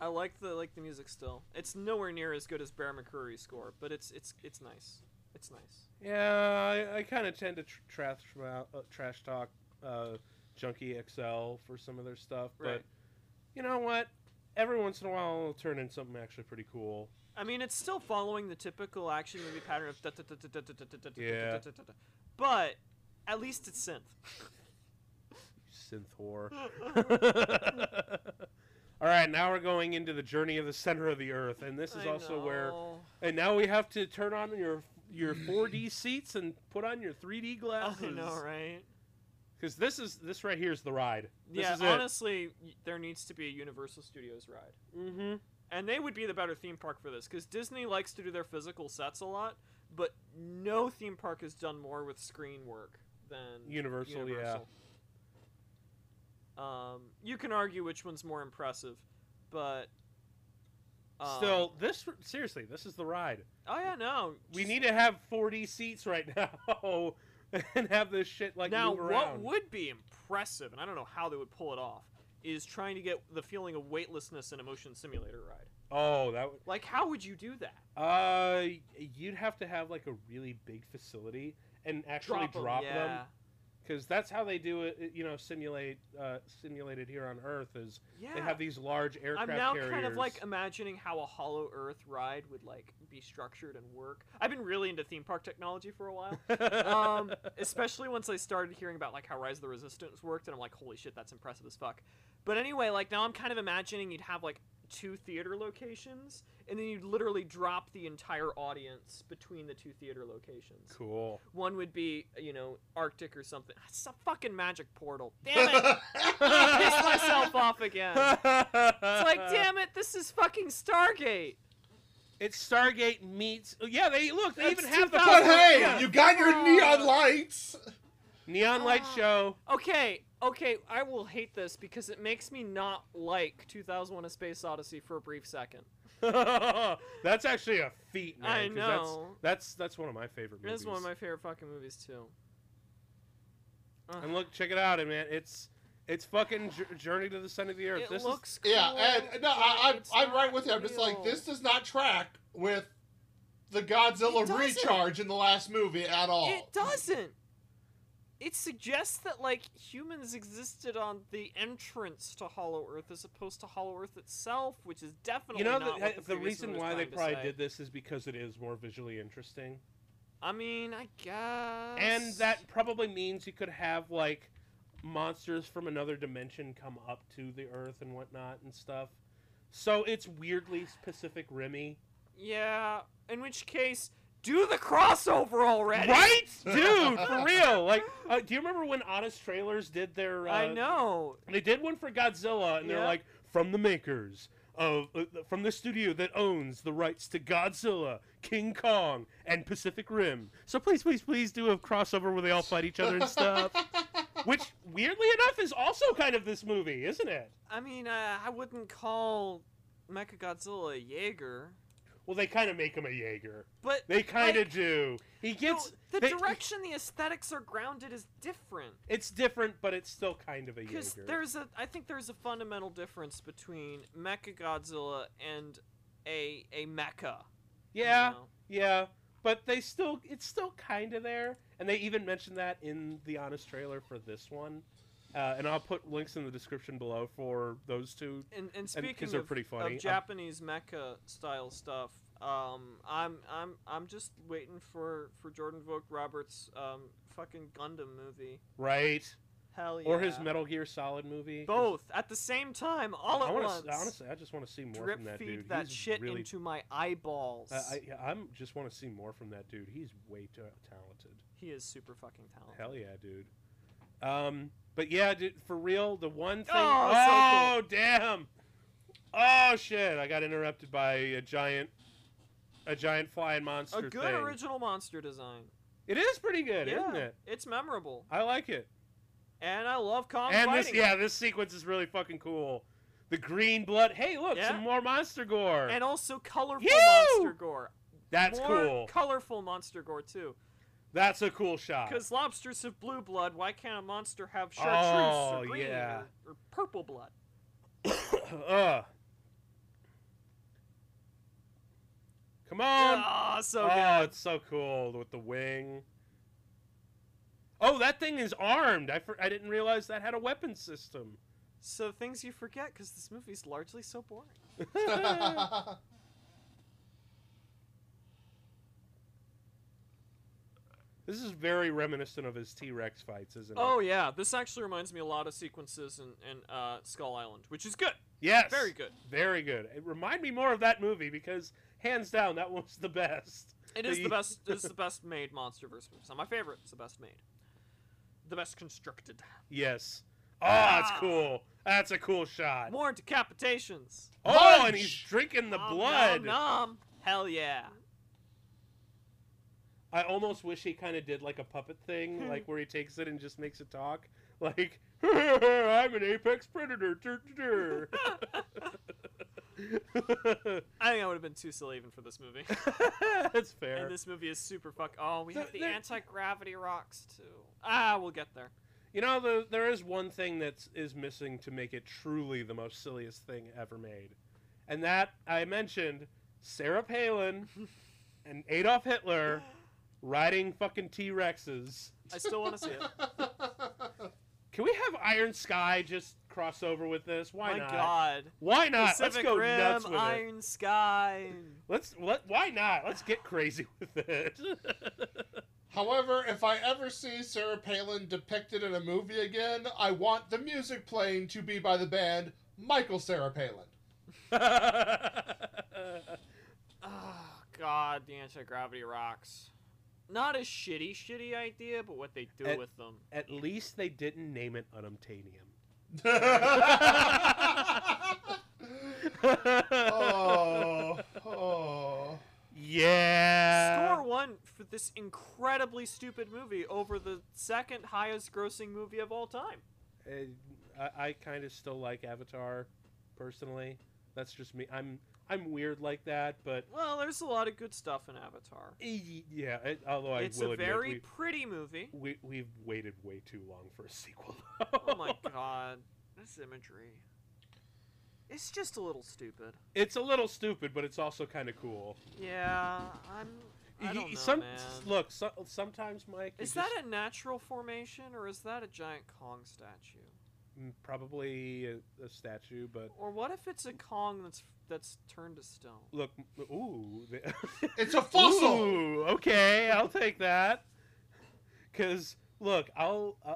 Speaker 3: I like the like the music still. It's nowhere near as good as Bear McCreary's score, but it's it's it's nice. It's nice.
Speaker 1: yeah, I, I kind of tend to tr- trash mou- uh, trash talk uh, Junkie XL for some of their stuff, but
Speaker 3: Right.
Speaker 1: you know what? Every once in a while, it'll turn in something actually pretty cool.
Speaker 3: I mean, it's still following the typical action movie pattern of da- da- da- da- da- da- da- da- da- da-
Speaker 1: Yeah.
Speaker 3: da- da- da- da. but at least it's synth.
Speaker 1: synth whore. [LAUGHS] All right, now we're going into the journey of the center of the earth, and [LAUGHS] this is
Speaker 3: I
Speaker 1: also where.
Speaker 3: know.
Speaker 1: And now we have to turn on your your 4D seats and put on your 3D glasses.
Speaker 3: I know, right?
Speaker 1: Because this is this right here is the ride. This
Speaker 3: yeah,
Speaker 1: is it.
Speaker 3: honestly, y- there needs to be a Universal Studios ride.
Speaker 1: mm-hmm.
Speaker 3: And they would be the better theme park for this because Disney likes to do their physical sets a lot, but no theme park has done more with screen work than
Speaker 1: Universal, yeah.
Speaker 3: Um, you can argue which one's more impressive, but um,
Speaker 1: Still, this seriously, this is the ride.
Speaker 3: oh yeah, no,
Speaker 1: We
Speaker 3: just-
Speaker 1: need to have 4D seats right [LAUGHS] now and have this shit like
Speaker 3: now
Speaker 1: move
Speaker 3: what
Speaker 1: around.
Speaker 3: would be impressive, and I don't know how they would pull it off, is trying to get the feeling of weightlessness in a motion simulator ride.
Speaker 1: oh, that would.
Speaker 3: Like, how would you do that?
Speaker 1: Uh, y- you'd have to have like a really big facility and actually drop,
Speaker 3: 'em,
Speaker 1: them
Speaker 3: yeah.
Speaker 1: because that's how they do it. You know, simulate uh, simulated here on Earth is
Speaker 3: Yeah.
Speaker 1: they have these large aircraft
Speaker 3: I'm now
Speaker 1: carriers.
Speaker 3: kind
Speaker 1: [LAUGHS]
Speaker 3: of like imagining how a Hollow Earth ride would like be structured and work. I've been really into theme park technology for a while, um, especially once I started hearing about like how Rise of the Resistance worked, and I'm like, holy shit, that's impressive as fuck. But anyway, like now I'm kind of imagining you'd have like two theater locations, and then you'd literally drop the entire audience between the two theater locations.
Speaker 1: cool.
Speaker 3: One would be, you know, Arctic or something. It's a fucking magic portal. Damn it! [LAUGHS]
Speaker 2: [LAUGHS]
Speaker 3: I
Speaker 1: [LAUGHS]
Speaker 3: pissed myself off again. It's like, damn it, this is fucking Stargate.
Speaker 1: It's Stargate meets. oh, Yeah, they look. They
Speaker 3: That's
Speaker 1: even have the.
Speaker 3: 2000
Speaker 2: But hey,
Speaker 1: yeah.
Speaker 2: you got your
Speaker 3: Oh.
Speaker 2: neon lights.
Speaker 1: neon light
Speaker 3: Ah.
Speaker 1: show. [LAUGHS]
Speaker 3: Okay, okay, I will hate this because it makes me not like 2001: A Space Odyssey for a brief second.
Speaker 1: that's actually a feat, man.
Speaker 3: I
Speaker 1: 'cause that's-
Speaker 3: know.
Speaker 1: That's that's, one of my favorite
Speaker 3: It
Speaker 1: movies.
Speaker 3: is one of my favorite fucking movies too. Ugh.
Speaker 1: And look, check it out, and man. It's it's fucking Jour- Journey to the Center of the Earth.
Speaker 3: it
Speaker 1: this is
Speaker 3: looks
Speaker 2: Yeah,
Speaker 3: cool,
Speaker 2: and no,
Speaker 3: but
Speaker 2: I,
Speaker 3: it's
Speaker 2: I, I'm right
Speaker 3: not
Speaker 2: with you. I'm just like,
Speaker 3: Oh, real.
Speaker 2: this does not track with the
Speaker 3: It
Speaker 2: Godzilla
Speaker 3: doesn't.
Speaker 2: recharge in the last movie at all.
Speaker 3: It doesn't. It suggests that like humans existed on the entrance to Hollow Earth as opposed to Hollow Earth itself, which is
Speaker 1: you
Speaker 3: definitely
Speaker 1: know
Speaker 3: not
Speaker 1: the,
Speaker 3: what the,
Speaker 1: the
Speaker 3: previous one
Speaker 1: reason
Speaker 3: was
Speaker 1: why they
Speaker 3: trying to
Speaker 1: probably
Speaker 3: say.
Speaker 1: did this is because it is more visually interesting
Speaker 3: I mean, I guess.
Speaker 1: and that probably means you could have like monsters from another dimension come up to the earth and whatnot and stuff so it's weirdly Pacific Rimmy,
Speaker 3: Yeah. In which case, do the crossover already. [LAUGHS]
Speaker 1: right, dude? For real? Like, uh, do you remember when Honest Trailers did their? Uh,
Speaker 3: I know.
Speaker 1: They did one for Godzilla, and they're
Speaker 3: Yeah.
Speaker 1: like from the makers of uh, from the studio that owns the rights to Godzilla, King Kong, and Pacific Rim. So please, please, please do a crossover where they all fight
Speaker 2: [LAUGHS]
Speaker 1: each other and
Speaker 3: [LAUGHS]
Speaker 1: stuff. Which, weirdly enough, is also kind of this movie, isn't it?
Speaker 3: I mean, uh, I wouldn't call Mechagodzilla a Jaeger,
Speaker 1: Well, they kind of make him a Jaeger.
Speaker 3: but
Speaker 1: They kind of
Speaker 3: Like,
Speaker 1: do. He
Speaker 3: you know,
Speaker 1: gets
Speaker 3: the
Speaker 1: they- [LAUGHS]
Speaker 3: direction the aesthetics are grounded is different.
Speaker 1: It's different, but it's still kind of a
Speaker 3: Because
Speaker 1: Jaeger.
Speaker 3: there's a, I think there's a fundamental difference between Mechagodzilla and a a mecha. you
Speaker 1: Yeah,
Speaker 3: know?
Speaker 1: yeah, but they still it's still kind of there, and they even mentioned that in the honest trailer for this one. Uh, and I'll put links in the description below for those two.
Speaker 3: And, and
Speaker 1: And
Speaker 3: speaking
Speaker 1: because they're
Speaker 3: of,
Speaker 1: pretty
Speaker 3: of
Speaker 1: funny. Uh,
Speaker 3: Japanese mecha style stuff, um, I'm I'm I'm just waiting for for Jordan Vogt Roberts' um, fucking Gundam movie.
Speaker 1: right.
Speaker 3: Hell yeah.
Speaker 1: Or his Metal Gear Solid movie.
Speaker 3: Both at the same time, all
Speaker 1: I
Speaker 3: at
Speaker 1: wanna, s-
Speaker 3: once.
Speaker 1: Honestly, I just want to see more
Speaker 3: drip
Speaker 1: from that
Speaker 3: feed
Speaker 1: dude.
Speaker 3: that
Speaker 1: He's
Speaker 3: shit
Speaker 1: really,
Speaker 3: into my eyeballs.
Speaker 1: I, I yeah, I'm just want to see more from that dude. He's way too talented.
Speaker 3: He is super fucking talented.
Speaker 1: Hell yeah, dude. Um, but yeah, dude, for real, the one thing.
Speaker 3: Oh, so
Speaker 1: Oh, damn! Oh shit! I got interrupted by a giant, a giant flying monster
Speaker 3: A good
Speaker 1: thing.
Speaker 3: original monster design.
Speaker 1: It is pretty good,
Speaker 3: yeah,
Speaker 1: isn't it?
Speaker 3: It's memorable,
Speaker 1: I like it.
Speaker 3: and I love Kong
Speaker 1: and
Speaker 3: fighting.
Speaker 1: this, yeah, this sequence is really fucking cool. The green blood. Hey, look,
Speaker 3: Yeah.
Speaker 1: some more monster gore.
Speaker 3: and also colorful
Speaker 1: You!
Speaker 3: monster gore.
Speaker 1: That's
Speaker 3: More
Speaker 1: cool.
Speaker 3: colorful monster gore too.
Speaker 1: That's a cool shot.
Speaker 3: Because lobsters have blue blood, why can't a monster have chartreuse
Speaker 1: Ah. Oh,
Speaker 3: or green
Speaker 1: yeah.
Speaker 3: or, or purple blood?
Speaker 1: [COUGHS] Ugh. Come on.
Speaker 3: Ah,
Speaker 1: oh,
Speaker 3: so good.
Speaker 1: it's so cool with the wing. Oh, that thing is armed. I, for- I didn't realize that had a weapon system. [LAUGHS]
Speaker 3: So things you forget because this movie's largely so boring.
Speaker 1: oh, this is very reminiscent of his T Rex fights, isn't it?
Speaker 3: Oh yeah, this actually reminds me a lot of sequences in, in uh, Skull Island, which is good,
Speaker 1: yes.
Speaker 3: very good.
Speaker 1: Very good. It remind me more of that movie because hands down that was the best.
Speaker 3: It is
Speaker 1: The- [LAUGHS]
Speaker 3: the best. It's the best made monster versus movie. It's not my favorite. It's the best made, the best constructed.
Speaker 1: Yes. Oh, that's
Speaker 3: Ah.
Speaker 1: cool. That's a cool shot.
Speaker 3: More decapitations.
Speaker 1: Oh, and
Speaker 2: Munch.
Speaker 1: he's drinking the
Speaker 3: Nom,
Speaker 1: blood.
Speaker 3: Nom, nom. Hell yeah.
Speaker 1: I almost wish he kind of did like a puppet
Speaker 3: Hmm.
Speaker 1: thing, like where he takes it and just makes it talk. Like, [LAUGHS] I'm an apex predator. dur, dur, [LAUGHS] dur."
Speaker 3: I think I would have been too silly even for this movie.
Speaker 1: That's [LAUGHS] fair.
Speaker 3: and this movie is super fuck. Oh, we
Speaker 1: There-
Speaker 3: have the
Speaker 1: there-
Speaker 3: anti gravity rocks too. Ah, we'll get there.
Speaker 1: You know, the, there is one thing that is missing to make it truly the most silliest thing ever made. And that, I mentioned, Sarah
Speaker 3: [LAUGHS]
Speaker 1: Palin and Adolf Hitler riding fucking T Rexes.
Speaker 3: I still want to see it.
Speaker 1: Can we have Iron Sky just cross over with this? [LAUGHS] Why
Speaker 3: My
Speaker 1: not?
Speaker 3: God.
Speaker 1: Why not?
Speaker 3: Pacific
Speaker 1: Let's go
Speaker 3: Rim,
Speaker 1: nuts with it.
Speaker 3: Iron Sky.
Speaker 1: Let's let why not? Let's get crazy [LAUGHS] with
Speaker 3: [LAUGHS]
Speaker 1: it.
Speaker 2: However, if I ever see Sarah Palin depicted in a movie again, I want the music playing to be by the band Michael Sarah Palin.
Speaker 3: [LAUGHS]
Speaker 2: [LAUGHS]
Speaker 3: Oh God, the anti gravity rocks. Not a shitty, shitty idea, but what they do
Speaker 1: At-
Speaker 3: with them.
Speaker 1: At least they didn't name it unobtainium.
Speaker 2: oh, oh.
Speaker 1: [LAUGHS] Yeah. Uh,
Speaker 3: Score one for this incredibly stupid movie over the second highest grossing movie of all time.
Speaker 1: Uh, I, I kind of still like Avatar, personally. That's just me. I'm I'm weird like that, but
Speaker 3: Well, there's a lot of good stuff in Avatar.
Speaker 1: e- yeah. It, although I
Speaker 3: it's
Speaker 1: will
Speaker 3: a
Speaker 1: admit
Speaker 3: very pretty movie.
Speaker 1: we, we we've waited way too long for a sequel.
Speaker 3: Oh my god, this imagery. It's just a little stupid.
Speaker 1: [LAUGHS] It's a little stupid, but it's also kind of cool.
Speaker 3: Yeah, I'm. I
Speaker 1: He-
Speaker 3: don't know,
Speaker 1: some
Speaker 3: man.
Speaker 1: look. So, sometimes Mike you
Speaker 3: Is that
Speaker 1: just-
Speaker 3: a natural formation or is that a giant Kong statue?
Speaker 1: Mm, probably a, a statue, but
Speaker 3: Or what if it's a Kong that's that's turned to stone?
Speaker 1: look, m- ooh, the- [LAUGHS]
Speaker 2: It's a fossil.
Speaker 1: Ooh, okay, I'll take that. Cause look, I'll uh,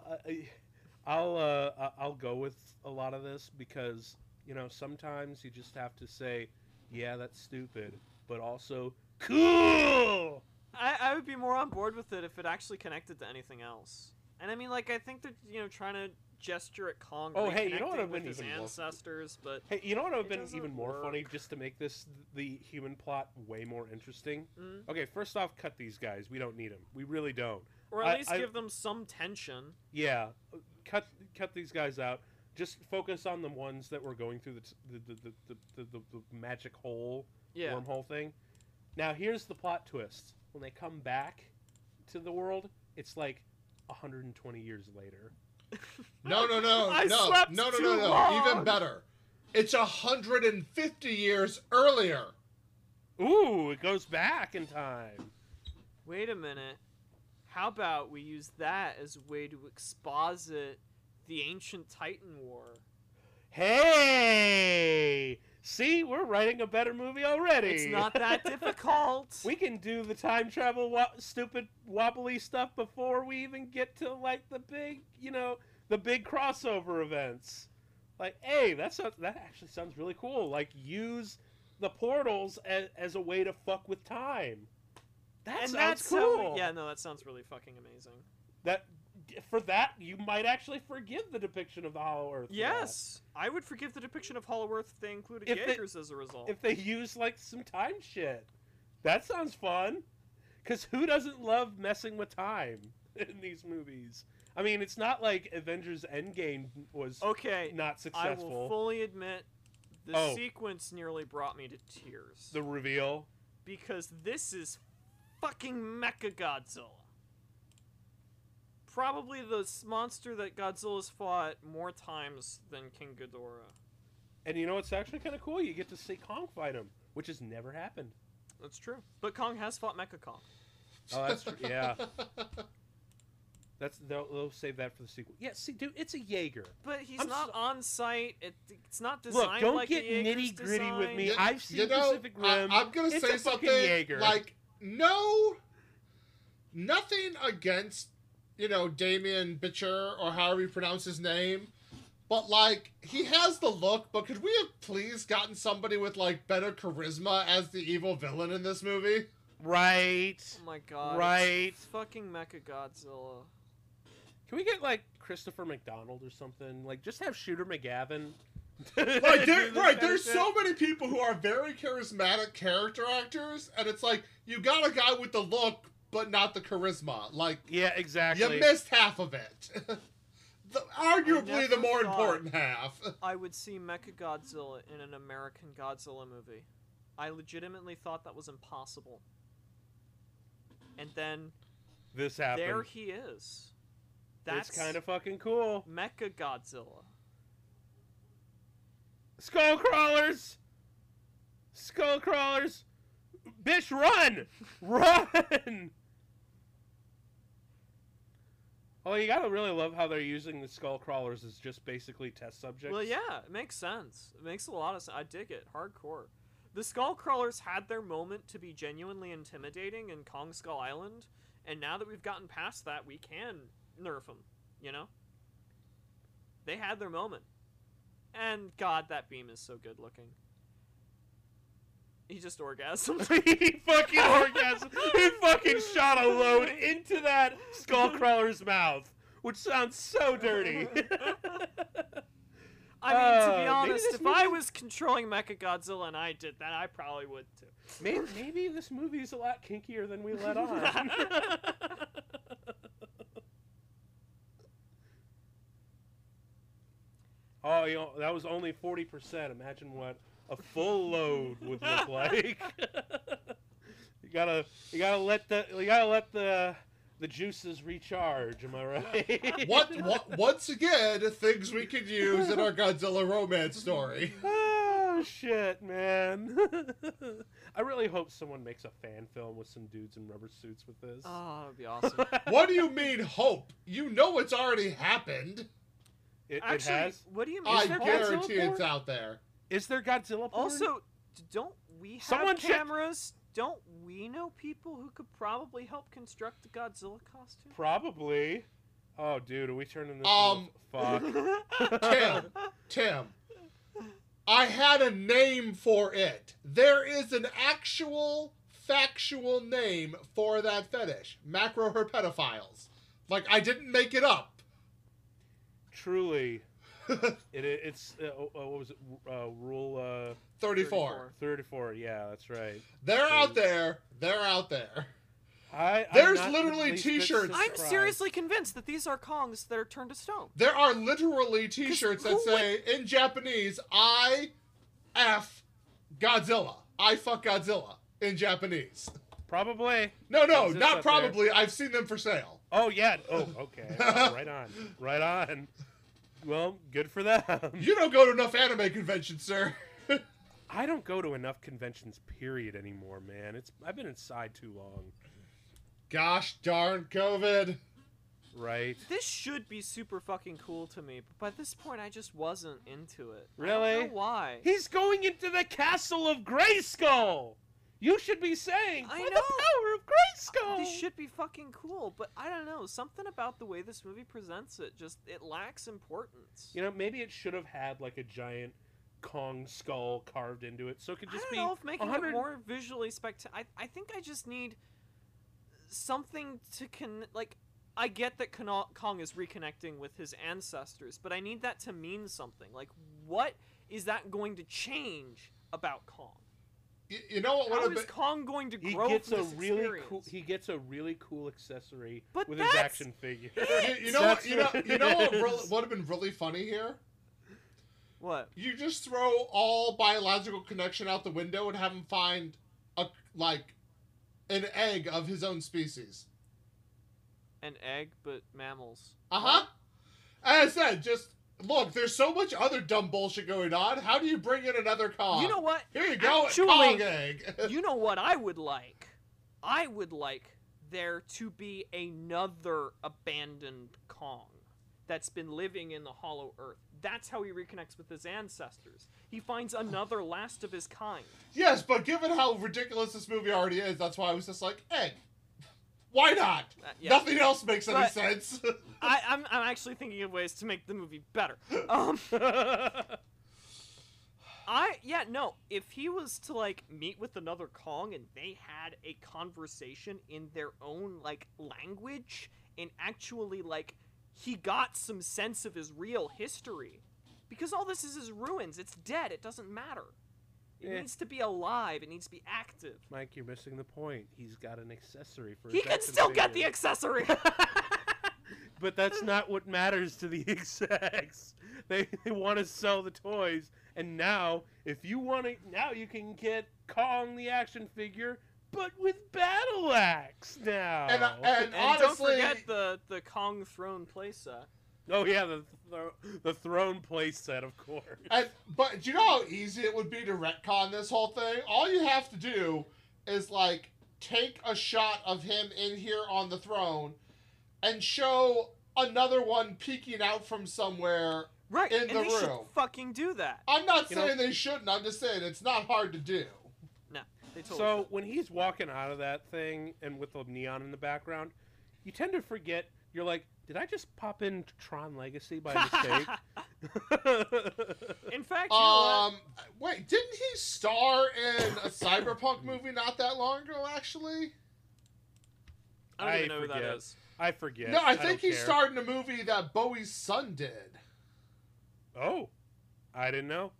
Speaker 1: I'll uh, I- I'll go with a lot of this because you know sometimes you just have to say, yeah, that's stupid, but also cool.
Speaker 3: I, I would be more on board with it if it actually connected to anything else. And I mean, like, I think they're you know trying to gesture at Kong.
Speaker 1: Oh, hey, you know
Speaker 3: reconnecting
Speaker 1: what would've
Speaker 3: with
Speaker 1: been
Speaker 3: his
Speaker 1: even more-
Speaker 3: ancestors, but
Speaker 1: Hey, you know what would have
Speaker 3: It
Speaker 1: been
Speaker 3: doesn't
Speaker 1: even more funny
Speaker 3: work.
Speaker 1: just to make this the human plot way more interesting?
Speaker 3: mm,
Speaker 1: Okay, first off, cut these guys. We don't need them. We really don't.
Speaker 3: or at
Speaker 1: I-
Speaker 3: least
Speaker 1: I-
Speaker 3: give them some tension.
Speaker 1: Yeah, cut cut these guys out. Just focus on the ones that were going through the t- the the, the, the, the, the, the magic hole
Speaker 3: Yeah.
Speaker 1: wormhole thing. Now here's the plot twist: when they come back to the world, it's like 120 years later.
Speaker 2: No, no,
Speaker 1: [LAUGHS]
Speaker 2: no,
Speaker 3: I
Speaker 2: no,
Speaker 3: slept
Speaker 2: no, no,
Speaker 3: too
Speaker 2: no, no.
Speaker 3: long.
Speaker 2: Even better. It's 150 years earlier.
Speaker 1: Ooh, it goes back in time.
Speaker 3: Wait a minute. How about we use that as a way to exposit the ancient Titan War?
Speaker 1: Hey! See, we're writing a better movie already.
Speaker 3: It's
Speaker 1: [LAUGHS]
Speaker 3: not that difficult.
Speaker 1: We can do the time travel wo- stupid wobbly stuff before we even get to like the big, you know, the big crossover events. Like, hey, that sounds that actually sounds really cool. Like, use the portals as, as a way to fuck with time. That
Speaker 3: and
Speaker 1: sounds
Speaker 3: that's
Speaker 1: cool.
Speaker 3: How, yeah, no, that sounds really fucking amazing.
Speaker 1: That for that you might actually forgive the depiction of the Hollow Earth. for that.
Speaker 3: Yes, I would forgive the depiction of Hollow Earth if they included
Speaker 1: If they-
Speaker 3: Jaegers as a result.
Speaker 1: if they use like some time shit. That sounds fun. Cause who doesn't love messing with time [LAUGHS] in these movies? I mean, it's not like Avengers Endgame was
Speaker 2: Oh,
Speaker 3: okay,
Speaker 1: not
Speaker 3: I
Speaker 1: successful.
Speaker 3: will fully admit the
Speaker 1: Oh.
Speaker 3: sequence nearly brought me to tears
Speaker 1: The reveal.
Speaker 3: because this is fucking Mecha Godzilla. Probably the s- monster that Godzilla's fought more times than King Ghidorah.
Speaker 1: And you know it's actually kinda cool. You get to see Kong fight him, which has never happened.
Speaker 3: That's true. But Kong has fought Mecha Kong.
Speaker 1: Oh that's true.
Speaker 2: [LAUGHS]
Speaker 1: Yeah. That's they'll, they'll save that for the sequel. Yeah, see dude, it's a Jaeger.
Speaker 3: But he's
Speaker 1: I'm
Speaker 3: not
Speaker 1: so-
Speaker 3: on site. It, it's not designed
Speaker 1: Look, don't
Speaker 3: like
Speaker 1: get
Speaker 3: the Jaeger's
Speaker 1: nitty gritty with me.
Speaker 3: design.
Speaker 1: I've seen Pacific Rim.
Speaker 2: I, am gonna
Speaker 1: It's
Speaker 2: say
Speaker 1: a fucking
Speaker 2: something
Speaker 1: Jaeger.
Speaker 2: like no, nothing against you know Damien Bitcher or however you pronounce his name, but like he has the look. But could we have please gotten somebody with like better charisma as the evil villain in this movie?
Speaker 1: Right.
Speaker 3: Oh my god. it's
Speaker 1: Right.
Speaker 3: Fucking Mecha Godzilla.
Speaker 1: Can we get like Christopher McDonald or something? Like just have Shooter McGavin. [LAUGHS]
Speaker 2: Right, there,
Speaker 1: Do this
Speaker 2: right.
Speaker 1: kind
Speaker 2: There's
Speaker 1: of shit.
Speaker 2: so many people who are very charismatic character actors, and it's like you got a guy with the look, but not the charisma. Like
Speaker 1: Yeah, exactly.
Speaker 2: You missed half of it. [LAUGHS] the,
Speaker 3: never
Speaker 2: arguably the more
Speaker 3: thought-
Speaker 2: important
Speaker 1: [LAUGHS]
Speaker 2: half.
Speaker 3: I would see Mecha Godzilla in an American Godzilla movie. I legitimately thought that was impossible. And then
Speaker 1: this happened.
Speaker 3: there he is. That's
Speaker 1: That's kind of fucking cool.
Speaker 3: Mecha Godzilla.
Speaker 1: Skull crawlers. Skull crawlers. Bitch, run, run. Oh, you gotta really love how they're using the skull crawlers as just basically test subjects.
Speaker 3: Well, yeah, it makes sense. It makes a lot of sense. I dig it. Hardcore. The Skull Crawlers had their moment to be genuinely intimidating in Kong Skull Island, and now that we've gotten past that, we can nerf them, you know? They had their moment. And God, that beam is so good looking. He just orgasmed.
Speaker 1: [LAUGHS] he fucking orgasm. He fucking shot a load into that skull crawler's mouth, which sounds so dirty.
Speaker 3: [LAUGHS]
Speaker 1: [LAUGHS]
Speaker 3: [LAUGHS] I mean,
Speaker 1: Oh,
Speaker 3: to be
Speaker 1: maybe
Speaker 3: honest,
Speaker 1: this
Speaker 3: if I
Speaker 1: movie-
Speaker 3: was controlling Mechagodzilla and I did that, I probably would too.
Speaker 1: maybe, maybe this movie's a lot kinkier than we let
Speaker 3: [LAUGHS]
Speaker 1: on. [LAUGHS] oh, you know, that was only forty percent. Imagine what a full load
Speaker 2: [LAUGHS]
Speaker 1: would look like. you gotta, you gotta let the, you gotta let the, the juices recharge. Am I right?
Speaker 2: what, what? Once again, things we could use in our Godzilla romance story.
Speaker 1: [LAUGHS] Oh shit, man! [LAUGHS] I really hope someone makes a fan film with some dudes in rubber suits with this.
Speaker 3: oh, that'd be awesome.
Speaker 2: What do you mean hope? You know it's already happened.
Speaker 1: It, it
Speaker 3: Actually,
Speaker 1: has.
Speaker 3: what do you mean?
Speaker 2: I
Speaker 1: there
Speaker 2: guarantee
Speaker 1: Godzilla
Speaker 2: it's
Speaker 1: porn?
Speaker 2: out
Speaker 1: [LAUGHS]
Speaker 2: there.
Speaker 1: Is there Godzilla? Porn?
Speaker 3: Also, d- don't we have
Speaker 1: Someone check-
Speaker 3: cameras? Don't we know people who could probably help construct the Godzilla costume?
Speaker 1: probably. Oh, dude, are we turning this?
Speaker 2: Um,
Speaker 1: into a fuck.
Speaker 2: Tim, Tim, I had a name for it. There is an actual factual name for that fetish: macroherpetophiles. Like I didn't make it up. [LAUGHS]
Speaker 1: Truly, it, it, it's uh, oh, oh, what was it? Uh, rule uh,
Speaker 2: 34.
Speaker 1: thirty-four. Yeah, that's right.
Speaker 2: They're out
Speaker 1: Please.
Speaker 2: there. They're out there.
Speaker 1: I, I'm
Speaker 2: There's
Speaker 1: not the
Speaker 2: literally
Speaker 1: least bit
Speaker 2: t-shirts.
Speaker 3: [LAUGHS] I'm
Speaker 1: surprised.
Speaker 3: seriously convinced that these are Kongs that are turned to stone.
Speaker 2: There are literally T-shirts
Speaker 3: who
Speaker 2: that
Speaker 3: would-
Speaker 2: say in Japanese "I f Godzilla." I fuck Godzilla in Japanese.
Speaker 1: Probably.
Speaker 2: No, no,
Speaker 1: Exists
Speaker 2: not
Speaker 1: up there.
Speaker 2: probably. I've seen them for sale.
Speaker 1: Oh yeah. Oh
Speaker 2: [LAUGHS]
Speaker 1: okay. Wow, right on. Right on. Well, good for them.
Speaker 2: You don't go to enough anime conventions, sir. [LAUGHS]
Speaker 1: I don't go to enough conventions, period, anymore, man. It's I've been inside too long,
Speaker 2: Gosh darn COVID.
Speaker 1: right?
Speaker 3: This should be super fucking cool to me, but by this point I just wasn't into it. I
Speaker 1: Really?
Speaker 3: don't know why.
Speaker 1: He's going into the castle of Grayskull. You should be saying
Speaker 3: I
Speaker 1: for the
Speaker 3: know.
Speaker 1: power of Grayskull.
Speaker 3: This should be fucking cool, but I don't know. Something about the way this movie presents it just it lacks importance.
Speaker 1: You know, maybe it should have had like a giant Kong skull carved into it, so it could just
Speaker 3: I don't
Speaker 1: be
Speaker 3: know if making
Speaker 1: 100
Speaker 3: it more visually spectacular. I, I think I just need something to con. Like, I get that Kono- Kong is reconnecting with his ancestors, but I need that to mean something. Like, what is that going to change about Kong?
Speaker 2: You, you know what would
Speaker 3: How
Speaker 2: have
Speaker 3: is
Speaker 2: been
Speaker 3: Kong going to
Speaker 1: He
Speaker 3: grow
Speaker 1: gets
Speaker 3: from
Speaker 1: a
Speaker 3: this
Speaker 1: really
Speaker 3: experience?
Speaker 1: cool. He gets a really cool accessory
Speaker 3: But
Speaker 1: with his
Speaker 3: that's
Speaker 1: action figure.
Speaker 2: you, you know what
Speaker 1: That's
Speaker 2: you know
Speaker 1: what
Speaker 2: you know what
Speaker 1: it
Speaker 2: really,
Speaker 1: is.
Speaker 2: would have been really funny here?
Speaker 3: What?
Speaker 2: You just throw all biological connection out the window and have him find a like an egg of his own species.
Speaker 3: An egg, but mammals.
Speaker 2: Uh huh. As I said, just look. There's so much other dumb bullshit going on. How do you bring in another Kong?
Speaker 3: You know what?
Speaker 2: Here you go. a
Speaker 3: Actually-
Speaker 2: Kong egg. [LAUGHS]
Speaker 3: [LAUGHS] you know what I would like? I would like there to be another abandoned Kong that's been living in the hollow earth. That's how he reconnects with his ancestors. He finds another last of his kind.
Speaker 2: yes, but given how ridiculous this movie already is, that's why I was just like, egg. Why not?
Speaker 3: Uh, yeah.
Speaker 2: Nothing else makes any
Speaker 3: But-
Speaker 2: sense. [LAUGHS]
Speaker 3: I, I'm, I'm actually thinking of ways to make the movie better. Um, I yeah no. If he was to like meet with another Kong and they had a conversation in their own like language and actually like he got some sense of his real history, because all this is his ruins. It's dead. It doesn't matter. It
Speaker 2: Eh.
Speaker 1: Yeah.
Speaker 3: needs to be alive. It needs to be active.
Speaker 1: [LAUGHS] Mike, you're missing the point. He's got an accessory for.
Speaker 3: He
Speaker 1: his
Speaker 3: can
Speaker 1: action
Speaker 3: still get the
Speaker 2: [LAUGHS]
Speaker 1: figure.
Speaker 3: accessory. [LAUGHS]
Speaker 1: But that's not what matters to the [LAUGHS] execs. They, they want to sell the toys, and now if you want to, now you can get Kong the action figure, but with battle axe now.
Speaker 2: and, I- and,
Speaker 3: and don't
Speaker 2: honestly,
Speaker 3: forget the the Kong throne uh, playset.
Speaker 1: oh yeah, the the, the throne playset, of course.
Speaker 2: and, but do you know how easy it would be to retcon this whole thing? All you have to do is like take a shot of him in here on the throne, and show another one peeking out from somewhere
Speaker 3: Right,
Speaker 2: in
Speaker 3: and
Speaker 2: the
Speaker 3: they should
Speaker 2: room.
Speaker 3: fucking do that.
Speaker 2: I'm not
Speaker 1: You know-
Speaker 2: saying they shouldn't. I'm just saying it's not hard to do.
Speaker 3: No, they totally.
Speaker 1: So
Speaker 2: [LAUGHS]
Speaker 3: should.
Speaker 1: when he's walking out of that thing and with the neon in the background, you tend to forget. You're like, did I just pop in Tron Legacy by
Speaker 3: [LAUGHS]
Speaker 1: mistake?
Speaker 3: in fact, you know
Speaker 2: Um, wait, didn't he star in a cyberpunk movie not that long ago? Actually,
Speaker 3: what? I don't
Speaker 1: I
Speaker 3: even know who that
Speaker 1: forget.
Speaker 3: is.
Speaker 1: I forget.
Speaker 2: no, I
Speaker 1: don't
Speaker 2: think he
Speaker 1: care.
Speaker 2: starred in a movie that Bowie's son did.
Speaker 1: Oh, I didn't know.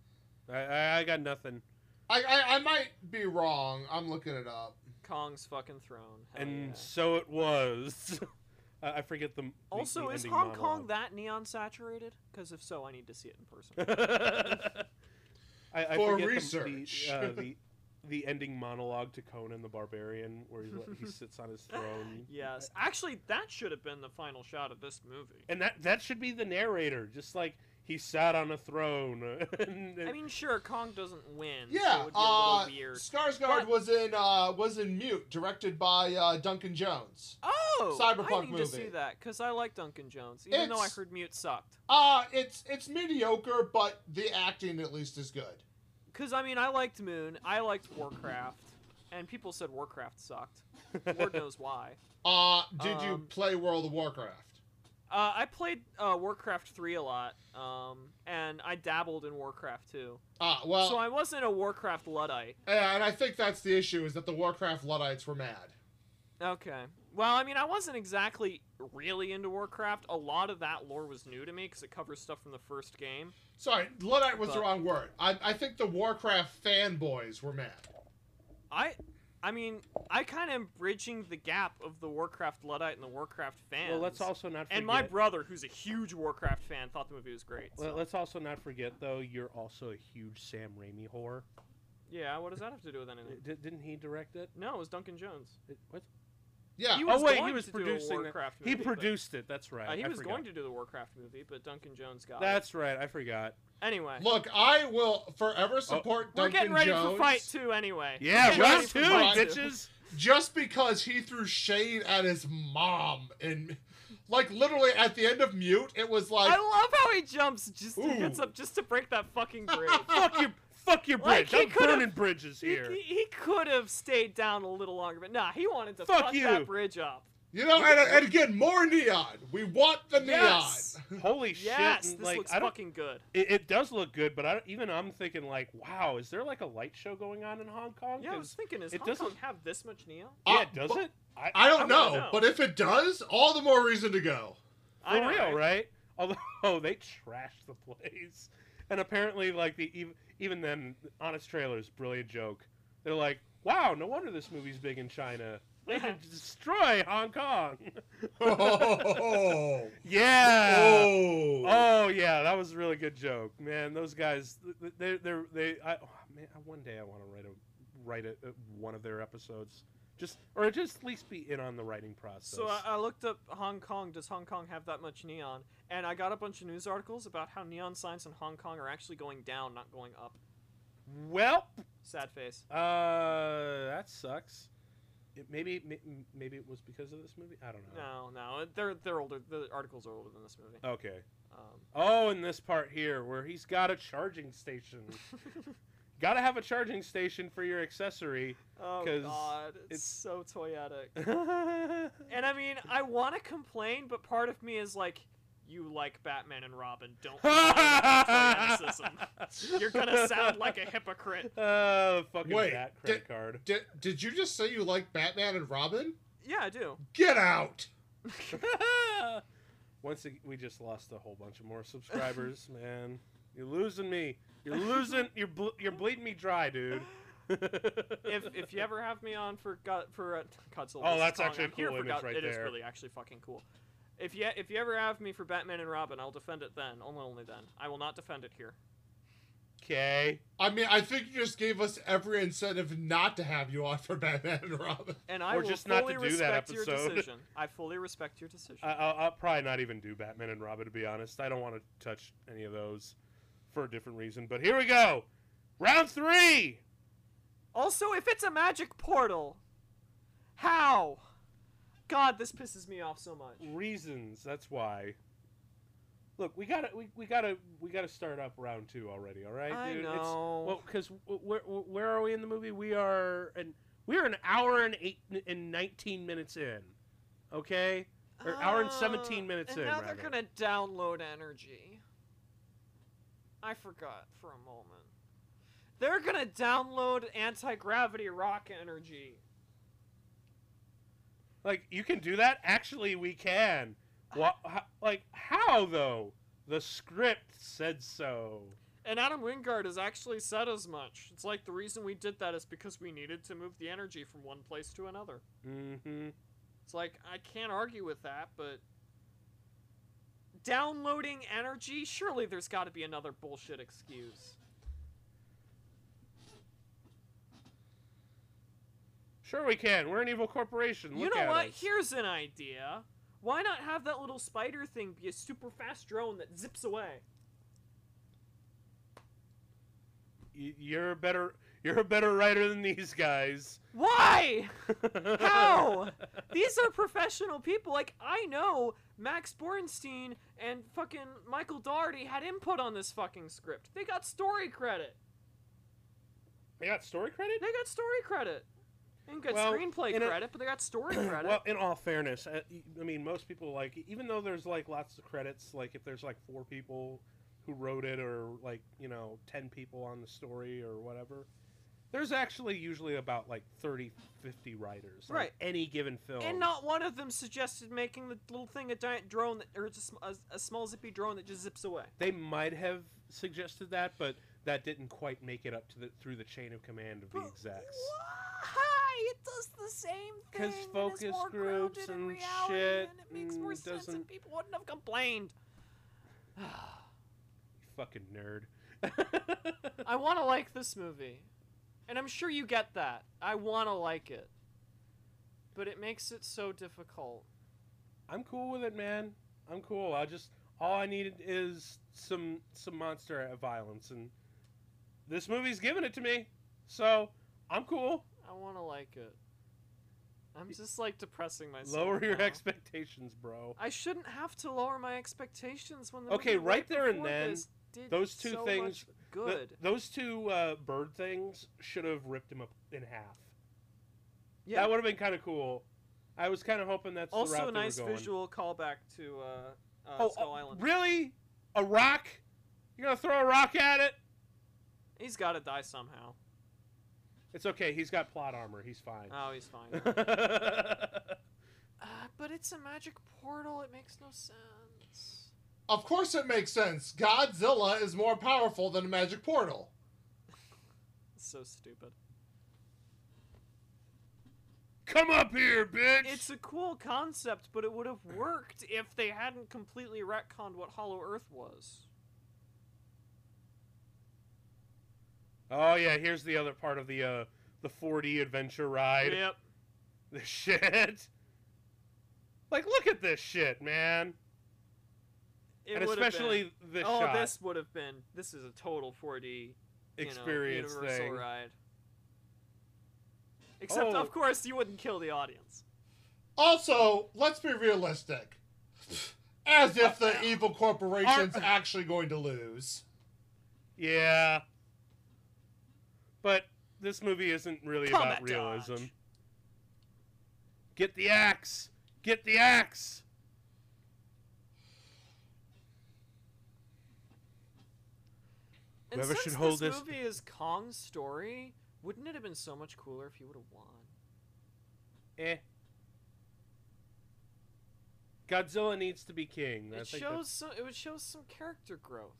Speaker 1: I, I, I got nothing.
Speaker 2: I, I I might be wrong. I'm looking it up.
Speaker 3: Kong's fucking throne. Hell
Speaker 1: and
Speaker 3: yeah.
Speaker 1: so it was. [LAUGHS] I I forget the. the-
Speaker 3: also,
Speaker 1: the
Speaker 3: is
Speaker 1: ending
Speaker 3: Hong Kong
Speaker 1: monologue.
Speaker 3: that neon saturated? Because if so, I need to see it in person.
Speaker 1: [LAUGHS] I, I
Speaker 2: For
Speaker 1: forget the-
Speaker 2: research.
Speaker 1: The, uh,
Speaker 2: [LAUGHS]
Speaker 1: the, the ending monologue to Conan the Barbarian, where he's,
Speaker 2: [LAUGHS]
Speaker 1: like- he sits on his throne.
Speaker 3: yes, actually, that should have been the final shot of this movie.
Speaker 1: And that that should be the narrator, just like he sat on a throne. [LAUGHS] and,
Speaker 3: I mean, sure, Kong doesn't win. so
Speaker 2: Yeah,
Speaker 3: it would be a
Speaker 2: uh,
Speaker 3: little weird.
Speaker 2: Skarsgård
Speaker 3: But-
Speaker 2: was in uh was in Mute, directed by uh, Duncan Jones.
Speaker 3: Oh, I
Speaker 2: Cyberpunk
Speaker 3: need
Speaker 2: movie.
Speaker 3: to see that because I like Duncan Jones, even though I
Speaker 2: It's-
Speaker 3: heard Mute sucked.
Speaker 2: Uh it's it's mediocre, but the acting at least is good.
Speaker 3: Because I mean, I liked Moon, I liked Warcraft, and people said Warcraft sucked. Lord knows why.
Speaker 2: Uh did you
Speaker 3: Um,
Speaker 2: play World of Warcraft?
Speaker 3: Uh, I played uh, Warcraft 3 a lot, um, and I dabbled in Warcraft 2.
Speaker 2: Uh well,
Speaker 3: so I wasn't a Warcraft Luddite.
Speaker 2: Yeah, and I think that's the issue is that the Warcraft Luddites were mad.
Speaker 3: Okay. Well, I mean, I wasn't exactly really into Warcraft. A lot of that lore was new to me because it covers stuff from the first game.
Speaker 2: Sorry, Luddite was the
Speaker 3: But-
Speaker 2: wrong word. I, I think the Warcraft fanboys were mad.
Speaker 3: I. I mean, I kind of am bridging the gap of the Warcraft Luddite and the Warcraft
Speaker 1: [LAUGHS]
Speaker 3: fans.
Speaker 1: well, let's also not forget.
Speaker 3: and my brother, who's a huge Warcraft fan, thought the movie was great.
Speaker 1: Let-
Speaker 3: so-
Speaker 1: Let's also not forget, though, you're also a huge Sam Raimi whore.
Speaker 3: Yeah, what does that have to do with anything?
Speaker 1: D- didn't he direct it?
Speaker 3: No, it was Duncan Jones.
Speaker 1: It- what?
Speaker 2: Yeah.
Speaker 3: He
Speaker 1: Oh,
Speaker 3: was
Speaker 1: wait, he
Speaker 3: going
Speaker 1: was
Speaker 3: to
Speaker 1: producing
Speaker 3: do a
Speaker 1: that.
Speaker 3: Warcraft
Speaker 1: He
Speaker 3: movie, but-
Speaker 1: produced it. That's right.
Speaker 3: Uh, he
Speaker 1: I
Speaker 3: was
Speaker 1: forgot.
Speaker 3: going to do the Warcraft movie, but Duncan Jones got it.
Speaker 1: That's right. I forgot.
Speaker 3: Anyway,
Speaker 2: Look, I will forever support
Speaker 3: Oh, we're
Speaker 2: Duncan
Speaker 3: getting ready
Speaker 2: Jones
Speaker 3: for fight two anyway.
Speaker 1: Yeah,
Speaker 3: We're
Speaker 2: Jones
Speaker 1: round
Speaker 3: getting
Speaker 1: two,
Speaker 2: was
Speaker 3: ready for Fight Two.
Speaker 1: bitches.
Speaker 2: just because he threw shade at his mom and like literally at the end of Mute, it was
Speaker 3: I
Speaker 2: like
Speaker 3: love how he jumps just he
Speaker 2: Ooh.
Speaker 3: gets up just to break that
Speaker 1: [LAUGHS]
Speaker 3: fucking bridge.
Speaker 1: fuck your, fuck your
Speaker 3: Like,
Speaker 1: bridge.
Speaker 3: he
Speaker 1: I'm
Speaker 3: could've-
Speaker 1: burning bridges
Speaker 3: he,
Speaker 1: here.
Speaker 3: could have stayed down a little longer, but nah, he wanted to
Speaker 1: Fuck
Speaker 3: fuck
Speaker 1: you.
Speaker 3: that bridge up.
Speaker 2: you know, and, and again more neon. We want the
Speaker 3: Yes.
Speaker 1: Holy
Speaker 3: Yes,
Speaker 1: shit! and,
Speaker 3: this
Speaker 1: like,
Speaker 3: looks
Speaker 1: I don't,
Speaker 3: fucking good.
Speaker 1: it, it does look good, but I don't, even I'm thinking like, wow, is there like a light show going on in Hong Kong?
Speaker 3: Yeah, I
Speaker 1: 'Cause-
Speaker 3: was thinking, is
Speaker 1: it
Speaker 3: Hong Kong
Speaker 1: doesn't-
Speaker 3: have this much neon?
Speaker 2: neon.
Speaker 1: yeah,
Speaker 2: Uh,
Speaker 1: does
Speaker 2: but-
Speaker 1: it? I,
Speaker 2: I don't
Speaker 3: I wanna
Speaker 2: know,
Speaker 3: know.
Speaker 2: but if it does, all the more reason to go. [LAUGHS]
Speaker 1: for
Speaker 3: I know,
Speaker 1: real, right? Although [LAUGHS] oh, they trashed the place, and apparently, like the ev- even then, honest trailers, brilliant joke. They're like, wow, no wonder this movie's big in China.
Speaker 3: Uh-huh.
Speaker 1: They could destroy Hong Kong.
Speaker 2: oh.
Speaker 1: [LAUGHS] yeah.
Speaker 2: Oh.
Speaker 1: Oh yeah, that was a really good joke, man. Those guys, th- they they they. I oh, man, I- one day I want to write a write a, a- one of their episodes, just or just at least be in on the writing process.
Speaker 3: So uh, I, I looked up Hong Kong. Does Hong Kong have that much neon? And I got a bunch of news articles about how neon signs in Hong Kong are actually going down, not going up.
Speaker 1: well,
Speaker 3: Sad face.
Speaker 1: uh, that sucks. It, maybe may- maybe it was because of this movie. I don't know.
Speaker 3: No, no, they're they're older. The articles are older than this movie.
Speaker 1: Okay.
Speaker 3: Um,
Speaker 1: Oh, in this part here where he's got a charging station.
Speaker 3: Um,
Speaker 1: got to have a charging station for your accessory.
Speaker 3: [LAUGHS] oh
Speaker 1: 'Cause
Speaker 3: god,
Speaker 1: it's-
Speaker 3: it's, so toyetic.
Speaker 1: and
Speaker 3: And I mean, I want to complain, but part of me is like, you like Batman and Robin. [LAUGHS] Don't complain about toyeticism. You're gonna sound like a [LAUGHS] hypocrite.
Speaker 1: Uh, fucking
Speaker 2: Wait,
Speaker 1: bat
Speaker 2: di-
Speaker 1: credit card.
Speaker 2: Did, did you just say you like Batman and Robin?
Speaker 3: Yeah, I [LAUGHS] do.
Speaker 2: Get out.
Speaker 1: Once ag- we just lost a whole bunch of more subscribers, [LAUGHS] man. You're losing me. You're losing. [LAUGHS] You're ble- you're bleeding me dry, dude. [LAUGHS]
Speaker 3: if
Speaker 1: if
Speaker 3: if you ever have me on for God for uh, Godzilla.
Speaker 1: Oh,
Speaker 3: vs.
Speaker 1: that's
Speaker 3: Kong,
Speaker 1: actually
Speaker 3: I'm
Speaker 1: a
Speaker 3: here
Speaker 1: cool
Speaker 3: for
Speaker 1: image
Speaker 3: God-
Speaker 1: right
Speaker 3: It is
Speaker 1: there.
Speaker 3: really actually fucking cool. If you if you ever have me for Batman and Robin, I'll defend it then. Only only then. I will not defend it here.
Speaker 1: okay,
Speaker 2: I mean, I think you just gave us every incentive not to have you on for [LAUGHS] Batman and Robin.
Speaker 3: And I
Speaker 1: Or
Speaker 3: will
Speaker 1: just
Speaker 3: fully
Speaker 1: not to do that
Speaker 3: respect your
Speaker 1: episode. [LAUGHS] Uh,
Speaker 3: decision. I fully respect your decision.
Speaker 1: I- I'll, I'll probably not even do Batman and Robin to be honest. I don't want to touch any of those for a different reason. But here we go, round three.
Speaker 3: also, if it's a magic portal, how? God, this pisses me off so much.
Speaker 1: Reasons. That's why. Look, we gotta we, we gotta we gotta start up round two already. All right,
Speaker 3: I
Speaker 1: dude. It's-
Speaker 3: know.
Speaker 1: Well, because where where are we in the movie? We are an we are an hour and eight and nineteen minutes in. Okay, or hour and seventeen
Speaker 3: Uh,
Speaker 1: minutes
Speaker 3: and
Speaker 1: in.
Speaker 3: Now
Speaker 1: rather.
Speaker 3: they're gonna download energy. I forgot for a moment. They're gonna download anti gravity rock energy.
Speaker 1: Like you can do that. Actually, we can. What? Like how though? The script said so.
Speaker 3: And Adam Wingard has actually said as much. It's like the reason we did that is because we needed to move the energy from one place to another.
Speaker 1: Mm-hmm.
Speaker 3: It's like I can't argue with that, but downloading energy, surely there's got to be another bullshit excuse.
Speaker 1: Sure, we can. We're an evil corporation.
Speaker 3: You
Speaker 1: Look
Speaker 3: know
Speaker 1: at
Speaker 3: what?
Speaker 1: us.
Speaker 3: Here's an idea. Why not have that little spider thing be a super fast drone that zips away?
Speaker 1: Y- You're a better. You're a better writer than these guys.
Speaker 3: Why? How? [LAUGHS] These are professional people. Like I know Max Borenstein and fucking Michael Daugherty had input on this fucking script. They got story credit.
Speaker 1: [LAUGHS] They got story credit.
Speaker 3: [CLEARS THROAT] They got story credit. They didn't get
Speaker 1: Well,
Speaker 3: screenplay
Speaker 1: in a-
Speaker 3: credit, but they
Speaker 1: [COUGHS]
Speaker 3: got story credit.
Speaker 1: Well, in all fairness, I, I mean, most people like, e, even though there's like lots of credits, like if there's like four people who wrote it or like, you know, 10 people on the story or whatever, there's actually usually about like 30, 50 writers. on
Speaker 3: Right.
Speaker 1: Any given film.
Speaker 3: and not one of them suggested making the little thing a giant drone that, or just a, a small zippy drone that just zips away.
Speaker 1: They might have suggested that, but that didn't quite make it up to the through the chain of command of the
Speaker 3: But
Speaker 1: execs.
Speaker 3: Why? It does the same thing.
Speaker 1: Because
Speaker 3: and it's
Speaker 1: focus
Speaker 3: more
Speaker 1: groups
Speaker 3: grounded in
Speaker 1: and
Speaker 3: reality,
Speaker 1: shit,
Speaker 3: And it makes more
Speaker 1: mm,
Speaker 3: sense, and
Speaker 1: doesn't-
Speaker 3: people wouldn't have complained. [SIGHS]
Speaker 1: You fucking nerd. [LAUGHS]
Speaker 3: I want to like this movie, and I'm sure you get that. I want to like it, but it makes it so difficult.
Speaker 1: I'm cool with it, man. I'm cool. I just all I needed is some some monster violence, and this movie's giving it to me, so I'm cool.
Speaker 3: I want to like it. I'm just like depressing myself.
Speaker 1: Lower your
Speaker 3: now.
Speaker 1: expectations, bro.
Speaker 3: I shouldn't have to lower my expectations when the
Speaker 1: Okay,
Speaker 3: movie
Speaker 1: right there and
Speaker 3: before
Speaker 1: then,
Speaker 3: this did
Speaker 1: those two
Speaker 3: so
Speaker 1: things-
Speaker 3: much
Speaker 1: Th-
Speaker 3: good.
Speaker 1: those two uh, bird things should have ripped him up in half.
Speaker 3: yeah.
Speaker 1: That would have been kind of cool. I was kind of hoping that's the route
Speaker 3: also, a
Speaker 1: they were
Speaker 3: nice
Speaker 1: going.
Speaker 3: visual callback to uh, uh,
Speaker 1: Oh,
Speaker 3: Skull
Speaker 1: uh,
Speaker 3: Island.
Speaker 1: really? A rock? You're gonna throw a rock at it?
Speaker 3: He's got to die somehow.
Speaker 1: It's okay. He's got plot armor. He's fine.
Speaker 3: Oh,
Speaker 1: [LAUGHS]
Speaker 3: he's fine. [LAUGHS] uh, but it's a magic portal. It makes no sense.
Speaker 2: Of course it makes sense. Godzilla is more powerful than a magic portal.
Speaker 3: It's so stupid.
Speaker 1: Come up here, bitch.
Speaker 3: It's a cool concept, but it
Speaker 1: [LAUGHS]
Speaker 3: would have worked if they hadn't completely retconned what Hollow Earth was.
Speaker 1: Oh yeah, here's the other part of the uh the 4D adventure ride.
Speaker 3: Yep.
Speaker 1: [LAUGHS] This shit. Like look at this shit, man.
Speaker 3: It
Speaker 1: and
Speaker 3: would have
Speaker 1: especially
Speaker 3: been.
Speaker 1: this
Speaker 3: oh,
Speaker 1: shot
Speaker 3: this would have been. This is a total 4D you know,
Speaker 1: experience
Speaker 3: universal
Speaker 1: thing.
Speaker 3: ride. Except,
Speaker 1: Oh.
Speaker 3: of course, you wouldn't kill the audience.
Speaker 2: Also, let's be realistic. As if the evil corporation's
Speaker 1: Aren't-
Speaker 2: actually going to lose.
Speaker 1: Yeah. But this movie isn't really
Speaker 3: Come
Speaker 1: about
Speaker 3: at
Speaker 1: realism.
Speaker 3: Dodge.
Speaker 1: Get the axe. Get the axe.
Speaker 3: And
Speaker 1: Whoever
Speaker 3: since
Speaker 1: should hold
Speaker 3: this
Speaker 1: this-
Speaker 3: movie is Kong's story, wouldn't it have been so much cooler if he would have won?
Speaker 1: Eh. Godzilla needs to be king. I
Speaker 3: It
Speaker 1: think that's
Speaker 3: shows some. It would show some character growth.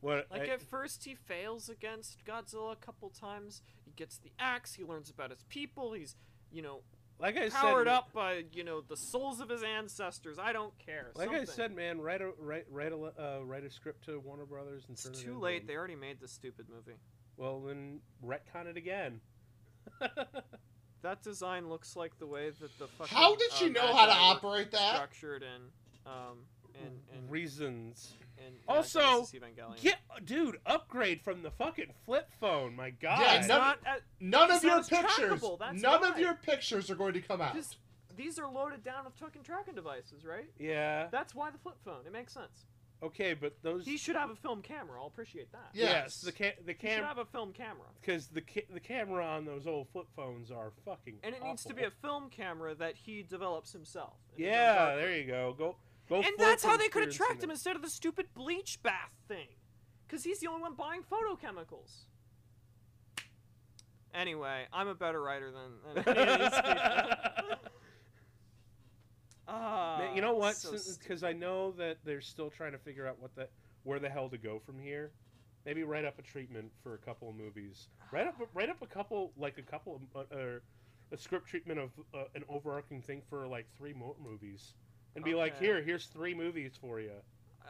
Speaker 1: what
Speaker 3: Like
Speaker 1: I-
Speaker 3: at first he fails against Godzilla a couple times. He gets the axe. He learns about his people. He's, you know,
Speaker 1: like I said,
Speaker 3: powered
Speaker 1: ma-
Speaker 3: up by you know the souls of his ancestors. I don't care.
Speaker 1: Like I
Speaker 3: something.
Speaker 1: said, man, write a write write a le- uh, write a script to Warner Brothers and
Speaker 3: it's
Speaker 1: turn it
Speaker 3: too
Speaker 1: into
Speaker 3: late.
Speaker 1: one.
Speaker 3: They already made the stupid movie.
Speaker 1: Well, then retcon it
Speaker 3: [LAUGHS]
Speaker 1: again. [LAUGHS]
Speaker 3: That design looks like the way that the fucking.
Speaker 2: How did
Speaker 3: uh,
Speaker 2: she know how to
Speaker 3: Magi were
Speaker 2: operate that?
Speaker 3: Structured and, um, and and
Speaker 1: Reasons.
Speaker 3: and yeah,
Speaker 1: Also,
Speaker 3: Genesis Evangelion.
Speaker 1: Get dude, upgrade from the fucking flip phone. My God.
Speaker 2: Yeah,
Speaker 3: It's
Speaker 2: no-
Speaker 3: not at-
Speaker 2: None of
Speaker 3: It's
Speaker 2: your
Speaker 3: not as
Speaker 2: pictures.
Speaker 3: trackable, that's
Speaker 2: None of
Speaker 3: why.
Speaker 2: your pictures are going to come out.
Speaker 3: 'cause these are loaded down with fucking tracking devices, right?
Speaker 1: Yeah.
Speaker 3: That's why the flip phone. It makes sense.
Speaker 1: Okay, but those.
Speaker 3: He should have a film camera. I'll appreciate that.
Speaker 2: Yeah. Yes.
Speaker 1: the ca- the
Speaker 3: He should
Speaker 1: cam
Speaker 3: have a film camera.
Speaker 1: because the ca- the camera on those old flip phones are fucking.
Speaker 3: And it needs to be a
Speaker 1: awful.
Speaker 3: film camera that he develops himself. and it's on
Speaker 1: Yeah,
Speaker 3: dark
Speaker 1: there you go. Go. Go.
Speaker 3: and
Speaker 1: full
Speaker 3: that's how they could have
Speaker 1: transparency
Speaker 3: tracked
Speaker 1: [LAUGHS]
Speaker 3: him [LAUGHS]
Speaker 1: now.
Speaker 3: instead of the stupid bleach bath thing. Because he's the only one buying photochemicals. Anyway, I'm a better writer
Speaker 1: [LAUGHS]
Speaker 3: than, than any of these people. Ah,
Speaker 1: Man, you know what?
Speaker 3: so st-
Speaker 1: Because I know that they're still trying to figure out what the where the hell to go from here. Maybe write up a treatment for a couple of movies. Write up write up a couple like a couple of uh, uh, a script treatment of uh, an overarching thing for like three more movies, and be like,
Speaker 3: Okay.
Speaker 1: here, here's three movies for you.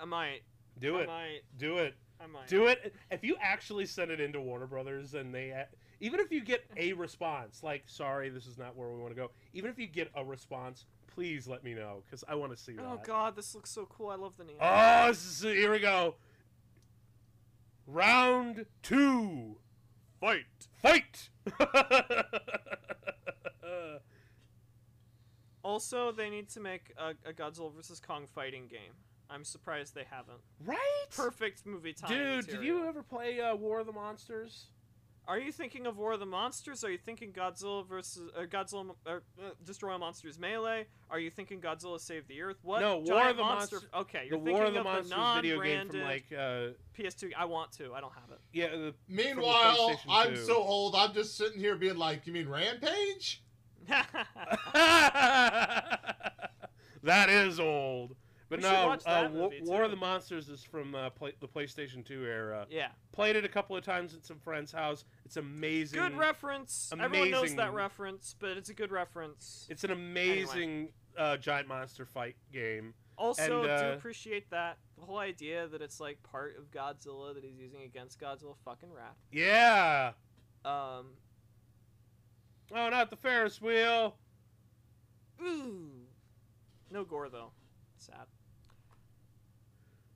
Speaker 3: I might.
Speaker 1: Do
Speaker 3: I
Speaker 1: it,
Speaker 3: might.
Speaker 1: do it,
Speaker 3: I might.
Speaker 1: do it. If you actually send it into Warner Brothers and they, a- even if you
Speaker 3: [LAUGHS]
Speaker 1: get a response, like, sorry, this is not where we want to go. Even if you get a response, please let me know because I want to see that.
Speaker 3: Oh god, this looks so cool. I love the name.
Speaker 1: Oh, this is- here we go. Round two. Fight. Fight. [LAUGHS]
Speaker 3: Also, they need to make a, a Godzilla vs Kong fighting game. I'm surprised they haven't.
Speaker 1: right?
Speaker 3: Perfect movie time.
Speaker 1: Dude, did
Speaker 3: material.
Speaker 1: you ever play uh, War of the Monsters?
Speaker 3: Are you thinking of War of the Monsters? Are you thinking Godzilla versus uh, Godzilla or, uh, Destroy All Monsters Melee? Are you thinking Godzilla Save the Earth? What?
Speaker 1: No, War
Speaker 3: Giant
Speaker 1: of the
Speaker 3: monster.
Speaker 1: Monst-
Speaker 3: Okay, you're
Speaker 1: the
Speaker 3: thinking
Speaker 1: War of the
Speaker 3: of
Speaker 1: Monsters
Speaker 3: the non
Speaker 1: video game from like uh,
Speaker 3: PS2. I want to. I don't have it.
Speaker 1: yeah. The,
Speaker 2: Meanwhile,
Speaker 1: PlayStation
Speaker 2: I'm
Speaker 1: two.
Speaker 2: so old, I'm just sitting here being like, you mean Rampage?
Speaker 1: [LAUGHS] that is old. But
Speaker 3: We should
Speaker 1: no,
Speaker 3: watch
Speaker 1: uh,
Speaker 3: that
Speaker 1: War,
Speaker 3: movie,
Speaker 1: War of
Speaker 3: too.
Speaker 1: the Monsters is from uh, play, the PlayStation 2 era.
Speaker 3: [LAUGHS] yeah,
Speaker 1: Played it a couple of times at some friend's house. It's amazing.
Speaker 3: good reference. Everyone knows
Speaker 1: amazing-
Speaker 3: that reference, but it's a good reference.
Speaker 1: It's an amazing uh, giant monster fight game.
Speaker 3: Also,
Speaker 1: and, uh,
Speaker 3: do appreciate that the whole idea that it's like part of Godzilla that he's using against Godzilla. Fucking rat.
Speaker 1: Yeah.
Speaker 3: Um,
Speaker 1: Oh, not the Ferris wheel.
Speaker 3: Ooh. No gore though. Sad.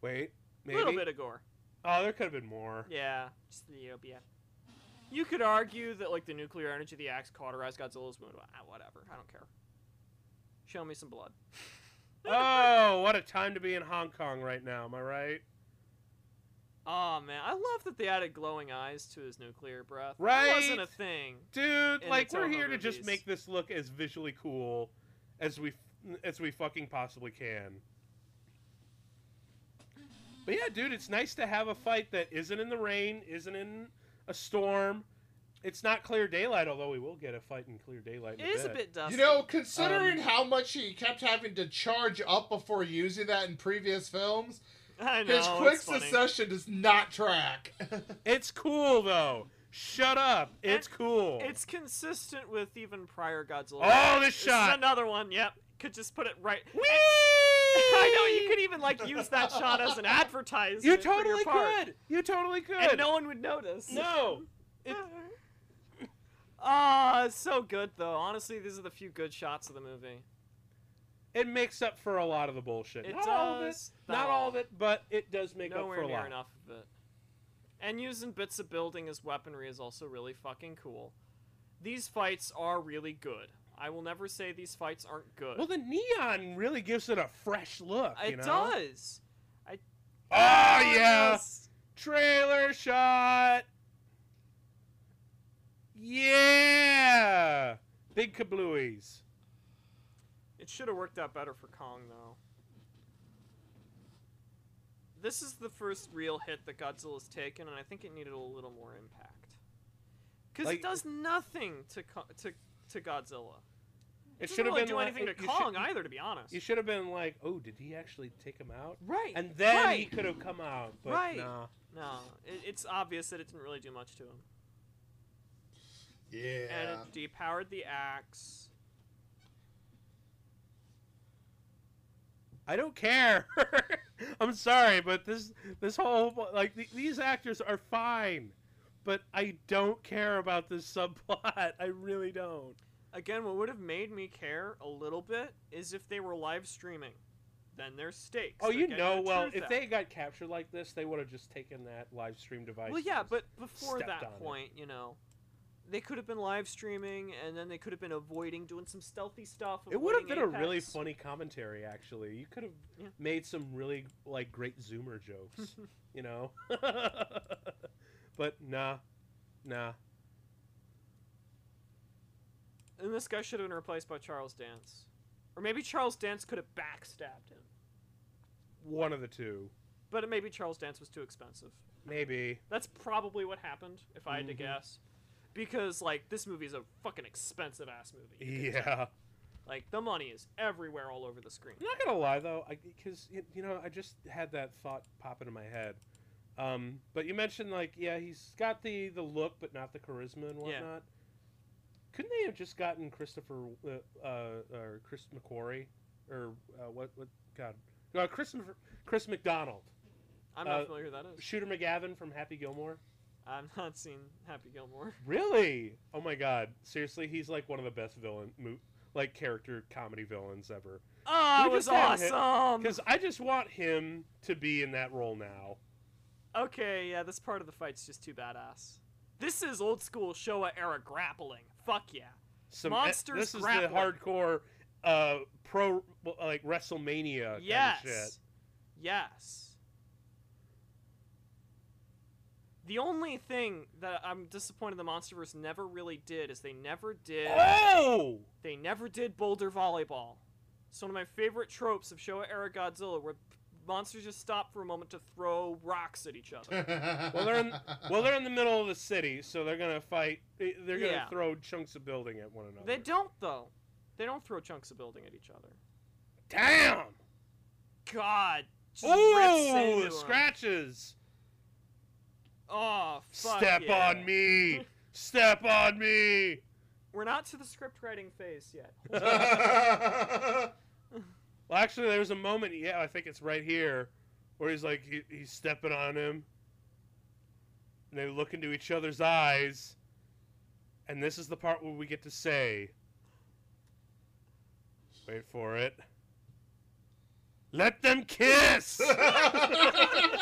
Speaker 1: Wait,
Speaker 3: A
Speaker 1: maybe.
Speaker 3: little bit of gore.
Speaker 1: Oh, there could have been more.
Speaker 3: Yeah, just the yeah. You could argue that like the nuclear energy of the axe cauterized Godzilla's wound. Ah, whatever. I don't care. Show me some blood.
Speaker 1: oh, what a time to be in Hong Kong right now. Am I right?
Speaker 3: Oh man, I love that they added glowing eyes to his nuclear breath. That wasn't a
Speaker 1: Right?
Speaker 3: thing.
Speaker 1: Dude,
Speaker 3: In
Speaker 1: like
Speaker 3: its
Speaker 1: we're
Speaker 3: own
Speaker 1: here to
Speaker 3: movies.
Speaker 1: just make this look as visually cool as we as we fucking possibly can. But yeah, dude, it's nice to have a fight that isn't in the rain, isn't in a storm. It's not clear daylight, although we will get a fight in clear daylight.
Speaker 3: It
Speaker 1: In
Speaker 3: is a bit dusty.
Speaker 2: You know, considering how much he kept having to charge up before using that in previous films,
Speaker 3: [LAUGHS]
Speaker 1: [LAUGHS]
Speaker 3: I know.
Speaker 2: his quick
Speaker 3: it's funny.
Speaker 2: succession does not track. [LAUGHS]
Speaker 1: It's cool though. Shut up. It's cool.
Speaker 3: It's consistent with even prior Godzilla.
Speaker 1: Oh,
Speaker 3: movies.
Speaker 1: this
Speaker 3: is
Speaker 1: shot.
Speaker 3: another one. Yep. Could just put it right.
Speaker 1: Whee!
Speaker 3: [LAUGHS] I know you could even like use that shot as an advertisement.
Speaker 1: You
Speaker 3: for your
Speaker 1: totally
Speaker 3: park,
Speaker 1: could. You totally could.
Speaker 3: And no one would notice.
Speaker 1: no. It,
Speaker 3: Ah, it's so good though. Honestly, these are the few good shots of the movie.
Speaker 1: it makes up for a lot of the bullshit.
Speaker 3: It
Speaker 1: not all of it.
Speaker 3: does.
Speaker 1: Not all of it, but it does make up
Speaker 3: Nowhere
Speaker 1: for a
Speaker 3: near
Speaker 1: lot.
Speaker 3: enough of it. And using bits of building as weaponry is also really fucking cool. These fights are really good. I will never say these fights aren't good.
Speaker 1: Well, the neon really gives it a fresh look.
Speaker 3: it
Speaker 1: you know?
Speaker 3: does.
Speaker 1: Oh yeah.
Speaker 3: Yes.
Speaker 1: Trailer shot. Yeah. Big kablooies.
Speaker 3: It should have worked out better for Kong, though. This is the first real hit that Godzilla's taken, and I think it needed a little more impact. Because
Speaker 1: Like-
Speaker 3: it does nothing to Co- to to Godzilla.
Speaker 1: It
Speaker 3: doesn't
Speaker 1: should have
Speaker 3: really
Speaker 1: been
Speaker 3: do
Speaker 1: like,
Speaker 3: anything to
Speaker 1: you should-
Speaker 3: Kong either, to be honest.
Speaker 1: You should have been like, oh, did he actually take him out?
Speaker 3: right.
Speaker 1: And then he
Speaker 3: Right.
Speaker 1: could have come out, but
Speaker 3: Right.
Speaker 1: nah.
Speaker 3: No, it, it's obvious that it didn't really do much to him.
Speaker 2: yeah.
Speaker 3: And it depowered the axe.
Speaker 1: I don't care. [LAUGHS] I'm sorry, but this this whole like th- these actors are fine, but I don't care about this [LAUGHS] subplot. I really don't.
Speaker 3: Again, what would have made me care a little bit is if they were live streaming. Then there's stakes.
Speaker 1: Oh,
Speaker 3: They're
Speaker 1: you
Speaker 3: getting
Speaker 1: know
Speaker 3: the
Speaker 1: well.
Speaker 3: truth
Speaker 1: If
Speaker 3: out.
Speaker 1: they got captured like this, they would have just taken that live stream device.
Speaker 3: Well,
Speaker 1: and
Speaker 3: yeah,
Speaker 1: just-
Speaker 3: but before
Speaker 1: stepped on
Speaker 3: that
Speaker 1: it.
Speaker 3: point, you know, they could have been live streaming, and then they could have been avoiding doing some stealthy stuff.
Speaker 1: it would have been
Speaker 3: avoiding
Speaker 1: a really
Speaker 3: Apex.
Speaker 1: funny commentary. Actually, you could have
Speaker 3: Yeah.
Speaker 1: made some really like great Zoomer jokes. you know, [LAUGHS] but nah, nah.
Speaker 3: And this guy should have been replaced by Charles Dance, or maybe Charles Dance could have backstabbed him,
Speaker 1: One of the two,
Speaker 3: but maybe Charles Dance was too expensive.
Speaker 1: maybe.
Speaker 3: That's probably what happened, if I had to
Speaker 1: Mhm.
Speaker 3: guess, because like this movie is a fucking expensive ass movie. You can-
Speaker 1: Yeah.
Speaker 3: Like the money is everywhere, all over the screen.
Speaker 1: I'm not gonna lie though, because you know I just had that thought pop into my head. Um, but you mentioned like, yeah, he's got the the look, but not the charisma and whatnot.
Speaker 3: Yeah.
Speaker 1: Couldn't they have just gotten Christopher uh, uh, or Chris McQuarrie or uh, what? What? God, uh, Christopher Chris McDonald,
Speaker 3: I'm not
Speaker 1: Uh,
Speaker 3: familiar who that is.
Speaker 1: Shooter McGavin from Happy Gilmore.
Speaker 3: I've not seen Happy
Speaker 1: [LAUGHS]
Speaker 3: Gilmore. [LAUGHS]
Speaker 1: Really? Oh my God! Seriously, he's like one of the best villain, mo- like character comedy villains ever.
Speaker 3: Oh, it
Speaker 1: We
Speaker 3: was
Speaker 1: just had him-
Speaker 3: awesome.
Speaker 1: Because I just want him to be in that role now.
Speaker 3: Okay, yeah, this part of the fight's just too badass. This is old school Showa era grappling. Fuck yeah.
Speaker 1: some eh,
Speaker 3: Monsters
Speaker 1: this is
Speaker 3: grappling.
Speaker 1: the hardcore uh pro like wrestlemania kind
Speaker 3: yes.
Speaker 1: of shit
Speaker 3: Yes. The only thing that I'm disappointed the MonsterVerse never really did is they never did
Speaker 1: oh
Speaker 3: [LAUGHS] they never did boulder volleyball. It's one of my favorite tropes of Showa era Godzilla where monsters just stop for a moment to throw rocks at
Speaker 1: [LAUGHS]
Speaker 3: each other.
Speaker 1: well they're in
Speaker 2: [LAUGHS]
Speaker 1: well they're in the middle of the city so they're gonna fight they- they're gonna
Speaker 3: Yeah.
Speaker 1: throw chunks of building at one another
Speaker 3: they don't though. They don't throw chunks of building at each other.
Speaker 1: damn
Speaker 3: God. just rips
Speaker 1: oh
Speaker 3: into
Speaker 1: the
Speaker 3: him.
Speaker 1: scratches
Speaker 3: Oh, fuck
Speaker 1: step
Speaker 3: yeah.
Speaker 1: on
Speaker 3: [LAUGHS]
Speaker 1: me step on me
Speaker 3: We're not to the script writing phase yet.
Speaker 1: [LAUGHS] well actually there's a moment yeah i think it's right here where he's like he, he's stepping on him and they look into each other's eyes and this is the part where we get to say Wait for it. Let
Speaker 2: [LAUGHS]
Speaker 1: them kiss.
Speaker 3: See, I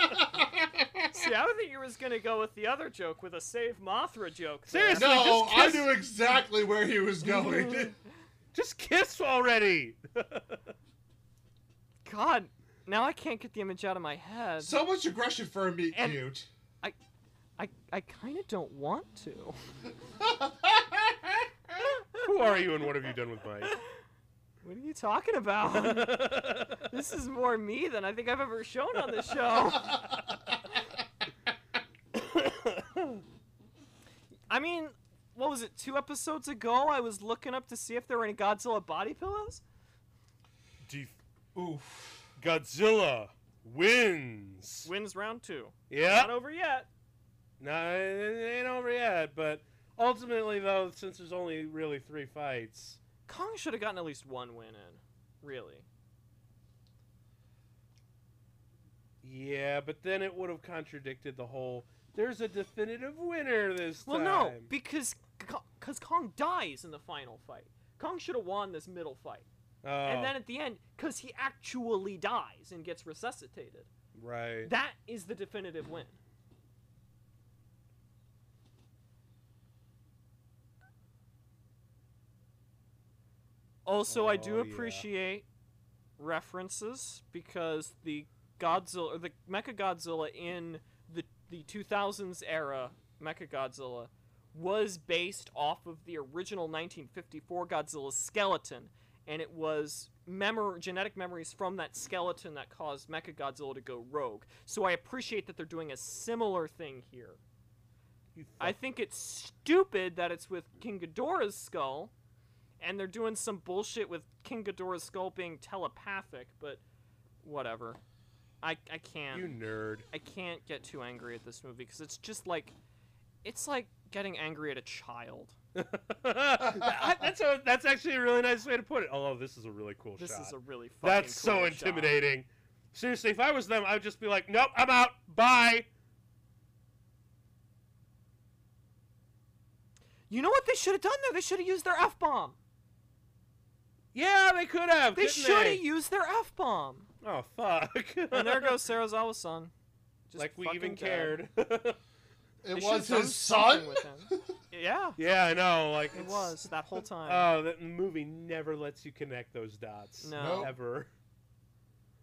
Speaker 3: would think you was gonna go with the other joke with a save Mothra joke. there.
Speaker 1: Seriously?
Speaker 2: no,
Speaker 1: just
Speaker 2: I
Speaker 1: kiss-
Speaker 2: knew exactly where he was
Speaker 1: [LAUGHS]
Speaker 2: going.
Speaker 1: Just kiss already.
Speaker 3: God, now I can't get the image out of my head.
Speaker 2: so much aggression for a meat
Speaker 1: [LAUGHS]
Speaker 3: And-
Speaker 2: cute.
Speaker 3: I I kind of don't want to.
Speaker 1: Who are you and what have you done with Mike?
Speaker 3: What are you
Speaker 1: [LAUGHS]
Speaker 3: talking about? [LAUGHS] this is more me than I think I've ever shown on this [LAUGHS] show. I mean, what was it? Two episodes ago, I was looking up to see if there were any Godzilla body pillows.
Speaker 1: Do you-
Speaker 2: Oof.
Speaker 1: Godzilla wins.
Speaker 3: Wins round two. Not
Speaker 1: Yeah.
Speaker 3: over yet.
Speaker 1: No, it ain't over yet, but ultimately, though, since there's only really three fights,
Speaker 3: Kong should have gotten at least one win in. Really.
Speaker 1: yeah, but then it would have contradicted the whole. There's a definitive winner this
Speaker 3: Well,
Speaker 1: time.
Speaker 3: no, because because Kong dies in the final fight. Kong should have won this middle fight,
Speaker 1: oh,
Speaker 3: and then at the end, because he actually dies and gets resuscitated.
Speaker 1: right.
Speaker 3: That is the definitive win. Also, I do
Speaker 1: Oh, yeah.
Speaker 3: appreciate references because the Godzilla or the Mecha Godzilla in the the 2000s era Mecha Godzilla was based off of the original 1954 Godzilla skeleton and it was memor- genetic memories from that skeleton that caused Mechagodzilla to go rogue. So I appreciate that they're doing a similar thing here.
Speaker 1: You
Speaker 3: I
Speaker 1: fuck-
Speaker 3: think it's stupid that it's with King Ghidorah's skull, and they're doing some bullshit with King Ghidorah's skull being telepathic, but whatever. I, I can't.
Speaker 1: you nerd. [LAUGHS]
Speaker 3: I can't get too angry at this movie because it's just like, it's like getting angry at a child.
Speaker 1: I- that's a, that's actually a really nice way to put it. Although this is a really cool
Speaker 3: This
Speaker 1: shot.
Speaker 3: is a really fucking
Speaker 1: that's so
Speaker 3: cool shot.
Speaker 1: intimidating. Seriously, if I was them, I would just be like, "Nope, I'm out. Bye."
Speaker 3: You know what they should have done there? They should have used their f bomb.
Speaker 1: Yeah, they could have.
Speaker 3: They
Speaker 1: couldn't
Speaker 3: should have used their f bomb.
Speaker 1: Oh fuck.
Speaker 3: And there goes Sarazawa's son.
Speaker 1: [LAUGHS]
Speaker 3: Just
Speaker 1: like we
Speaker 3: fucking
Speaker 1: even
Speaker 3: dead.
Speaker 1: cared. [LAUGHS]
Speaker 2: It
Speaker 3: They
Speaker 2: was
Speaker 3: should've done
Speaker 2: his son?
Speaker 3: something with him. [LAUGHS] Yeah,
Speaker 1: yeah, I know. Like
Speaker 3: it
Speaker 1: it's-
Speaker 3: was that
Speaker 1: [LAUGHS]
Speaker 3: whole time.
Speaker 1: Oh, that movie never lets you connect those dots.
Speaker 3: No.
Speaker 2: Nope.
Speaker 1: Ever.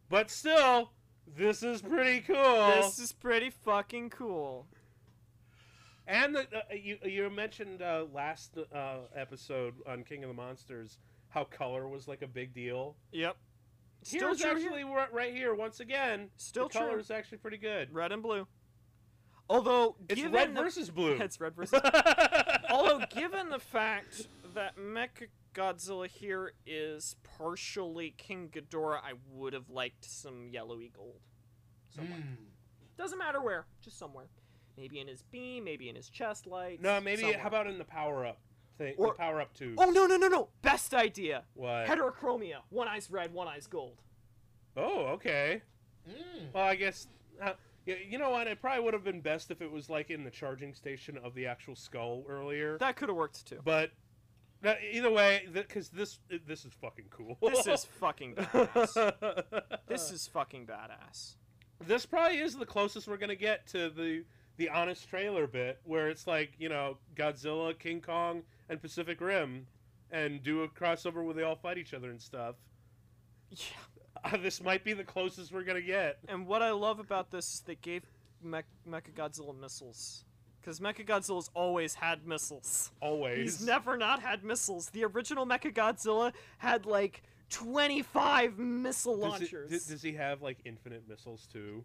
Speaker 1: But still, this is pretty cool.
Speaker 3: this is pretty fucking cool.
Speaker 1: And the, uh, you you mentioned uh, last uh, episode on King of the Monsters how color was like a big deal.
Speaker 3: Yep. Still
Speaker 1: Here's
Speaker 3: true here.
Speaker 1: actually ri- right here once again.
Speaker 3: Still
Speaker 1: the color
Speaker 3: true.
Speaker 1: is actually pretty good.
Speaker 3: Red and blue. Although
Speaker 1: It's
Speaker 3: given
Speaker 1: red
Speaker 3: the-
Speaker 1: versus blue. [LAUGHS]
Speaker 3: it's red versus. Although given the fact that Mecha Godzilla here is partially King Ghidorah, I would have liked some yellowy gold. Somewhere.
Speaker 2: Mm.
Speaker 3: Doesn't matter where, just somewhere. Maybe in his beam, maybe in his chest lights.
Speaker 1: no, maybe
Speaker 3: somewhere.
Speaker 1: how about in the power up thing? the
Speaker 3: Or-
Speaker 1: power up tube.
Speaker 3: Oh no no no no! Best idea.
Speaker 1: What?
Speaker 3: Heterochromia. One eye's red, one eye's gold.
Speaker 1: Oh, okay.
Speaker 2: Mm.
Speaker 1: Well, I guess. Uh, y- you know what? It probably would have been best if it was like in the charging station of the actual skull earlier.
Speaker 3: That could have worked too.
Speaker 1: But uh, either way, because this this is fucking cool.
Speaker 3: [LAUGHS] This
Speaker 1: [LAUGHS]
Speaker 3: [LAUGHS] is fucking badass. This is fucking badass.
Speaker 1: this probably is the closest we're gonna get to the the honest trailer bit where it's like you know Godzilla, King Kong, and Pacific Rim, and do a crossover where they all fight each other and stuff.
Speaker 3: Yeah.
Speaker 1: Uh, this might be the closest we're gonna get.
Speaker 3: And what I love about this is they gave Mech- Mechagodzilla missiles. Because Mechagodzilla's always had missiles.
Speaker 1: Always.
Speaker 3: He's never not had missiles. The original Mechagodzilla had like 25 missile
Speaker 1: does, it-
Speaker 3: launchers.
Speaker 1: d- does he have like infinite missiles too?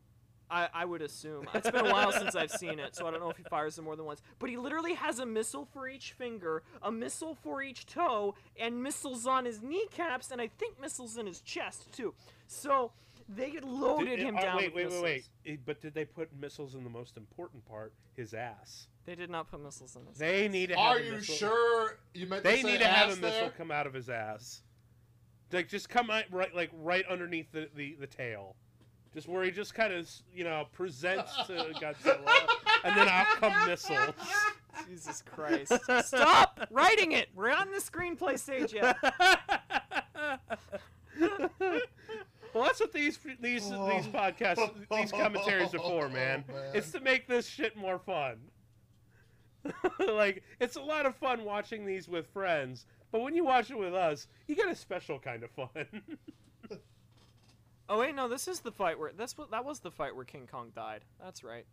Speaker 3: I, I would assume. It's been a while since I've seen it, so I don't know if he fires them more than once. But he literally has a missile for each finger, a missile for each toe, and missiles on his kneecaps, and I think missiles in his chest too. So they
Speaker 1: Did-
Speaker 3: loaded
Speaker 1: it-
Speaker 3: him
Speaker 1: uh,
Speaker 3: down
Speaker 1: Wait,
Speaker 3: with
Speaker 1: wait, wait,
Speaker 3: missiles.
Speaker 1: wait. It- But did they put missiles in the most important part, his ass?
Speaker 3: They did not put missiles in his.
Speaker 1: They need to. Have
Speaker 2: Are
Speaker 1: a
Speaker 2: you
Speaker 1: missile-
Speaker 2: sure you meant
Speaker 1: They
Speaker 2: to say
Speaker 1: need to have
Speaker 2: ass
Speaker 1: a missile
Speaker 2: there?
Speaker 1: come out of his ass. Like just come out right, like right underneath the the, the tail, just where he just kind of you know presents
Speaker 2: [LAUGHS]
Speaker 1: to Godzilla, and then out come missiles.
Speaker 3: Jesus Christ! Stop writing it. We're not in the screenplay stage yet.
Speaker 1: Well, that's what these these these podcasts, these commentaries are for, man.
Speaker 2: [LAUGHS] Oh, man.
Speaker 1: It's to make this shit more fun. [LAUGHS] like it's a lot of fun watching these with friends, but when you watch it with us, you get a special kind of fun. [LAUGHS]
Speaker 3: Oh wait, no, this is the fight where that's what that was the fight where King Kong died. That's right.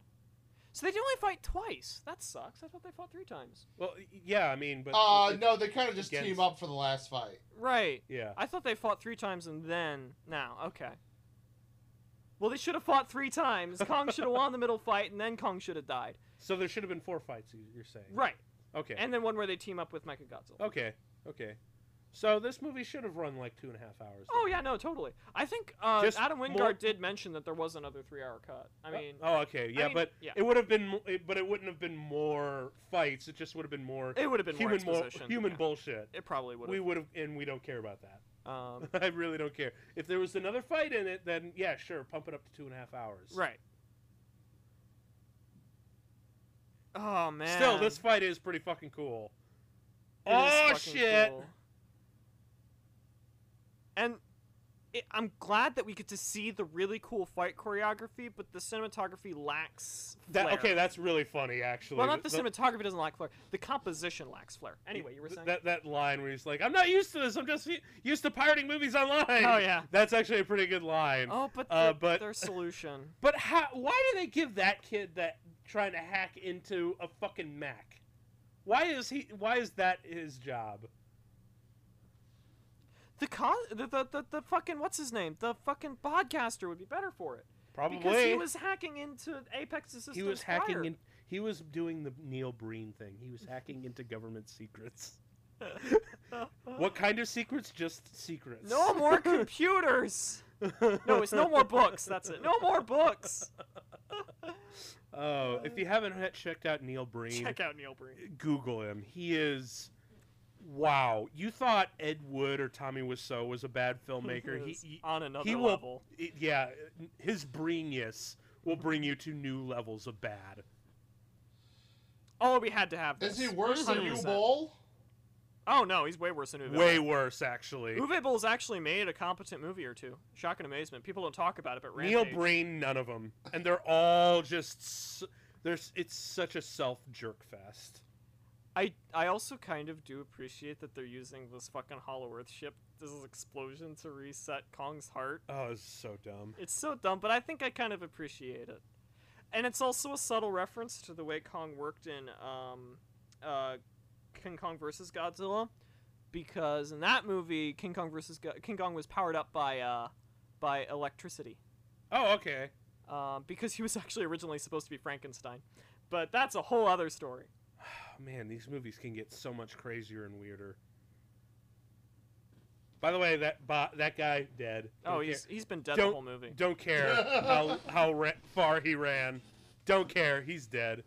Speaker 3: So they did only fight twice. That sucks. I thought they fought three times.
Speaker 1: well, yeah, I mean, but
Speaker 2: Uh,
Speaker 1: it-
Speaker 2: no, they kind of just
Speaker 1: against-
Speaker 2: team up for the last fight.
Speaker 3: Right.
Speaker 1: yeah,
Speaker 3: I thought they fought three times and then now. Okay. Well, they should have fought
Speaker 1: [LAUGHS]
Speaker 3: three times. Kong should have won the middle fight, and then Kong should have died.
Speaker 1: so there should have been four fights. you- You're saying,
Speaker 3: Right.
Speaker 1: Okay,
Speaker 3: And then one where they team up with Mechagodzilla. Godzilla.
Speaker 1: okay, okay. So this movie should have run like two and a half hours.
Speaker 3: Oh
Speaker 1: then.
Speaker 3: yeah, no, totally. I think uh,
Speaker 1: Just
Speaker 3: Adam Wingard
Speaker 1: more-
Speaker 3: did mention that there was another three-hour cut. I mean,
Speaker 1: oh, okay, yeah,
Speaker 3: mean,
Speaker 1: but
Speaker 3: yeah.
Speaker 1: it would have been, mo- it, but it wouldn't have been more fights. It just would have been more
Speaker 3: it would have been
Speaker 1: human,
Speaker 3: more
Speaker 1: mo-
Speaker 3: exposition.
Speaker 1: human
Speaker 3: yeah.
Speaker 1: bullshit.
Speaker 3: It probably would
Speaker 1: We
Speaker 3: have.
Speaker 1: would have, and we don't care about that. [LAUGHS]
Speaker 3: um,
Speaker 1: I really don't care. If there was another fight in it, then yeah, sure, pump it up to two and a half hours.
Speaker 3: right. Oh man.
Speaker 1: Still, this fight is pretty fucking cool.
Speaker 3: It is
Speaker 1: oh
Speaker 3: fucking
Speaker 1: shit!
Speaker 3: cool. And it, I'm glad that we get to see the really cool fight choreography, but the cinematography lacks. Flair.
Speaker 1: That, okay, that's really funny actually.
Speaker 3: Well, not the,
Speaker 1: Th- th-
Speaker 3: cinematography doesn't lack flair. The composition lacks flair. Anyway, you were
Speaker 1: th-
Speaker 3: saying.
Speaker 1: that that line where he's like, "I'm not used to this. I'm just u- used to pirating movies online."
Speaker 3: Oh, yeah.
Speaker 1: that's actually a pretty good line.
Speaker 3: Oh, but,
Speaker 1: Uh,
Speaker 3: the-
Speaker 1: but- [LAUGHS]
Speaker 3: their solution.
Speaker 1: But how? Why do they give that kid that trying to hack into a fucking Mac? Why is he? Why is that his job?
Speaker 3: The, con- the, the the the fucking what's his name? The fucking podcaster would be better for it
Speaker 1: Probably
Speaker 3: because he was hacking into Apex's system.
Speaker 1: he was hacking
Speaker 3: prior. [LAUGHS]
Speaker 1: in he was doing the neil breen thing he was hacking into government secrets what kind of secrets just secrets [LAUGHS]
Speaker 3: No more computers. No, it's no more books. That's it. No more books.
Speaker 1: oh if you haven't he- checked out neil breen
Speaker 3: [LAUGHS] Check out Neil Breen.
Speaker 1: google him he is wow you thought ed wood or tommy Wiseau was a bad filmmaker he,
Speaker 3: It's
Speaker 1: he-
Speaker 3: on another
Speaker 1: he will-
Speaker 3: level.
Speaker 1: it- yeah his breenness will bring you to new levels of bad
Speaker 3: Oh, we had to have this.
Speaker 2: Is he worse than you,
Speaker 3: 100%.
Speaker 2: Bull?
Speaker 3: Oh no, he's way worse than Uwe.
Speaker 1: way
Speaker 3: Boll.
Speaker 1: worse actually
Speaker 3: Uwe Boll's actually made a competent movie or two. Shock and amazement. People don't talk about it, but
Speaker 1: Neil
Speaker 3: Rampage.
Speaker 1: Breen, none of them, and they're all just s- there's. It's such a self jerk fest.
Speaker 3: I I also kind of do appreciate that they're using this fucking Hollow Earth ship, this explosion to reset Kong's heart.
Speaker 1: Oh, it's so dumb.
Speaker 3: It's so dumb, but I think I kind of appreciate it. And it's also a subtle reference to the way Kong worked in um, uh, King Kong versus Godzilla, because in that movie, King Kong versus Go- King Kong was powered up by uh, by electricity,
Speaker 1: Oh, okay.
Speaker 3: um, because he was [LAUGHS] actually originally supposed to be Frankenstein, but that's a whole other story.
Speaker 1: Oh, man, these movies can get so much crazier and weirder. By the way, that bo- that guy dead.
Speaker 3: Oh,
Speaker 1: Don't
Speaker 3: he's he's been dead the
Speaker 1: Don't-
Speaker 3: whole movie.
Speaker 1: care. don't care how how ra- far he ran. Don't care. He's dead.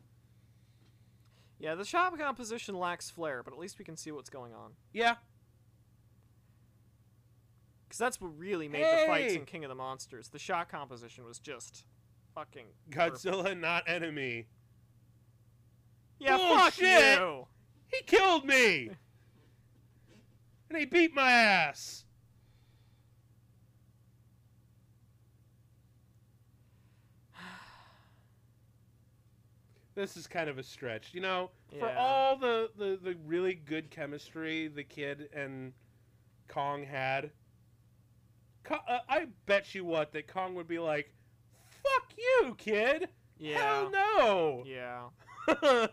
Speaker 3: Yeah, the shot composition lacks flair, but at least we can see what's going on.
Speaker 1: Yeah.
Speaker 3: Because that's what really made the fights in
Speaker 1: Hey!
Speaker 3: King of the Monsters. The shot composition was just fucking. perfect.
Speaker 1: Godzilla, not enemy.
Speaker 3: Yeah,
Speaker 1: Bullshit!
Speaker 3: fuck you.
Speaker 1: He killed me, and he beat my ass. [SIGHS] This is kind of a stretch, you know. For
Speaker 3: Yeah.
Speaker 1: all the, the the really good chemistry the kid and Kong had, Ko- uh, I bet you what that Kong would be like, "Fuck you, kid!
Speaker 3: Yeah.
Speaker 1: Hell no!"
Speaker 3: Yeah.
Speaker 1: [LAUGHS]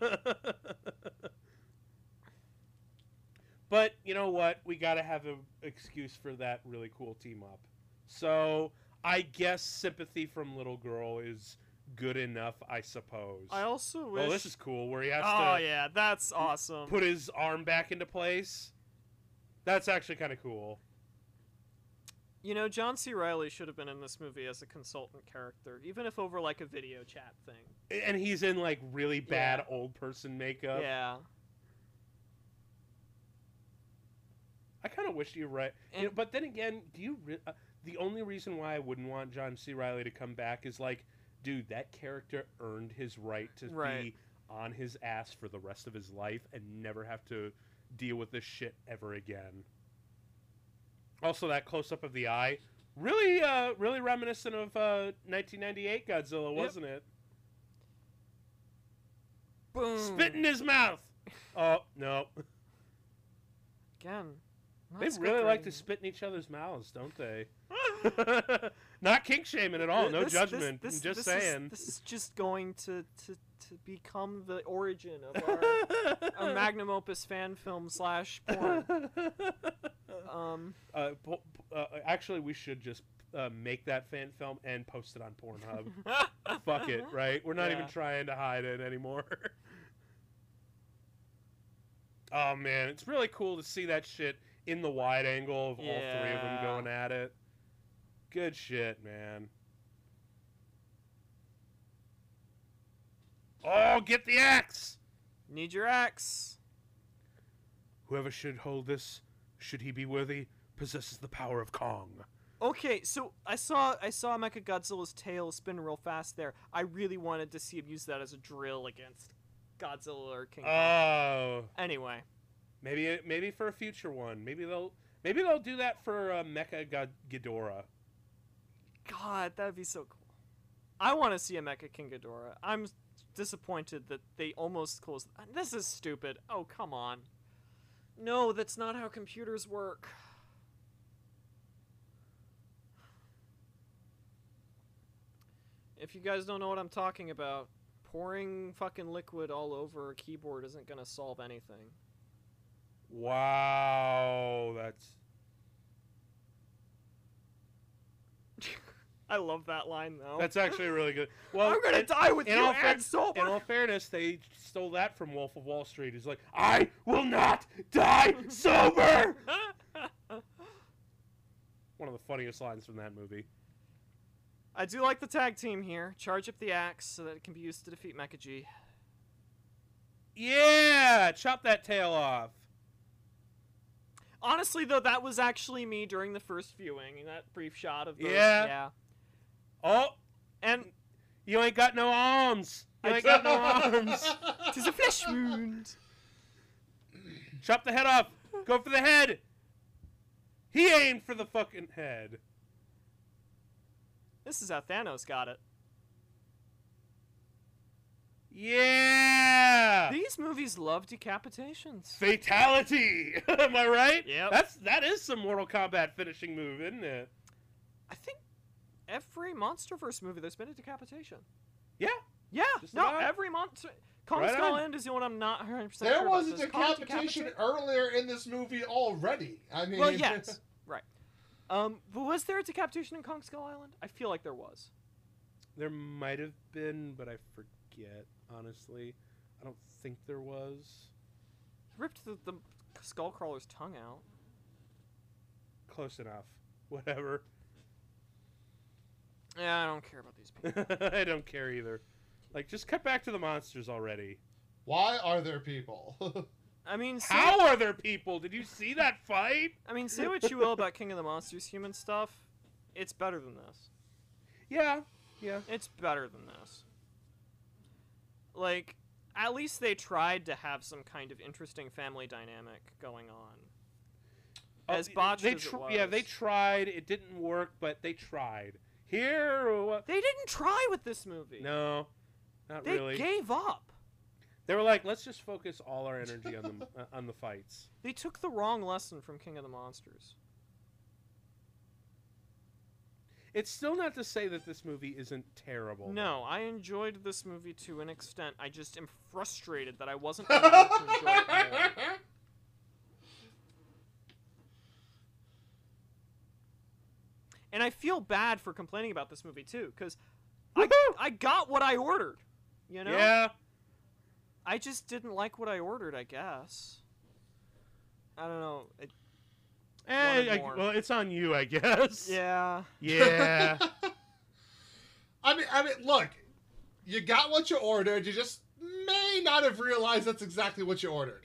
Speaker 1: but you know what? We got to have an excuse for that really cool team up. So I guess sympathy from little girl is good enough, I suppose.
Speaker 3: I also wish.
Speaker 1: well, Oh, this is cool where he has
Speaker 3: oh
Speaker 1: to
Speaker 3: yeah, that's awesome.
Speaker 1: put his arm back into place. That's actually kind of cool.
Speaker 3: You know, John C. Riley should have been in this movie as a consultant character, even if over like a video chat thing.
Speaker 1: And he's in like really bad old person makeup.
Speaker 3: yeah.
Speaker 1: I kind of wish you were right. You
Speaker 3: And-
Speaker 1: know, but then again, do you? Re- uh, the only reason why I wouldn't want John C. Riley to come back is like, dude, that character earned his right to
Speaker 3: Right.
Speaker 1: be on his ass for the rest of his life and never have to deal with this shit ever again. Also, that close up of the eye Really, uh, really reminiscent of uh, 1998 Godzilla, wasn't it?
Speaker 3: Boom.
Speaker 1: Spit in his mouth. Oh no,
Speaker 3: Again. not
Speaker 1: they
Speaker 3: script
Speaker 1: really like to
Speaker 3: writing.
Speaker 1: spit in each other's mouths, don't they? [LAUGHS] Not kink shaming at all. Oh, No
Speaker 3: This- this-
Speaker 1: judgment.
Speaker 3: this-
Speaker 1: I'm just
Speaker 3: this is-
Speaker 1: saying.
Speaker 3: this is just going to, to, to become the origin
Speaker 1: [LAUGHS]
Speaker 3: of our, our magnum opus fan film slash porn. Um,
Speaker 1: uh, po- po- uh, actually, we should just uh, make that fan film and post it on Pornhub. [LAUGHS] Fuck
Speaker 3: Uh-huh.
Speaker 1: it, right? We're not
Speaker 3: Yeah.
Speaker 1: even trying to hide it anymore. [LAUGHS] oh man, it's really cool to see that shit in the wide angle of all three of them
Speaker 3: Yeah.
Speaker 1: going at it. Good shit, man. Oh, get the axe!
Speaker 3: Need your axe.
Speaker 1: Whoever should hold this, should he be worthy, possesses the power of Kong.
Speaker 3: Okay, so I saw I saw Mecha Godzilla's tail spin real fast there. I really wanted to see him use that as a drill against Godzilla or King Kong.
Speaker 1: Oh,
Speaker 3: anyway,
Speaker 1: maybe maybe for a future one. Maybe they'll maybe they'll do that for uh, Mecha God- Ghidorah.
Speaker 3: God, that'd be so cool. I want to see a Mecha King Ghidorah. I'm disappointed that they almost closed. This is stupid. Oh come on. No, that's not how computers work. If you guys don't know what I'm talking about, pouring fucking liquid all over a keyboard isn't gonna solve anything. [LAUGHS]
Speaker 1: Wow, that's
Speaker 3: I love that line though.
Speaker 1: that's actually really good. Well,
Speaker 3: I'm gonna
Speaker 1: in,
Speaker 3: die with
Speaker 1: in
Speaker 3: you
Speaker 1: all
Speaker 3: and
Speaker 1: fair-
Speaker 3: sober.
Speaker 1: in
Speaker 3: [LAUGHS]
Speaker 1: all fairness, they stole that from Wolf of Wall Street. He's like, I will not die sober. One of the funniest lines from that movie.
Speaker 3: I do like the tag team here. Charge up the axe so that it can be used to defeat Mecha G.
Speaker 1: Yeah, chop that tail off.
Speaker 3: Honestly, though, that was actually me during the first viewing. That brief shot of the,
Speaker 1: Yeah.
Speaker 3: yeah,
Speaker 1: Oh,
Speaker 3: and
Speaker 1: you ain't got no arms. You ain't
Speaker 3: [LAUGHS]
Speaker 1: got no arms.
Speaker 2: [LAUGHS]
Speaker 3: tis a
Speaker 1: [LAUGHS]
Speaker 3: flesh wound.
Speaker 1: Chop the head off. Go for the head. He aimed for the fucking head.
Speaker 3: This is how Thanos got it.
Speaker 1: Yeah.
Speaker 3: These movies love decapitations.
Speaker 1: Fatality. [LAUGHS] Am I right?
Speaker 3: Yep.
Speaker 1: That's that is some Mortal Kombat finishing move, isn't it?
Speaker 3: I think every MonsterVerse movie there's been a decapitation.
Speaker 1: Yeah.
Speaker 3: Yeah,
Speaker 1: Just
Speaker 3: no,
Speaker 1: about.
Speaker 3: every monster. Kong
Speaker 1: Right
Speaker 3: Skull
Speaker 1: on.
Speaker 3: End is the one I'm not 100 percent
Speaker 2: There
Speaker 3: sure
Speaker 2: was a
Speaker 3: about. Does Kong
Speaker 2: decapitation
Speaker 3: decapitate?
Speaker 2: earlier in this movie already. I mean,
Speaker 1: [LAUGHS]
Speaker 3: Well, yes, right. Um, but was there a decapitation in Kong Skull Island? I feel like there was.
Speaker 1: There might have been, but I forget. Honestly, I don't think there was.
Speaker 3: ripped the, the skull crawler's tongue out.
Speaker 1: Close enough. [LAUGHS] Whatever.
Speaker 3: Yeah, I don't care about
Speaker 1: [LAUGHS]
Speaker 3: these people.
Speaker 1: I don't care either. Like, just cut back to the monsters already.
Speaker 2: [LAUGHS] Why are there people? [LAUGHS]
Speaker 3: I mean, say,
Speaker 1: How are there people? Did you see that fight?
Speaker 3: I mean, say what you will about King of the Monsters human stuff, it's better than this.
Speaker 1: Yeah. Yeah.
Speaker 3: It's better than this. Like, at least they tried to have some kind of interesting family dynamic going on.
Speaker 1: Oh,
Speaker 3: As
Speaker 1: they-
Speaker 3: botched
Speaker 1: they
Speaker 3: as it
Speaker 1: tr- yeah they
Speaker 3: was.
Speaker 1: tried it didn't work but they tried here uh,
Speaker 3: They didn't try with this movie.
Speaker 1: no not
Speaker 3: they
Speaker 1: really
Speaker 3: gave up.
Speaker 1: they were like let's just focus all our energy on the [LAUGHS] uh, on the fights
Speaker 3: They took the wrong lesson from King of the Monsters.
Speaker 1: it's still not to say that this movie isn't terrible
Speaker 3: No, I enjoyed this movie to an extent. I just am frustrated that
Speaker 1: [LAUGHS]
Speaker 3: I wasn't allowed to enjoy it more. And I feel bad for complaining about this movie too, because I, I got what I ordered. You know?
Speaker 1: yeah
Speaker 3: I just didn't like what I ordered, I guess. I don't know. It,
Speaker 1: Eh,
Speaker 3: Wanted
Speaker 1: I-
Speaker 3: more.
Speaker 1: well it's on you i guess
Speaker 3: yeah.
Speaker 1: [LAUGHS] yeah
Speaker 2: I mean, I mean, look, you got what you ordered. You just may not have realized that's exactly what you ordered.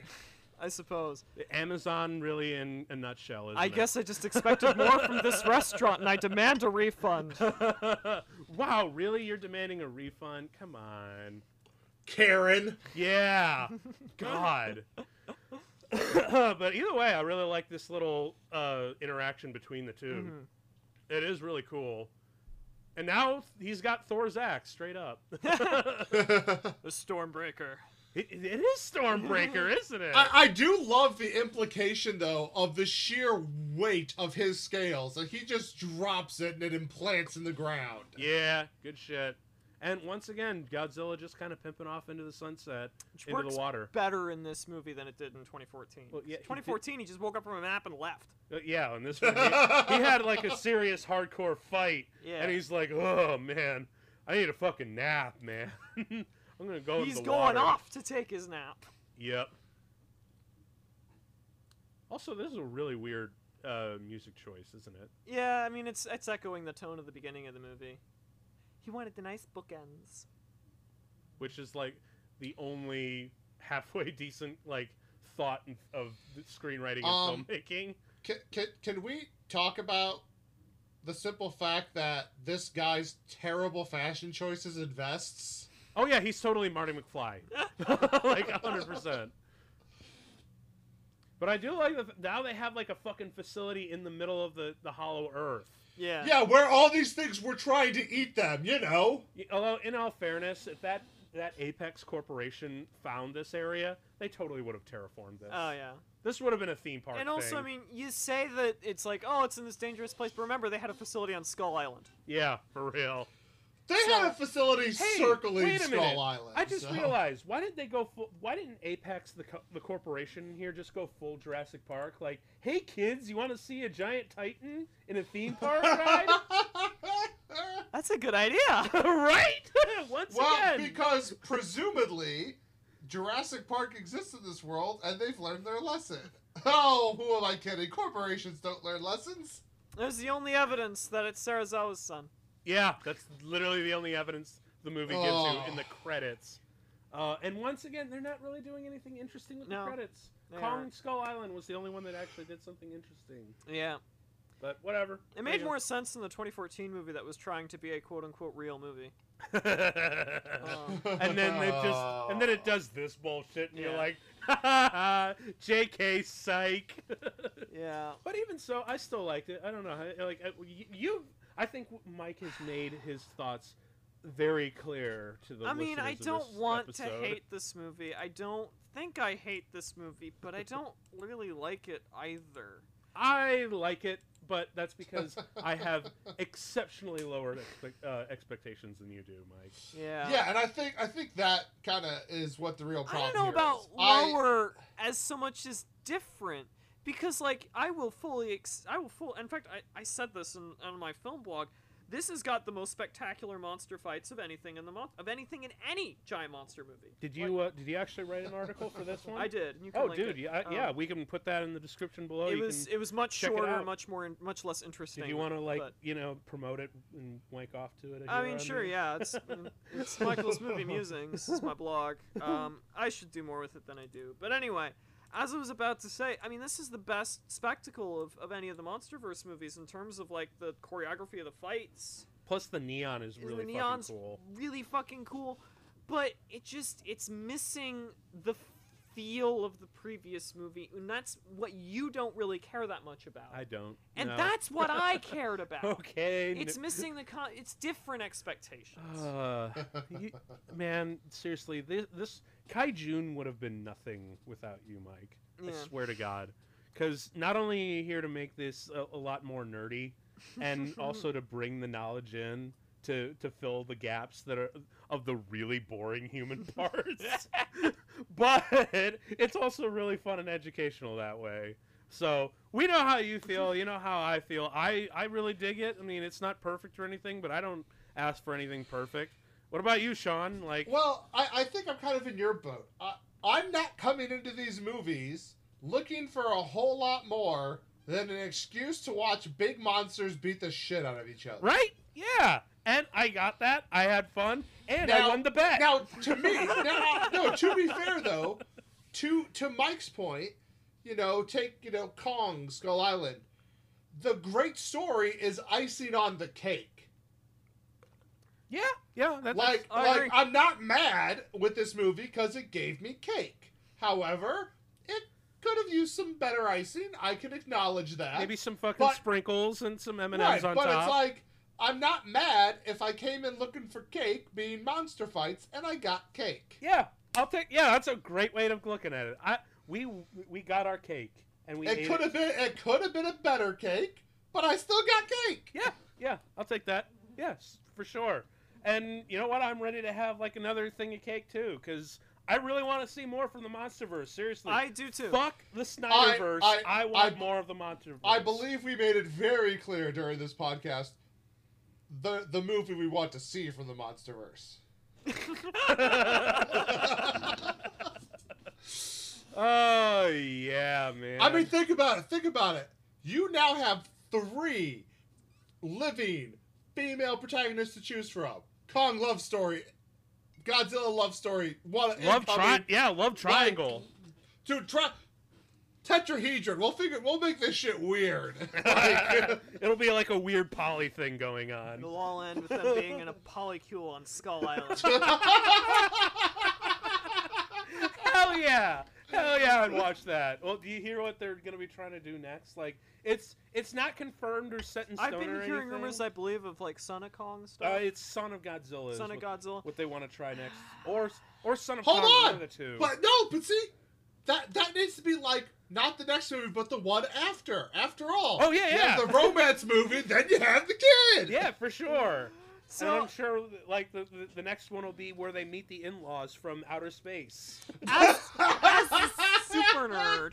Speaker 3: I suppose.
Speaker 1: amazon really in a nutshell isn't
Speaker 3: I
Speaker 1: it?
Speaker 3: guess I just expected more from this restaurant and I demand a refund.
Speaker 1: [LAUGHS] wow really you're demanding a refund come on
Speaker 2: Karen. [LAUGHS]
Speaker 3: [LAUGHS]
Speaker 1: Yeah. God. [LAUGHS] but either way, I really like this little uh, interaction between the 2
Speaker 3: Mhm.
Speaker 1: It is really cool. And now he's got Thor's axe straight up.
Speaker 3: Mm-hmm. [LAUGHS] The Stormbreaker.
Speaker 1: It, it is
Speaker 3: [LAUGHS]
Speaker 1: Stormbreaker, isn't it?
Speaker 2: I, I do love the implication though of the sheer weight of his scales that he just drops it and it implants in the ground.
Speaker 1: yeah, good shit. And once again, Godzilla just kind of pimping off into the sunset,
Speaker 3: Which
Speaker 1: into
Speaker 3: works
Speaker 1: the water.
Speaker 3: better in this movie than it did in 2014.
Speaker 1: Well, yeah, he did-
Speaker 3: 2014, he just woke up from a nap and left.
Speaker 1: Uh, yeah, on this one, he, he had like
Speaker 3: [LAUGHS]
Speaker 1: a serious hardcore fight,
Speaker 3: Yeah.
Speaker 1: and he's like, "Oh man, I need a fucking nap, man. [LAUGHS] I'm gonna go into
Speaker 3: He's
Speaker 1: the
Speaker 3: going
Speaker 1: water."
Speaker 3: off to take his nap.
Speaker 1: Yep. Also, this is a really weird uh, music choice, isn't it?
Speaker 3: Yeah, I mean it's it's echoing the tone of the beginning of the movie. He wanted the nice bookends.
Speaker 1: Which is like the only halfway [LAUGHS] decent like thought in- of screenwriting and
Speaker 2: Um,
Speaker 1: filmmaking.
Speaker 2: [LAUGHS] Can, can, can we talk about the simple fact that this guy's terrible fashion choices and vests?
Speaker 1: Oh yeah, he's totally Marty
Speaker 3: [LAUGHS]
Speaker 1: McFly, like hundred percent. But I do like that now they have like a fucking facility in the middle of the the Hollow Earth.
Speaker 3: Yeah.
Speaker 2: Yeah, where all these things were trying to eat them, you know?
Speaker 1: Y- Although, in all fairness, if that that Apex Corporation found this area, they totally would have terraformed this.
Speaker 3: Oh yeah.
Speaker 1: This would have been a theme park.
Speaker 3: And
Speaker 1: thing.
Speaker 3: also, I mean, you say that it's like, oh, it's in this dangerous place, but remember they had a facility on Skull Island.
Speaker 1: yeah, for real.
Speaker 2: They
Speaker 3: So-
Speaker 2: had a facility
Speaker 1: Hey,
Speaker 2: circling
Speaker 1: wait a
Speaker 2: Skull
Speaker 1: minute.
Speaker 2: Island.
Speaker 1: I just
Speaker 2: so- [LAUGHS]
Speaker 1: realized why didn't they go full? Why didn't Apex the co- the corporation here just go full Jurassic Park? Like, hey kids, you want to see a giant titan in a theme
Speaker 2: [LAUGHS]
Speaker 1: park ride? [LAUGHS]
Speaker 3: That's a good idea. [LAUGHS]
Speaker 1: right? [LAUGHS] Once
Speaker 2: well,
Speaker 1: again.
Speaker 2: because presumably Jurassic Park exists in this world and they've learned their lesson. [LAUGHS] Oh, who am I kidding? Corporations don't learn lessons.
Speaker 3: There's the only evidence that it's Sarazawa's son.
Speaker 1: yeah, that's literally the only evidence the movie gives
Speaker 2: Oh.
Speaker 1: you in the credits. Uh, and once again, they're not really doing anything interesting with
Speaker 3: No,
Speaker 1: the credits.
Speaker 3: they
Speaker 1: Kong
Speaker 3: aren't.
Speaker 1: Skull Island was the only one that actually did something interesting.
Speaker 3: Yeah.
Speaker 1: But whatever.
Speaker 3: It made more sense in the 2014 movie that was trying to be a quote unquote real movie.
Speaker 1: [LAUGHS]
Speaker 2: [LAUGHS]
Speaker 1: more.
Speaker 3: Oh.
Speaker 1: Um, and then they just and then it does this bullshit and you're
Speaker 3: Yeah.
Speaker 1: like "Ha, ha, [LAUGHS] ha, jk psych [LAUGHS]
Speaker 3: yeah.
Speaker 1: but even so i still liked it i don't know I- like I- y- you i think mike has made his thoughts very clear to the
Speaker 3: I mean, I
Speaker 1: listeners of
Speaker 3: don't
Speaker 1: this
Speaker 3: want
Speaker 1: episode.
Speaker 3: to hate this movie. I don't think I hate this movie, but
Speaker 1: [LAUGHS]
Speaker 3: I don't really like it either.
Speaker 1: i like it but that's because i
Speaker 3: [LAUGHS]
Speaker 1: have exceptionally lower expe- uh, expectations than you do mike
Speaker 3: Yeah.
Speaker 2: Yeah, and I think I think that kind of is what the real
Speaker 3: I
Speaker 2: problem.
Speaker 3: don't know
Speaker 2: here
Speaker 3: about
Speaker 2: is. I-
Speaker 3: lower as so much as different because like I will fully ex- I will full in fact I, I said this in, on my film blog this has got the most spectacular monster fights of anything in the mon- of anything in any giant monster movie.
Speaker 1: did you uh, did you actually write an article for this one
Speaker 3: I did. You can
Speaker 1: oh
Speaker 3: link
Speaker 1: dude
Speaker 3: it.
Speaker 1: yeah, I-
Speaker 3: Um,
Speaker 1: yeah we can put that in the description below
Speaker 3: It
Speaker 1: you
Speaker 3: was
Speaker 1: can
Speaker 3: it was much
Speaker 1: check it
Speaker 3: shorter,
Speaker 1: out.
Speaker 3: much more, in- much less interesting.
Speaker 1: Did you want to like
Speaker 3: but-
Speaker 1: you know promote it and wank off to it?
Speaker 3: I mean, sure, yeah.
Speaker 1: [LAUGHS]
Speaker 3: It's, mm, it's Michael's movie musings. This is my blog. Um, I should do more with it than I do. But anyway, as I was about to say, I mean, this is the best spectacle of, of any of the MonsterVerse movies in terms of like the choreography of the fights.
Speaker 1: Plus the neon is
Speaker 3: Is
Speaker 1: really
Speaker 3: the neon's
Speaker 1: fucking cool.
Speaker 3: really fucking cool, but it just it's missing the feel of the previous movie, and that's what you don't really care that much about.
Speaker 1: I don't.
Speaker 3: and
Speaker 1: no.
Speaker 3: that's what I cared
Speaker 1: [LAUGHS]
Speaker 3: about.
Speaker 1: okay. n-
Speaker 3: It's missing the con- it's
Speaker 1: [SIGHS]
Speaker 3: different expectations.
Speaker 1: Uh, [SIGHS]
Speaker 3: [LAUGHS]
Speaker 1: you, man, seriously, this, this Kaijun would have been nothing without you, Mike.
Speaker 3: Yeah.
Speaker 1: I swear to God, because not only are you here to make this a, a lot more nerdy,
Speaker 3: [LAUGHS]
Speaker 1: and also to bring the knowledge in to to fill the gaps that are of the really boring
Speaker 3: [LAUGHS]
Speaker 1: human parts. but [LAUGHS] it's also really fun and educational that way. So we know how you feel. You know how I feel. I I really dig it. I mean, it's not perfect or anything, but I don't ask for anything perfect. What about you, Sean? Like,
Speaker 2: [LAUGHS] Well, I, I think I'm kind of in your boat. I, I'm not coming into these movies looking for a whole lot more than an excuse to watch big monsters beat the shit out of each other.
Speaker 1: right? Yeah. And I got that. I had fun, and I
Speaker 2: Now-
Speaker 1: won the bet.
Speaker 2: Now, to me, now, no, to be fair though, to to Mike's point, you know, take you know Kong Skull Island. The great story is icing on the cake.
Speaker 1: yeah, yeah. That's
Speaker 2: like
Speaker 3: I
Speaker 2: like
Speaker 3: agree.
Speaker 2: I'm not mad with this movie because it gave me cake. However, it could could have used some better icing. I can acknowledge that.
Speaker 1: Maybe some fucking
Speaker 2: But-
Speaker 1: sprinkles and some M and
Speaker 2: right,
Speaker 1: M's on
Speaker 2: but
Speaker 1: top.
Speaker 2: it's like I'm not mad if I came in looking for cake, being monster fights, and I got cake.
Speaker 1: yeah, I'll take. Yeah, that's a great way of looking at it. I we we got our cake and we ate
Speaker 2: it could have been it could have been a better cake, but I still got cake.
Speaker 1: Yeah, yeah, I'll take that. Yes, for sure. And you know what? I'm ready to have like another thing of cake too, because I really want to see more from the MonsterVerse. Seriously,
Speaker 3: I do too.
Speaker 1: fuck the Snyderverse. I,
Speaker 2: I-
Speaker 1: want
Speaker 2: I-
Speaker 1: more of the MonsterVerse.
Speaker 2: I believe [LAUGHS] we made it very clear during this podcast the the movie we want to see from the
Speaker 1: [LAUGHS]
Speaker 2: MonsterVerse.
Speaker 1: [LAUGHS]
Speaker 2: [LAUGHS]
Speaker 1: oh yeah, man.
Speaker 2: I mean, think about it. Think about it. You now have three living female protagonists to choose from: Kong love story, Godzilla love story, one
Speaker 1: love
Speaker 2: incoming,
Speaker 1: tri- Yeah, love triangle.
Speaker 2: dude, tri- tetrahedron. We'll figure. We'll make this shit
Speaker 1: [LAUGHS]
Speaker 2: weird. Like, [LAUGHS]
Speaker 1: It'll be like a weird poly thing going on.
Speaker 3: It'll all end with them being in a polycule
Speaker 1: [LAUGHS]
Speaker 3: on Skull Island.
Speaker 1: Hell yeah! Hell yeah! I'd watch that. Well, do you hear what they're gonna be trying to do next? Like, it's it's not confirmed or set in stone.
Speaker 3: I've been
Speaker 1: or
Speaker 3: hearing
Speaker 1: anything.
Speaker 3: rumors, I believe, of like Son of Kong stuff.
Speaker 1: Uh, it's Son of Godzilla. is
Speaker 3: Son of
Speaker 1: what,
Speaker 3: Godzilla.
Speaker 1: What they want to try next, or or Son of
Speaker 2: Hold
Speaker 1: Kong. one
Speaker 2: on!
Speaker 1: of the two.
Speaker 2: But no, but see, that that needs to be like not the next movie, but the one after. After all,
Speaker 1: Oh, yeah,
Speaker 2: you have
Speaker 1: yeah.
Speaker 2: the romance movie, then you have the kid.
Speaker 1: yeah, for sure. and
Speaker 3: So
Speaker 1: I'm sure, like the, the the next one will be where they meet the in-laws from outer
Speaker 3: [LAUGHS]
Speaker 1: space.
Speaker 3: as,
Speaker 1: [LAUGHS]
Speaker 3: as a super nerd,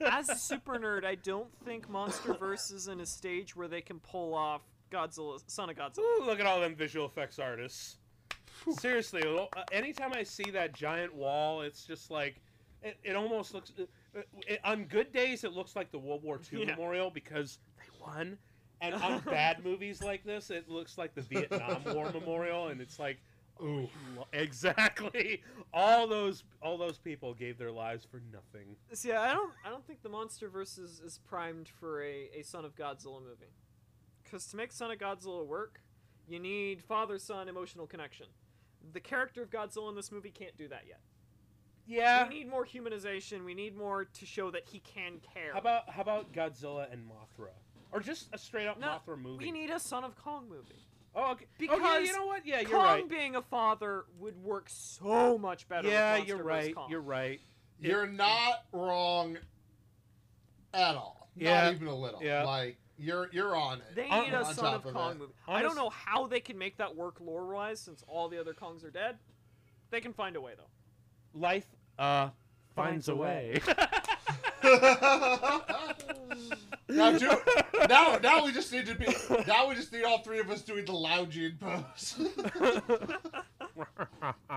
Speaker 3: as a super nerd, I don't think
Speaker 1: [LAUGHS]
Speaker 3: MonsterVerse is in a stage where they can pull off Godzilla, Son of Godzilla.
Speaker 1: Ooh, look at all them visual effects artists. Seriously, lo- uh, anytime I see that giant wall, it's just like it, it almost looks. uh, uh, it- on good days, it looks like the World War II
Speaker 3: Yeah.
Speaker 1: memorial because they won, and
Speaker 3: [LAUGHS]
Speaker 1: on bad movies like this, it looks like the Vietnam War memorial, and it's like
Speaker 2: Ooh.
Speaker 1: [LAUGHS] lo- exactly all those all those people gave their lives for nothing.
Speaker 3: See, I don't, I don't think the MonsterVerse is, is primed for a, a Son of Godzilla movie, because to make Son of Godzilla work, you need father-son emotional connection. The character of Godzilla in this movie can't do that yet.
Speaker 1: Yeah.
Speaker 3: We need more humanization. We need more to show that he can care.
Speaker 1: How about how about Godzilla and Mothra, or just a straight up
Speaker 3: No,
Speaker 1: Mothra movie?
Speaker 3: we need a Son of Kong movie.
Speaker 1: oh, okay. Oh, yeah,
Speaker 3: because
Speaker 1: you know what? Yeah, you're
Speaker 3: Kong
Speaker 1: right.
Speaker 3: being a father would work so much better.
Speaker 1: yeah,
Speaker 3: with
Speaker 1: you're
Speaker 3: MonsterVerse
Speaker 1: right.
Speaker 3: Kong.
Speaker 1: You're right.
Speaker 2: You're not wrong at all.
Speaker 1: Yeah.
Speaker 2: Not even a little.
Speaker 1: Yeah.
Speaker 2: Like you're you're on it.
Speaker 3: They
Speaker 1: On-
Speaker 3: need a
Speaker 2: on
Speaker 3: Son of
Speaker 2: top of
Speaker 3: Kong
Speaker 2: it.
Speaker 3: movie. I
Speaker 1: Honest-
Speaker 3: don't know how they can make that work lore wise since all the other Kongs are dead. They can find a way though.
Speaker 1: Life uh,
Speaker 3: Finds a way.
Speaker 2: [LAUGHS] now do now now we just need to be now we just need all three of us doing the lounging pose. [LAUGHS]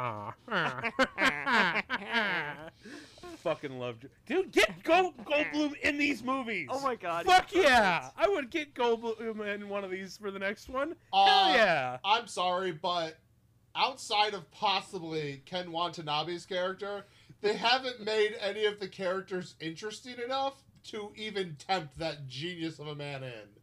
Speaker 1: Fucking love, Ju- dude. Get Gold Goldblum in these movies.
Speaker 3: Oh my god.
Speaker 1: Fuck
Speaker 3: he's
Speaker 1: yeah!
Speaker 3: perfect.
Speaker 1: I would get Goldblum in one of these for the next one.
Speaker 2: Uh,
Speaker 1: Hell yeah!
Speaker 2: I'm sorry, but outside of possibly Ken Watanabe's character, they haven't made any of the characters interesting enough to even tempt that genius of a man in.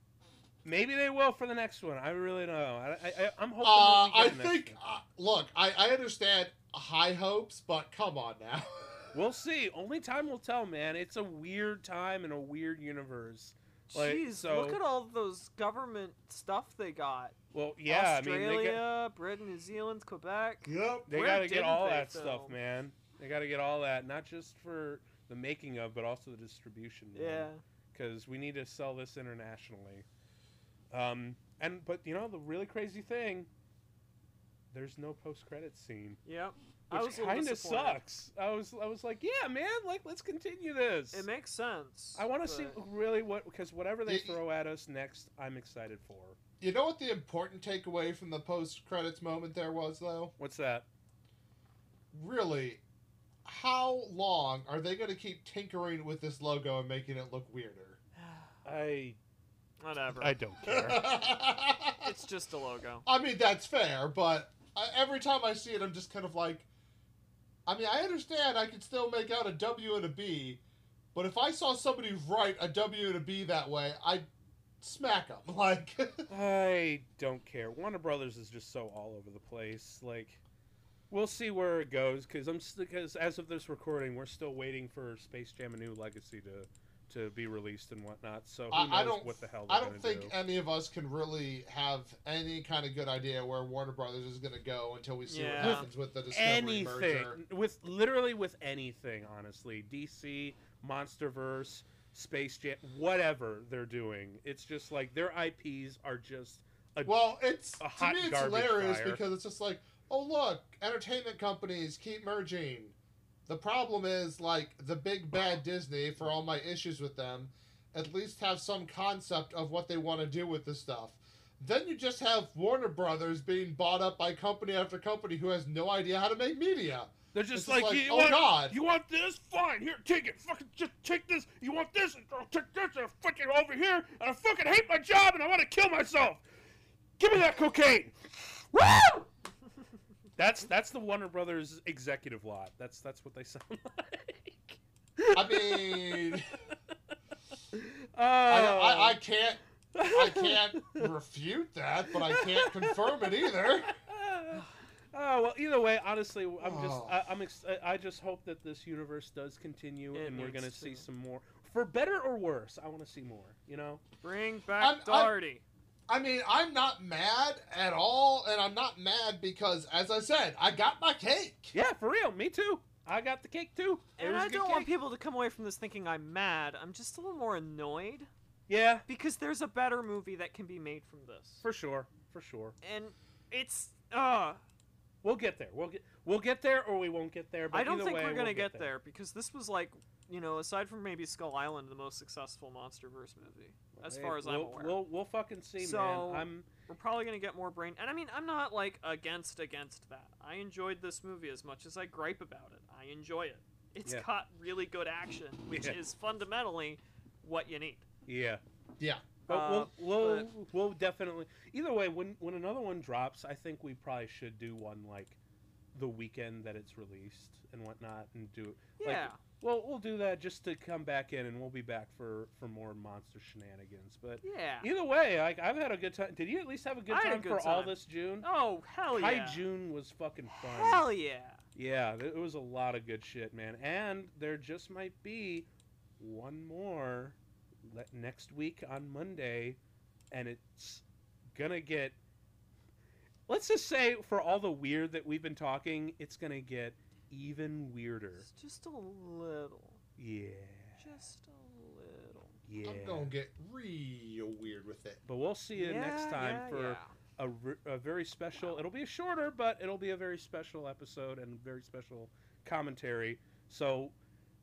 Speaker 1: Maybe they will for the next one. I really don't know. I, I, I'm hoping.
Speaker 2: Uh,
Speaker 1: that we
Speaker 2: I
Speaker 1: get a next
Speaker 2: think,
Speaker 1: one.
Speaker 2: uh, look, I, I understand high hopes, but come on now.
Speaker 1: [LAUGHS] We'll see. Only time will tell, man. It's a weird time in a weird universe. Like,
Speaker 3: Jeez,
Speaker 1: so-
Speaker 3: look at all those government stuff they got.
Speaker 1: Well, yeah,
Speaker 3: Australia,
Speaker 1: I mean, they got,
Speaker 3: Britain, New Zealand, Quebec.
Speaker 2: yep.
Speaker 1: they
Speaker 3: Where
Speaker 1: got to get
Speaker 3: didn't
Speaker 1: all
Speaker 3: they
Speaker 1: that stuff,
Speaker 3: film?
Speaker 1: man. They got to get all that, not just for the making of, but also the distribution.
Speaker 3: Yeah.
Speaker 1: because we need to sell this internationally. Um, and but you know the really crazy thing, there's no post credit scene,
Speaker 3: Yep. I
Speaker 1: which
Speaker 3: was a little
Speaker 1: kind of
Speaker 3: disappointed.
Speaker 1: sucks. I was I was like, yeah, man, like let's continue this.
Speaker 3: It makes sense.
Speaker 1: I want to see
Speaker 3: but-
Speaker 1: really what because whatever they
Speaker 2: Y-
Speaker 1: throw at us next, I'm excited for.
Speaker 2: You know what the important takeaway from the post credits moment there was, though?
Speaker 1: What's
Speaker 3: [SIGHS]
Speaker 1: that?
Speaker 2: Really, how long are they going to keep tinkering with this logo and making it look weirder?
Speaker 1: I
Speaker 3: Whatever.
Speaker 1: [LAUGHS] I don't
Speaker 2: [LAUGHS]
Speaker 1: care.
Speaker 2: I
Speaker 3: It's just a logo.
Speaker 2: mean, that's fair, but I, every time I see it, I'm just kind of like, I mean, I understand I could still make out a W and a B, but if I saw somebody write a W and a B that way, I'd smack them. [LAUGHS] Like,
Speaker 1: I don't care. Warner Brothers is just so all over the place. Like We'll see where it goes because I'm because as of this recording, we're still waiting for Space Jam: A New Legacy to to be released and whatnot. So who
Speaker 2: I-
Speaker 1: knows
Speaker 2: I don't-
Speaker 1: what the hell they're
Speaker 2: I don't
Speaker 1: gonna
Speaker 2: think
Speaker 1: do.
Speaker 2: any of us can really have any kind of good idea where Warner Brothers is going to go until we see what
Speaker 3: Yeah.
Speaker 1: With
Speaker 2: happens with the Discovery
Speaker 1: anything
Speaker 2: merger.
Speaker 1: with literally with anything honestly dc monsterverse space jam whatever they're doing it's just like their ips are just
Speaker 2: Well, it's
Speaker 1: A
Speaker 2: to
Speaker 1: hot
Speaker 2: me it's
Speaker 1: garbage
Speaker 2: hilarious
Speaker 1: fire.
Speaker 2: because it's just like, oh look, entertainment companies keep merging. The problem is like the big bad Disney for all my issues with them, at least have some concept of what they want to do with this stuff. Then you just have Warner Brothers being bought up by company after company who has no idea how to make media.
Speaker 1: they're
Speaker 2: It's
Speaker 1: just like, you,
Speaker 2: oh
Speaker 1: want,
Speaker 2: god,
Speaker 1: you want this fine here take it fucking just take this you want this I'll take this and fucking over here and i fucking hate my job and i want to kill myself give me that cocaine [LAUGHS] Woo! that's that's the warner brothers executive lot that's that's what they [LAUGHS] sound like
Speaker 2: I
Speaker 1: [LAUGHS]
Speaker 2: mean,
Speaker 1: Uh,
Speaker 2: I, I, I can't,
Speaker 1: [LAUGHS]
Speaker 2: I can't refute that, but I can't confirm it either.
Speaker 1: [SIGHS] oh well. Either way, honestly, I'm just
Speaker 2: Oh.
Speaker 1: I, I'm ex- I- I just hope that this universe does continue,
Speaker 3: It
Speaker 1: and we're gonna
Speaker 3: needs
Speaker 1: see
Speaker 3: to.
Speaker 1: some more, for better or worse. I want to see more. You know.
Speaker 3: Bring
Speaker 2: I'm-
Speaker 3: back
Speaker 2: I'm-
Speaker 3: Doherty.
Speaker 2: I mean, I'm not mad at all, and I'm not mad because, as I said, I got my cake.
Speaker 1: Yeah, for real. Me too. I got the cake too. It
Speaker 3: and
Speaker 1: was a
Speaker 3: I
Speaker 1: good
Speaker 3: don't want
Speaker 1: cake.
Speaker 3: people to come away from this thinking I'm mad. I'm just a little more annoyed
Speaker 1: Yeah,
Speaker 3: because there's a better movie that can be made from this.
Speaker 1: for sure. For sure.
Speaker 3: and it's uh
Speaker 1: We'll get there. We'll get we'll get there, or we won't get there. But
Speaker 3: I don't
Speaker 1: either
Speaker 3: think
Speaker 1: way,
Speaker 3: we're gonna
Speaker 1: we'll
Speaker 3: get, there. because this was like you know aside from maybe Skull Island the most successful MonsterVerse movie as
Speaker 1: Hey,
Speaker 3: far as I'm
Speaker 1: we'll-
Speaker 3: aware.
Speaker 1: We'll we'll fucking see,
Speaker 3: So-
Speaker 1: man. I'm
Speaker 3: We're probably gonna get more brain and I mean I'm not like against against that. I enjoyed this movie as much as I gripe about it. I enjoy it. It's
Speaker 1: Yeah.
Speaker 3: got really good action,
Speaker 1: [LAUGHS]
Speaker 3: which
Speaker 1: Yeah.
Speaker 3: is fundamentally what you need.
Speaker 1: yeah.
Speaker 2: Yeah.
Speaker 1: But
Speaker 3: Uh,
Speaker 1: we'll we'll, we'll definitely either way when when another one drops, I think we probably should do one like the weekend that it's released and whatnot, and do Like,
Speaker 3: Yeah.
Speaker 1: well. We'll do that just to come back in, and we'll be back for for more monster shenanigans. But
Speaker 3: yeah.
Speaker 1: either way, like I've had a good time. Did you at least have a good
Speaker 3: I had a
Speaker 1: time
Speaker 3: good
Speaker 1: for all
Speaker 3: time.
Speaker 1: this June?
Speaker 3: Oh hell
Speaker 1: Hi
Speaker 3: yeah.
Speaker 1: June was fucking fun.
Speaker 3: Hell yeah.
Speaker 1: Yeah, th- it was a lot of good shit, man. And there just might be one more le- next week on Monday, and it's gonna get. Let's just say, for all the weird that we've been talking, it's gonna get even weirder.
Speaker 3: It's just a little.
Speaker 1: Yeah,
Speaker 3: Just a little.
Speaker 1: yeah.
Speaker 2: I'm going to get real weird with it.
Speaker 1: But we'll see you next
Speaker 3: Yeah,
Speaker 1: time
Speaker 3: yeah,
Speaker 1: for
Speaker 3: yeah.
Speaker 1: a, re- a very special. It'll be a shorter, but it'll be a very special episode and very special commentary. So,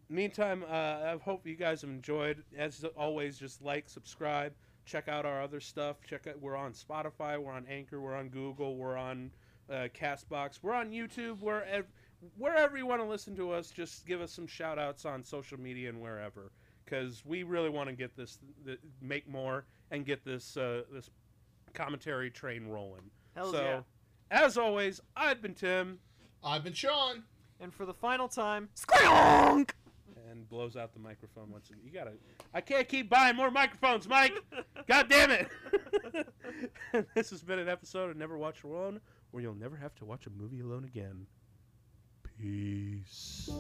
Speaker 1: meantime, uh, I hope you guys have enjoyed. As always, just like, subscribe, check out our other stuff. Check out we're on Spotify, we're on Anchor, we're on Google, we're on uh, Castbox, we're on YouTube. We're ev- wherever you want to listen to us. Just give us some shout outs on social media and wherever. Because we really want to get this, th- make more, and get this uh, this commentary train rolling.
Speaker 3: Hell
Speaker 1: so,
Speaker 3: yeah.
Speaker 1: as always, I've been Tim,
Speaker 2: I've been Sean.
Speaker 3: And for the final time, squonk!
Speaker 1: and blows out the microphone once again. You gotta, I can't keep buying more microphones, Mike. God damn it! [LAUGHS] this has been an episode of Never Watch Alone, where you'll never have to watch a movie alone again. Peace.